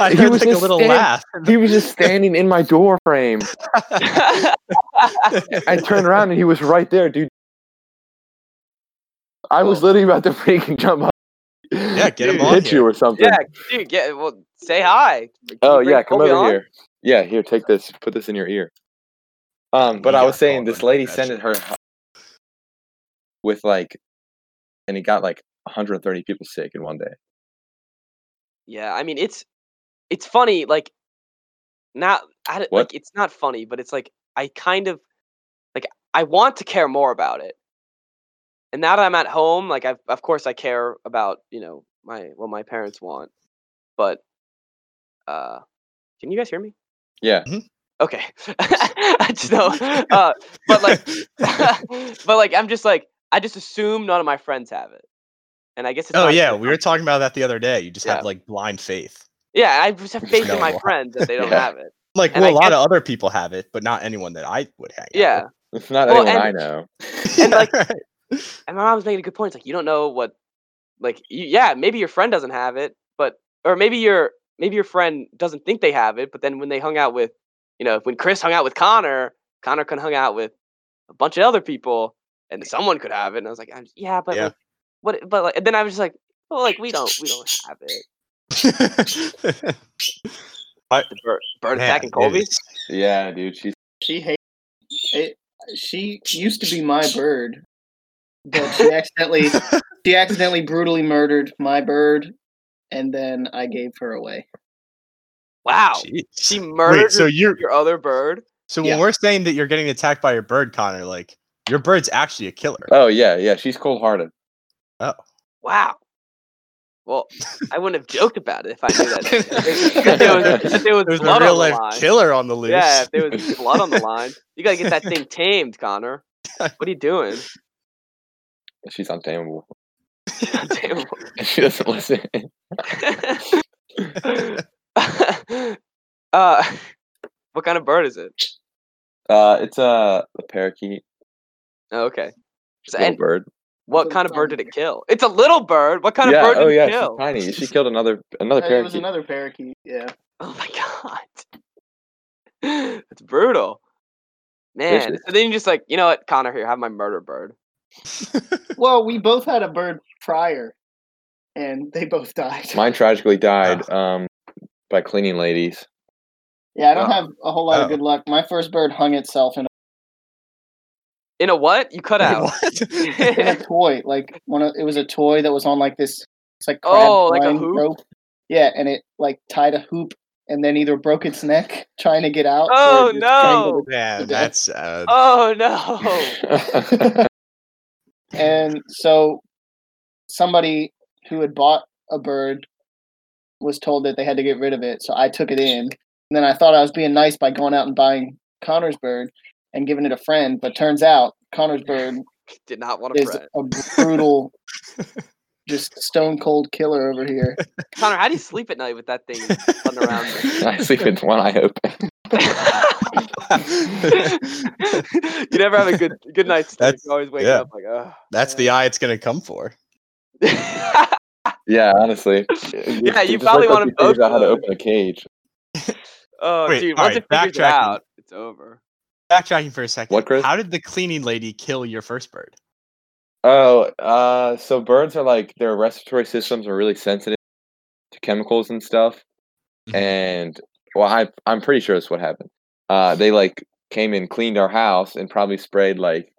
Speaker 2: I
Speaker 3: He
Speaker 2: heard
Speaker 3: was
Speaker 2: like a
Speaker 3: just
Speaker 2: little
Speaker 3: standing-
Speaker 2: laugh.
Speaker 3: He was just standing in my door frame. I turned around and he was right there, dude. I was
Speaker 2: Cool.
Speaker 3: literally about to freaking jump up.
Speaker 2: Yeah, get him
Speaker 3: Dude,
Speaker 2: on
Speaker 3: hit
Speaker 2: here.
Speaker 3: you or something.
Speaker 1: yeah, dude. Yeah, well, say hi. Can
Speaker 3: Oh
Speaker 1: you bring
Speaker 3: yeah, come
Speaker 1: Colby
Speaker 3: over
Speaker 1: on?
Speaker 3: here. Yeah, here, take this. Put this in your ear. Um, but
Speaker 2: You
Speaker 3: I
Speaker 2: got
Speaker 3: was saying
Speaker 2: caught
Speaker 3: this
Speaker 2: on
Speaker 3: lady
Speaker 2: that
Speaker 3: sent it her hu- with like, and it got like 130 people sick in one day.
Speaker 1: Yeah, I mean it's it's funny like not I don't,
Speaker 3: What?
Speaker 1: like it's not funny, but it's like I kind of like I want to care more about it. And now that I'm at home, like I of course I care about, you know, my what my parents want. But uh can you guys hear me?
Speaker 3: Yeah.
Speaker 1: Okay. I just know. Uh, but like but like I'm just like I just assume none of my friends have it. And I guess it's
Speaker 2: oh
Speaker 1: not
Speaker 2: yeah,
Speaker 1: good.
Speaker 2: we were talking about that the other day. You just
Speaker 1: Yeah.
Speaker 2: have like blind faith.
Speaker 1: Yeah, I just have
Speaker 2: Just
Speaker 1: faith in
Speaker 2: go
Speaker 1: my
Speaker 2: along.
Speaker 1: friends that they don't
Speaker 3: Yeah.
Speaker 1: have it.
Speaker 2: Like,
Speaker 1: And
Speaker 2: well,
Speaker 1: I
Speaker 2: a lot
Speaker 1: guess-
Speaker 2: of other people have it, but not anyone that I would hang. out
Speaker 1: Yeah.
Speaker 3: It's not
Speaker 1: Well,
Speaker 3: anyone
Speaker 1: and-
Speaker 3: I know.
Speaker 2: with.
Speaker 1: And, like-
Speaker 2: Right.
Speaker 1: and my mom was making a good point. It's like you don't know what, like you, yeah, maybe your friend doesn't have it, but or maybe your maybe your friend doesn't think they have it, but then when they hung out with, you know, when Chris hung out with Connor, Connor could hung out with a bunch of other people, and someone could have it. And I was like, I'm, yeah, but
Speaker 2: Yeah.
Speaker 1: like, what? But like, and then I was just like, well, like we don't we don't have it. The bird, bird
Speaker 2: Man,
Speaker 1: attack and
Speaker 2: dude,
Speaker 1: Colby.
Speaker 2: it's-
Speaker 3: Yeah, dude. She's
Speaker 4: She hates it. She used to be my bird, but she accidentally she accidentally brutally murdered my bird, and then I gave her away.
Speaker 1: Wow,
Speaker 2: Jeez.
Speaker 1: she murdered
Speaker 2: Wait, so you're
Speaker 1: your other bird.
Speaker 2: so when
Speaker 4: Yeah.
Speaker 2: we're saying that you're getting attacked by your bird, Connor, like your bird's actually a killer.
Speaker 1: Uh,
Speaker 3: oh yeah, yeah. She's cold hearted.
Speaker 1: Wow. Well, I wouldn't have joked about it if I knew that. if there was, if there was
Speaker 2: There's a
Speaker 1: blood
Speaker 2: real
Speaker 1: on the
Speaker 2: life
Speaker 1: line.
Speaker 2: killer on the loose.
Speaker 1: Yeah, if there was blood on the line, you gotta get that thing tamed, Connor. What are you doing?
Speaker 3: She's untamable.
Speaker 1: Damn.
Speaker 3: She doesn't listen.
Speaker 1: uh, what kind of bird is it?
Speaker 3: Uh, it's uh, a parakeet.
Speaker 1: Oh, okay.
Speaker 3: She's a little
Speaker 1: And-
Speaker 3: bird.
Speaker 1: What
Speaker 4: Little
Speaker 1: kind of bird did
Speaker 4: tiny
Speaker 1: it kill? It's a little bird. What kind
Speaker 3: yeah.
Speaker 1: of bird did
Speaker 3: oh
Speaker 1: it
Speaker 3: yeah.
Speaker 1: kill?
Speaker 3: She's tiny. She killed another another
Speaker 4: Uh, it was
Speaker 3: parakeet.
Speaker 4: another parakeet. Yeah,
Speaker 1: Oh my god. That's brutal. Man.
Speaker 3: Vicious.
Speaker 1: So then you just like, you know what, Connor, here, have my murder bird.
Speaker 4: well, we both had a bird prior, and they both died.
Speaker 3: Mine tragically died um by cleaning ladies.
Speaker 4: yeah, I don't
Speaker 1: Oh.
Speaker 4: have a whole lot
Speaker 2: Oh.
Speaker 4: of good luck. My first bird hung itself in
Speaker 1: In a what? You cut
Speaker 2: Wait,
Speaker 1: out.
Speaker 2: what?
Speaker 4: in a toy, like one of it was a toy that was on like this. It's like crab
Speaker 1: Oh, like a
Speaker 4: twine
Speaker 1: hoop?
Speaker 4: Yeah, and it like tied a hoop and then either broke its neck trying to get out. or
Speaker 1: Oh,
Speaker 4: it just strangled
Speaker 1: no.
Speaker 4: it.
Speaker 2: Man, that's uh,
Speaker 1: oh no. Oh.
Speaker 4: And so somebody who had bought a bird was told that they had to get rid of it. So I took it in, and then I thought I was being nice by going out and buying Connor's bird and giving it a friend. But turns out Connor's bird
Speaker 1: Did not want to
Speaker 4: is
Speaker 1: friend.
Speaker 4: a brutal, just stone cold killer over here.
Speaker 1: Connor, how do you sleep at night with that thing floating around?
Speaker 3: I sleep with one eye open.
Speaker 1: you never have a good good night's sleep.
Speaker 2: That's-
Speaker 1: you always wake
Speaker 2: yeah.
Speaker 1: up like, oh.
Speaker 2: that's the eye it's gonna come for.
Speaker 1: yeah,
Speaker 3: Yeah, honestly.
Speaker 1: you
Speaker 3: Just
Speaker 1: probably
Speaker 3: like
Speaker 1: want
Speaker 3: she
Speaker 1: to both.
Speaker 3: figures out how to
Speaker 1: those.
Speaker 3: open a cage.
Speaker 1: Oh,
Speaker 2: Wait,
Speaker 1: dude,
Speaker 2: all
Speaker 1: once
Speaker 2: right,
Speaker 1: it figures it
Speaker 2: backtracking.
Speaker 1: out, it's over.
Speaker 2: Backtracking for a second.
Speaker 3: What, Chris?
Speaker 2: How did the cleaning lady kill your first bird?
Speaker 3: Oh, uh, so birds are like their respiratory systems are really sensitive to chemicals and stuff.
Speaker 2: Mhm.
Speaker 3: And well, I I'm pretty sure that's what happened. Uh, they like came and cleaned our house and probably sprayed like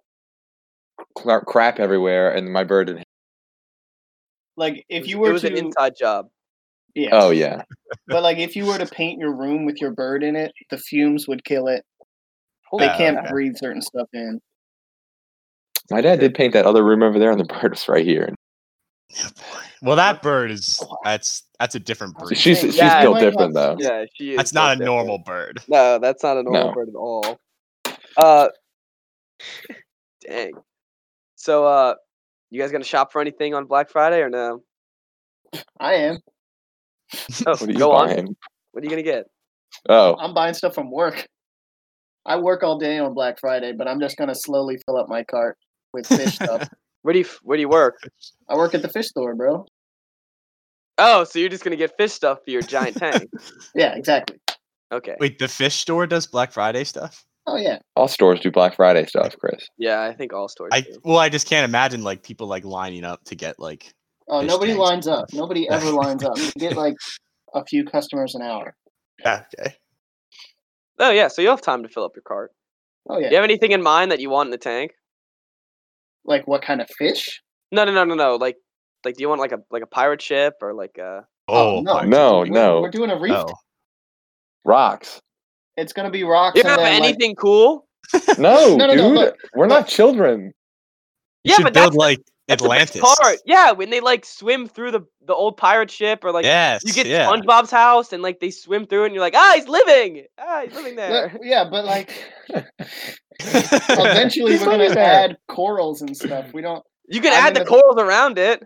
Speaker 3: cla- crap everywhere, and my bird didn't.
Speaker 4: Like
Speaker 1: It
Speaker 4: if
Speaker 1: was-
Speaker 4: you were
Speaker 1: it was
Speaker 4: to,
Speaker 1: an inside job.
Speaker 4: yeah,
Speaker 3: Oh yeah,
Speaker 4: but like if you were to paint your room with your bird in it, the fumes would kill it. They
Speaker 2: Oh,
Speaker 4: can't
Speaker 2: okay.
Speaker 4: breathe certain stuff in.
Speaker 3: my dad did paint that other room over there, and the bird was right here.
Speaker 2: Well, that bird is that's that's a different
Speaker 4: She's-
Speaker 2: breed.
Speaker 3: She's she's
Speaker 1: Yeah,
Speaker 3: built
Speaker 4: my
Speaker 3: different though.
Speaker 4: God.
Speaker 1: Yeah, she is.
Speaker 2: That's not a
Speaker 1: so
Speaker 2: normal
Speaker 1: different.
Speaker 2: bird.
Speaker 1: No, that's not a normal
Speaker 3: No.
Speaker 1: bird at all. Uh, dang. So, uh, you guys gonna shop for anything on Black Friday or no?
Speaker 4: I am.
Speaker 1: Oh,
Speaker 3: What are you
Speaker 1: go on.
Speaker 3: buying?
Speaker 1: What are you gonna get?
Speaker 3: Oh,
Speaker 4: I'm buying stuff from work. I work all day on Black Friday, but I'm just gonna slowly fill up my cart with fish stuff.
Speaker 1: Where do you f- Where do you work?
Speaker 4: I work at the fish store, bro.
Speaker 1: Oh, so you're just gonna get fish stuff for your giant tank?
Speaker 4: Yeah, exactly.
Speaker 1: Okay.
Speaker 2: Wait, the fish store does Black Friday stuff.
Speaker 4: Oh yeah.
Speaker 3: all stores do Black Friday stuff, Chris.
Speaker 1: Yeah, I think all stores.
Speaker 2: I
Speaker 1: do.
Speaker 2: well, I just can't imagine like people like lining up to get like.
Speaker 4: Oh,
Speaker 2: Fish
Speaker 4: nobody
Speaker 2: tanks.
Speaker 4: lines up. Nobody ever lines up. You get like a few customers an hour.
Speaker 2: Yeah, okay.
Speaker 1: Oh yeah, so you'll have time to fill up your cart.
Speaker 4: Oh yeah.
Speaker 1: Do you have anything in mind that you want in the tank?
Speaker 4: Like what kind of fish?
Speaker 1: No, no, no, no, no. Like, like, do you want like a like a pirate ship or like uh, a?
Speaker 4: Oh,
Speaker 2: Oh,
Speaker 4: no.
Speaker 2: my-
Speaker 3: No,
Speaker 4: We're-
Speaker 3: no,
Speaker 4: We're doing a reef.
Speaker 2: Oh.
Speaker 3: rocks.
Speaker 4: It's gonna be rocks.
Speaker 1: You don't
Speaker 4: and
Speaker 1: have
Speaker 4: then, like-
Speaker 1: anything cool?
Speaker 3: No,
Speaker 4: No, no, no,
Speaker 3: dude,
Speaker 4: look,
Speaker 3: we're not children.
Speaker 2: You
Speaker 1: Yeah,
Speaker 2: should
Speaker 1: but
Speaker 2: build
Speaker 1: that's the-
Speaker 2: like
Speaker 1: That's the best
Speaker 2: Atlantis.
Speaker 1: part. Yeah, when they like swim through the the old pirate ship or like
Speaker 2: yes.
Speaker 1: you get
Speaker 2: yeah.
Speaker 1: SpongeBob's house and like they swim through it and you're like, ah, he's living. Ah, he's living
Speaker 4: Look,
Speaker 1: there.
Speaker 4: yeah, but like eventually
Speaker 1: He's
Speaker 4: we're gonna
Speaker 1: living there.
Speaker 4: add corals and stuff. We don't.
Speaker 1: You can
Speaker 4: I'm
Speaker 1: add the
Speaker 4: gonna-
Speaker 1: corals around it.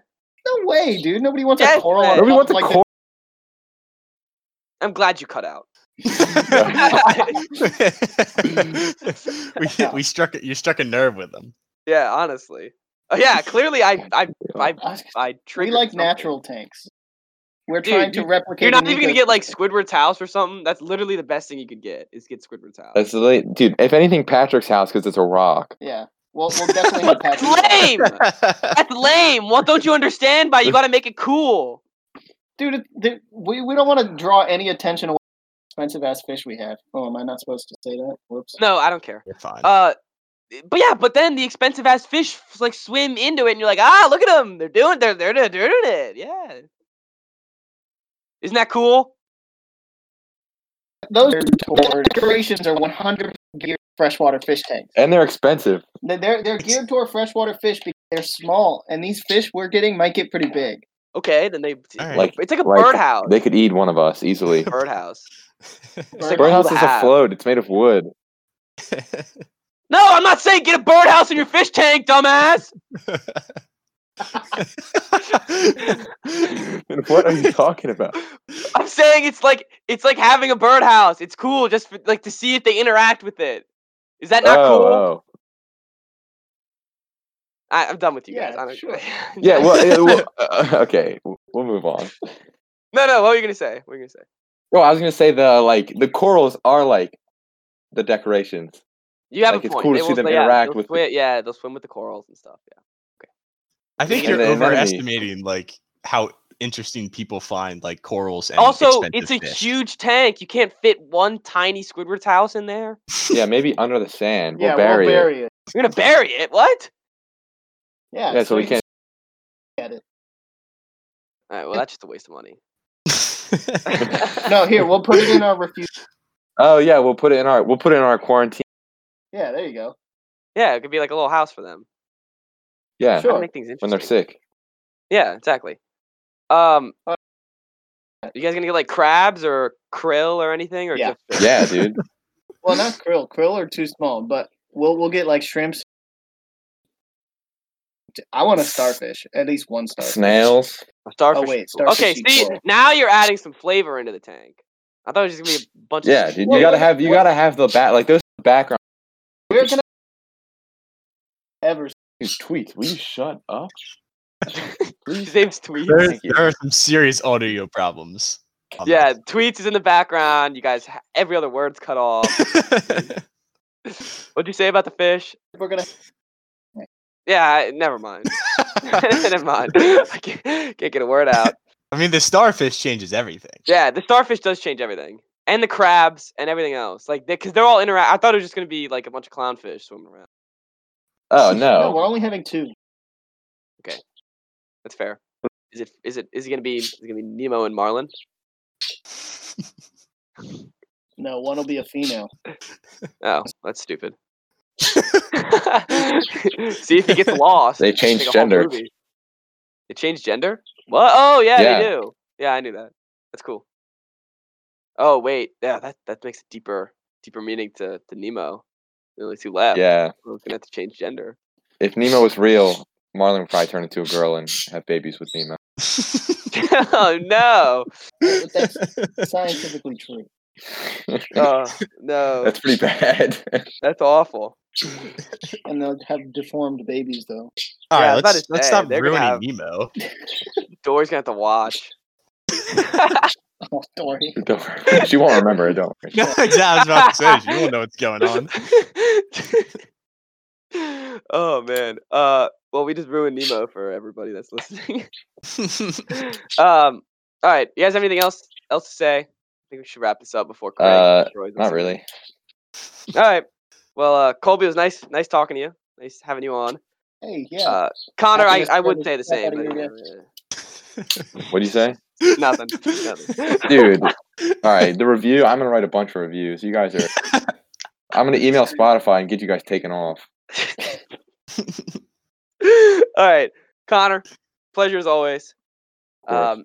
Speaker 4: No way, dude. Nobody wants a
Speaker 1: Yes,
Speaker 4: coral.
Speaker 1: man.
Speaker 4: on
Speaker 3: Nobody
Speaker 4: top
Speaker 3: wants
Speaker 4: of,
Speaker 3: a
Speaker 4: uh, like, the-
Speaker 3: coral.
Speaker 1: I'm glad you cut out.
Speaker 2: we, we struck you struck a nerve with them.
Speaker 1: Yeah, honestly. Oh yeah, clearly I I I
Speaker 4: I was-
Speaker 1: I
Speaker 4: We
Speaker 1: triggered
Speaker 4: like
Speaker 1: something.
Speaker 4: natural tanks. We're
Speaker 1: Dude,
Speaker 4: trying
Speaker 1: you-
Speaker 4: to replicate.
Speaker 1: You're not
Speaker 4: an
Speaker 1: even gonna get like
Speaker 4: ecosystem.
Speaker 1: Squidward's house or something. That's literally the best thing you could get is get Squidward's house.
Speaker 3: That's the late, dude. If anything, Patrick's house because it's a rock.
Speaker 4: Yeah. Well, we'll definitely have
Speaker 1: That's
Speaker 4: Patrick.
Speaker 1: lame. That's lame. What don't you understand? By you gotta make it cool.
Speaker 4: dude. it- dude, we we don't want to draw any attention away. from Expensive ass fish we have. Oh, am I not supposed to say that? Whoops.
Speaker 1: No, I don't care.
Speaker 2: You're fine.
Speaker 1: Uh, but yeah, but then the expensive ass fish f- like swim into it, and you're like, ah, look at them. They're doing. They're they're they're doing it. Yeah. Isn't that cool?
Speaker 4: Those decorations are 100 geared freshwater fish tanks.
Speaker 3: And they're expensive.
Speaker 4: They- They're they're geared toward freshwater fish because they're small, and these fish we're getting might get pretty big.
Speaker 1: Okay, then they it's
Speaker 2: right.
Speaker 1: like it's like a
Speaker 3: Like,
Speaker 1: birdhouse.
Speaker 3: They could eat one of us easily.
Speaker 1: birdhouse. It's like
Speaker 3: Birdhouse
Speaker 1: cool to
Speaker 3: is
Speaker 1: have.
Speaker 3: a float. It's made of wood.
Speaker 1: No, I'm not saying get a birdhouse in your fish tank, dumbass.
Speaker 3: what are you talking about?
Speaker 1: I'm saying it's like it's like having a birdhouse. It's cool just for, like to see if they interact with it. Is that not
Speaker 3: oh,
Speaker 1: cool?
Speaker 3: oh.
Speaker 1: I, I'm done with you guys.
Speaker 4: Yeah,
Speaker 1: I don't-
Speaker 4: sure.
Speaker 3: Yeah. Well, yeah, well uh, okay. w- We'll move on.
Speaker 1: no, no. What were you gonna say? What were you gonna say?
Speaker 3: No, I was gonna say the like the corals are like the decorations.
Speaker 1: You have
Speaker 3: Like,
Speaker 1: a
Speaker 3: it's
Speaker 1: point.
Speaker 3: cool to
Speaker 1: They
Speaker 3: see
Speaker 1: will-
Speaker 3: them
Speaker 1: yeah,
Speaker 3: interact
Speaker 1: they'll
Speaker 3: with the-
Speaker 1: swim, yeah, they'll swim with the corals and stuff. Yeah.
Speaker 2: I think
Speaker 3: Yeah,
Speaker 2: you're
Speaker 3: the enemy.
Speaker 2: overestimating like how interesting people find like corals and
Speaker 1: also, it's a
Speaker 2: expensive fish.
Speaker 1: huge tank. You can't fit one tiny Squidward's house in there.
Speaker 3: Yeah, maybe under the sand. We'll
Speaker 4: yeah,
Speaker 3: bury
Speaker 4: we'll
Speaker 3: it.
Speaker 4: bury it.
Speaker 1: You're gonna bury it. What?
Speaker 4: Yeah.
Speaker 3: Yeah, so we
Speaker 4: can
Speaker 3: can't.
Speaker 4: get it.
Speaker 1: All right. Well, that's just a waste of money.
Speaker 4: No, here we'll put it in our refuse.
Speaker 3: Oh yeah, we'll put it in our we'll put it in our quarantine.
Speaker 4: Yeah, there you go.
Speaker 1: yeah, it could be like a little house for them.
Speaker 3: Yeah,
Speaker 1: Try to
Speaker 4: Sure.
Speaker 1: Make things interesting.
Speaker 3: when they're sick.
Speaker 1: Yeah, exactly. Um,
Speaker 4: Uh,
Speaker 1: you guys gonna get like crabs or krill or anything or
Speaker 4: Yeah.
Speaker 1: just fish?
Speaker 3: Yeah, dude.
Speaker 4: Well, not krill. Krill are too small, but we'll we'll get like shrimps. I want a starfish, at least one starfish.
Speaker 3: Snails.
Speaker 1: A starfish?
Speaker 4: Oh, wait,
Speaker 1: is cool. okay,
Speaker 4: starfish is
Speaker 1: see,
Speaker 4: cool.
Speaker 1: now you're adding some flavor into the tank. I thought it was just gonna be a bunch
Speaker 3: Yeah,
Speaker 1: of.
Speaker 3: dude.
Speaker 4: Well,
Speaker 3: You gotta
Speaker 4: what-
Speaker 3: have you
Speaker 4: what-
Speaker 3: gotta have the back like those background.
Speaker 4: We're gonna ever.
Speaker 3: Dude, tweet. Will you shut up?
Speaker 1: His name's Tweets.
Speaker 2: there,
Speaker 3: Thank you.
Speaker 2: there are some serious audio problems. on
Speaker 1: Yeah, tweets is in the background. You guys, ha- every other word's cut off.
Speaker 2: this.
Speaker 1: What'd you say about the fish?
Speaker 4: We're gonna.
Speaker 1: Yeah, I- never mind. never mind. I can't, can't get a word out.
Speaker 2: I mean, the starfish changes everything.
Speaker 1: Yeah, the starfish does change everything, and the crabs and everything else. Like, because they, are all interact. I thought it was just gonna be like a bunch of clownfish swimming around.
Speaker 3: Oh
Speaker 4: No,
Speaker 3: no.
Speaker 4: we're only having two.
Speaker 1: That's fair. Is it? Is it? Is it gonna be? Is it gonna be Nemo and Marlin?
Speaker 4: No, one will be a female.
Speaker 1: Oh, that's stupid. See if he gets lost.
Speaker 3: They
Speaker 1: it's gonna take
Speaker 3: changed
Speaker 1: a whole
Speaker 3: gender.
Speaker 1: movie. They changed gender? What? Oh yeah, they
Speaker 3: Yeah.
Speaker 1: do. Yeah, I knew that. That's cool. Oh wait, yeah, that that makes a deeper deeper meaning to, to Nemo. The only two left.
Speaker 3: Yeah.
Speaker 1: We're gonna have to change gender.
Speaker 3: If Nemo was real, Marlin would probably turn into a girl and have babies with Nemo.
Speaker 1: oh no.
Speaker 4: But that's scientifically true.
Speaker 1: Oh no.
Speaker 3: That's pretty bad.
Speaker 1: That's awful.
Speaker 4: And they'll have deformed babies, though.
Speaker 1: Yeah,
Speaker 2: All
Speaker 1: I
Speaker 2: right,
Speaker 1: was about
Speaker 2: let's,
Speaker 1: to
Speaker 2: let's
Speaker 1: say,
Speaker 2: stop
Speaker 1: they're gonna
Speaker 2: ruining
Speaker 1: have-
Speaker 2: Nemo.
Speaker 1: Dory's gonna have to watch.
Speaker 4: Oh, Dory.
Speaker 3: Don't worry. She won't remember it, don't worry.
Speaker 2: No, exactly. I was about to say, you won't know what's going on.
Speaker 1: oh man. Uh well we just ruined Nemo for everybody that's listening. um all right. You guys have anything else else to say? I think we should wrap this up before Craig
Speaker 3: Uh,
Speaker 1: destroys us
Speaker 3: Not
Speaker 1: again.
Speaker 3: really.
Speaker 1: All right. Well uh Colby it was nice nice talking to you. Nice having you on.
Speaker 4: Hey, yeah.
Speaker 1: Uh Connor,
Speaker 4: Happy
Speaker 1: I,
Speaker 4: to
Speaker 1: I
Speaker 4: spread
Speaker 1: would
Speaker 4: this
Speaker 1: say the
Speaker 4: stuff
Speaker 1: same.
Speaker 4: outta
Speaker 1: but,
Speaker 4: here,
Speaker 3: What'd you say?
Speaker 1: yeah, nothing. nothing.
Speaker 3: Dude. All right, the review. I'm gonna write a bunch of reviews. You guys are I'm gonna email Spotify and get you guys taken off.
Speaker 1: All right, Connor, pleasure as always.
Speaker 3: Of course.
Speaker 1: Um,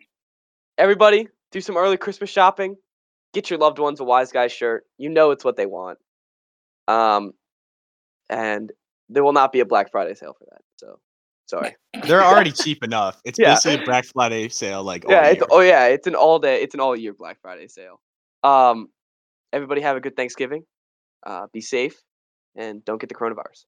Speaker 1: everybody, do some early Christmas shopping. Get your loved ones a Wise Guy shirt. You know it's what they want. Um, and there will not be a Black Friday sale for that. So sorry.
Speaker 2: They're already cheap enough. It's
Speaker 1: Yeah.
Speaker 2: basically a Black Friday sale. Like, all
Speaker 1: yeah, it's,
Speaker 2: year.
Speaker 1: oh yeah, it's an all day, it's an all year Black Friday sale. Um, everybody have a good Thanksgiving. Uh, be safe, and don't get the coronavirus.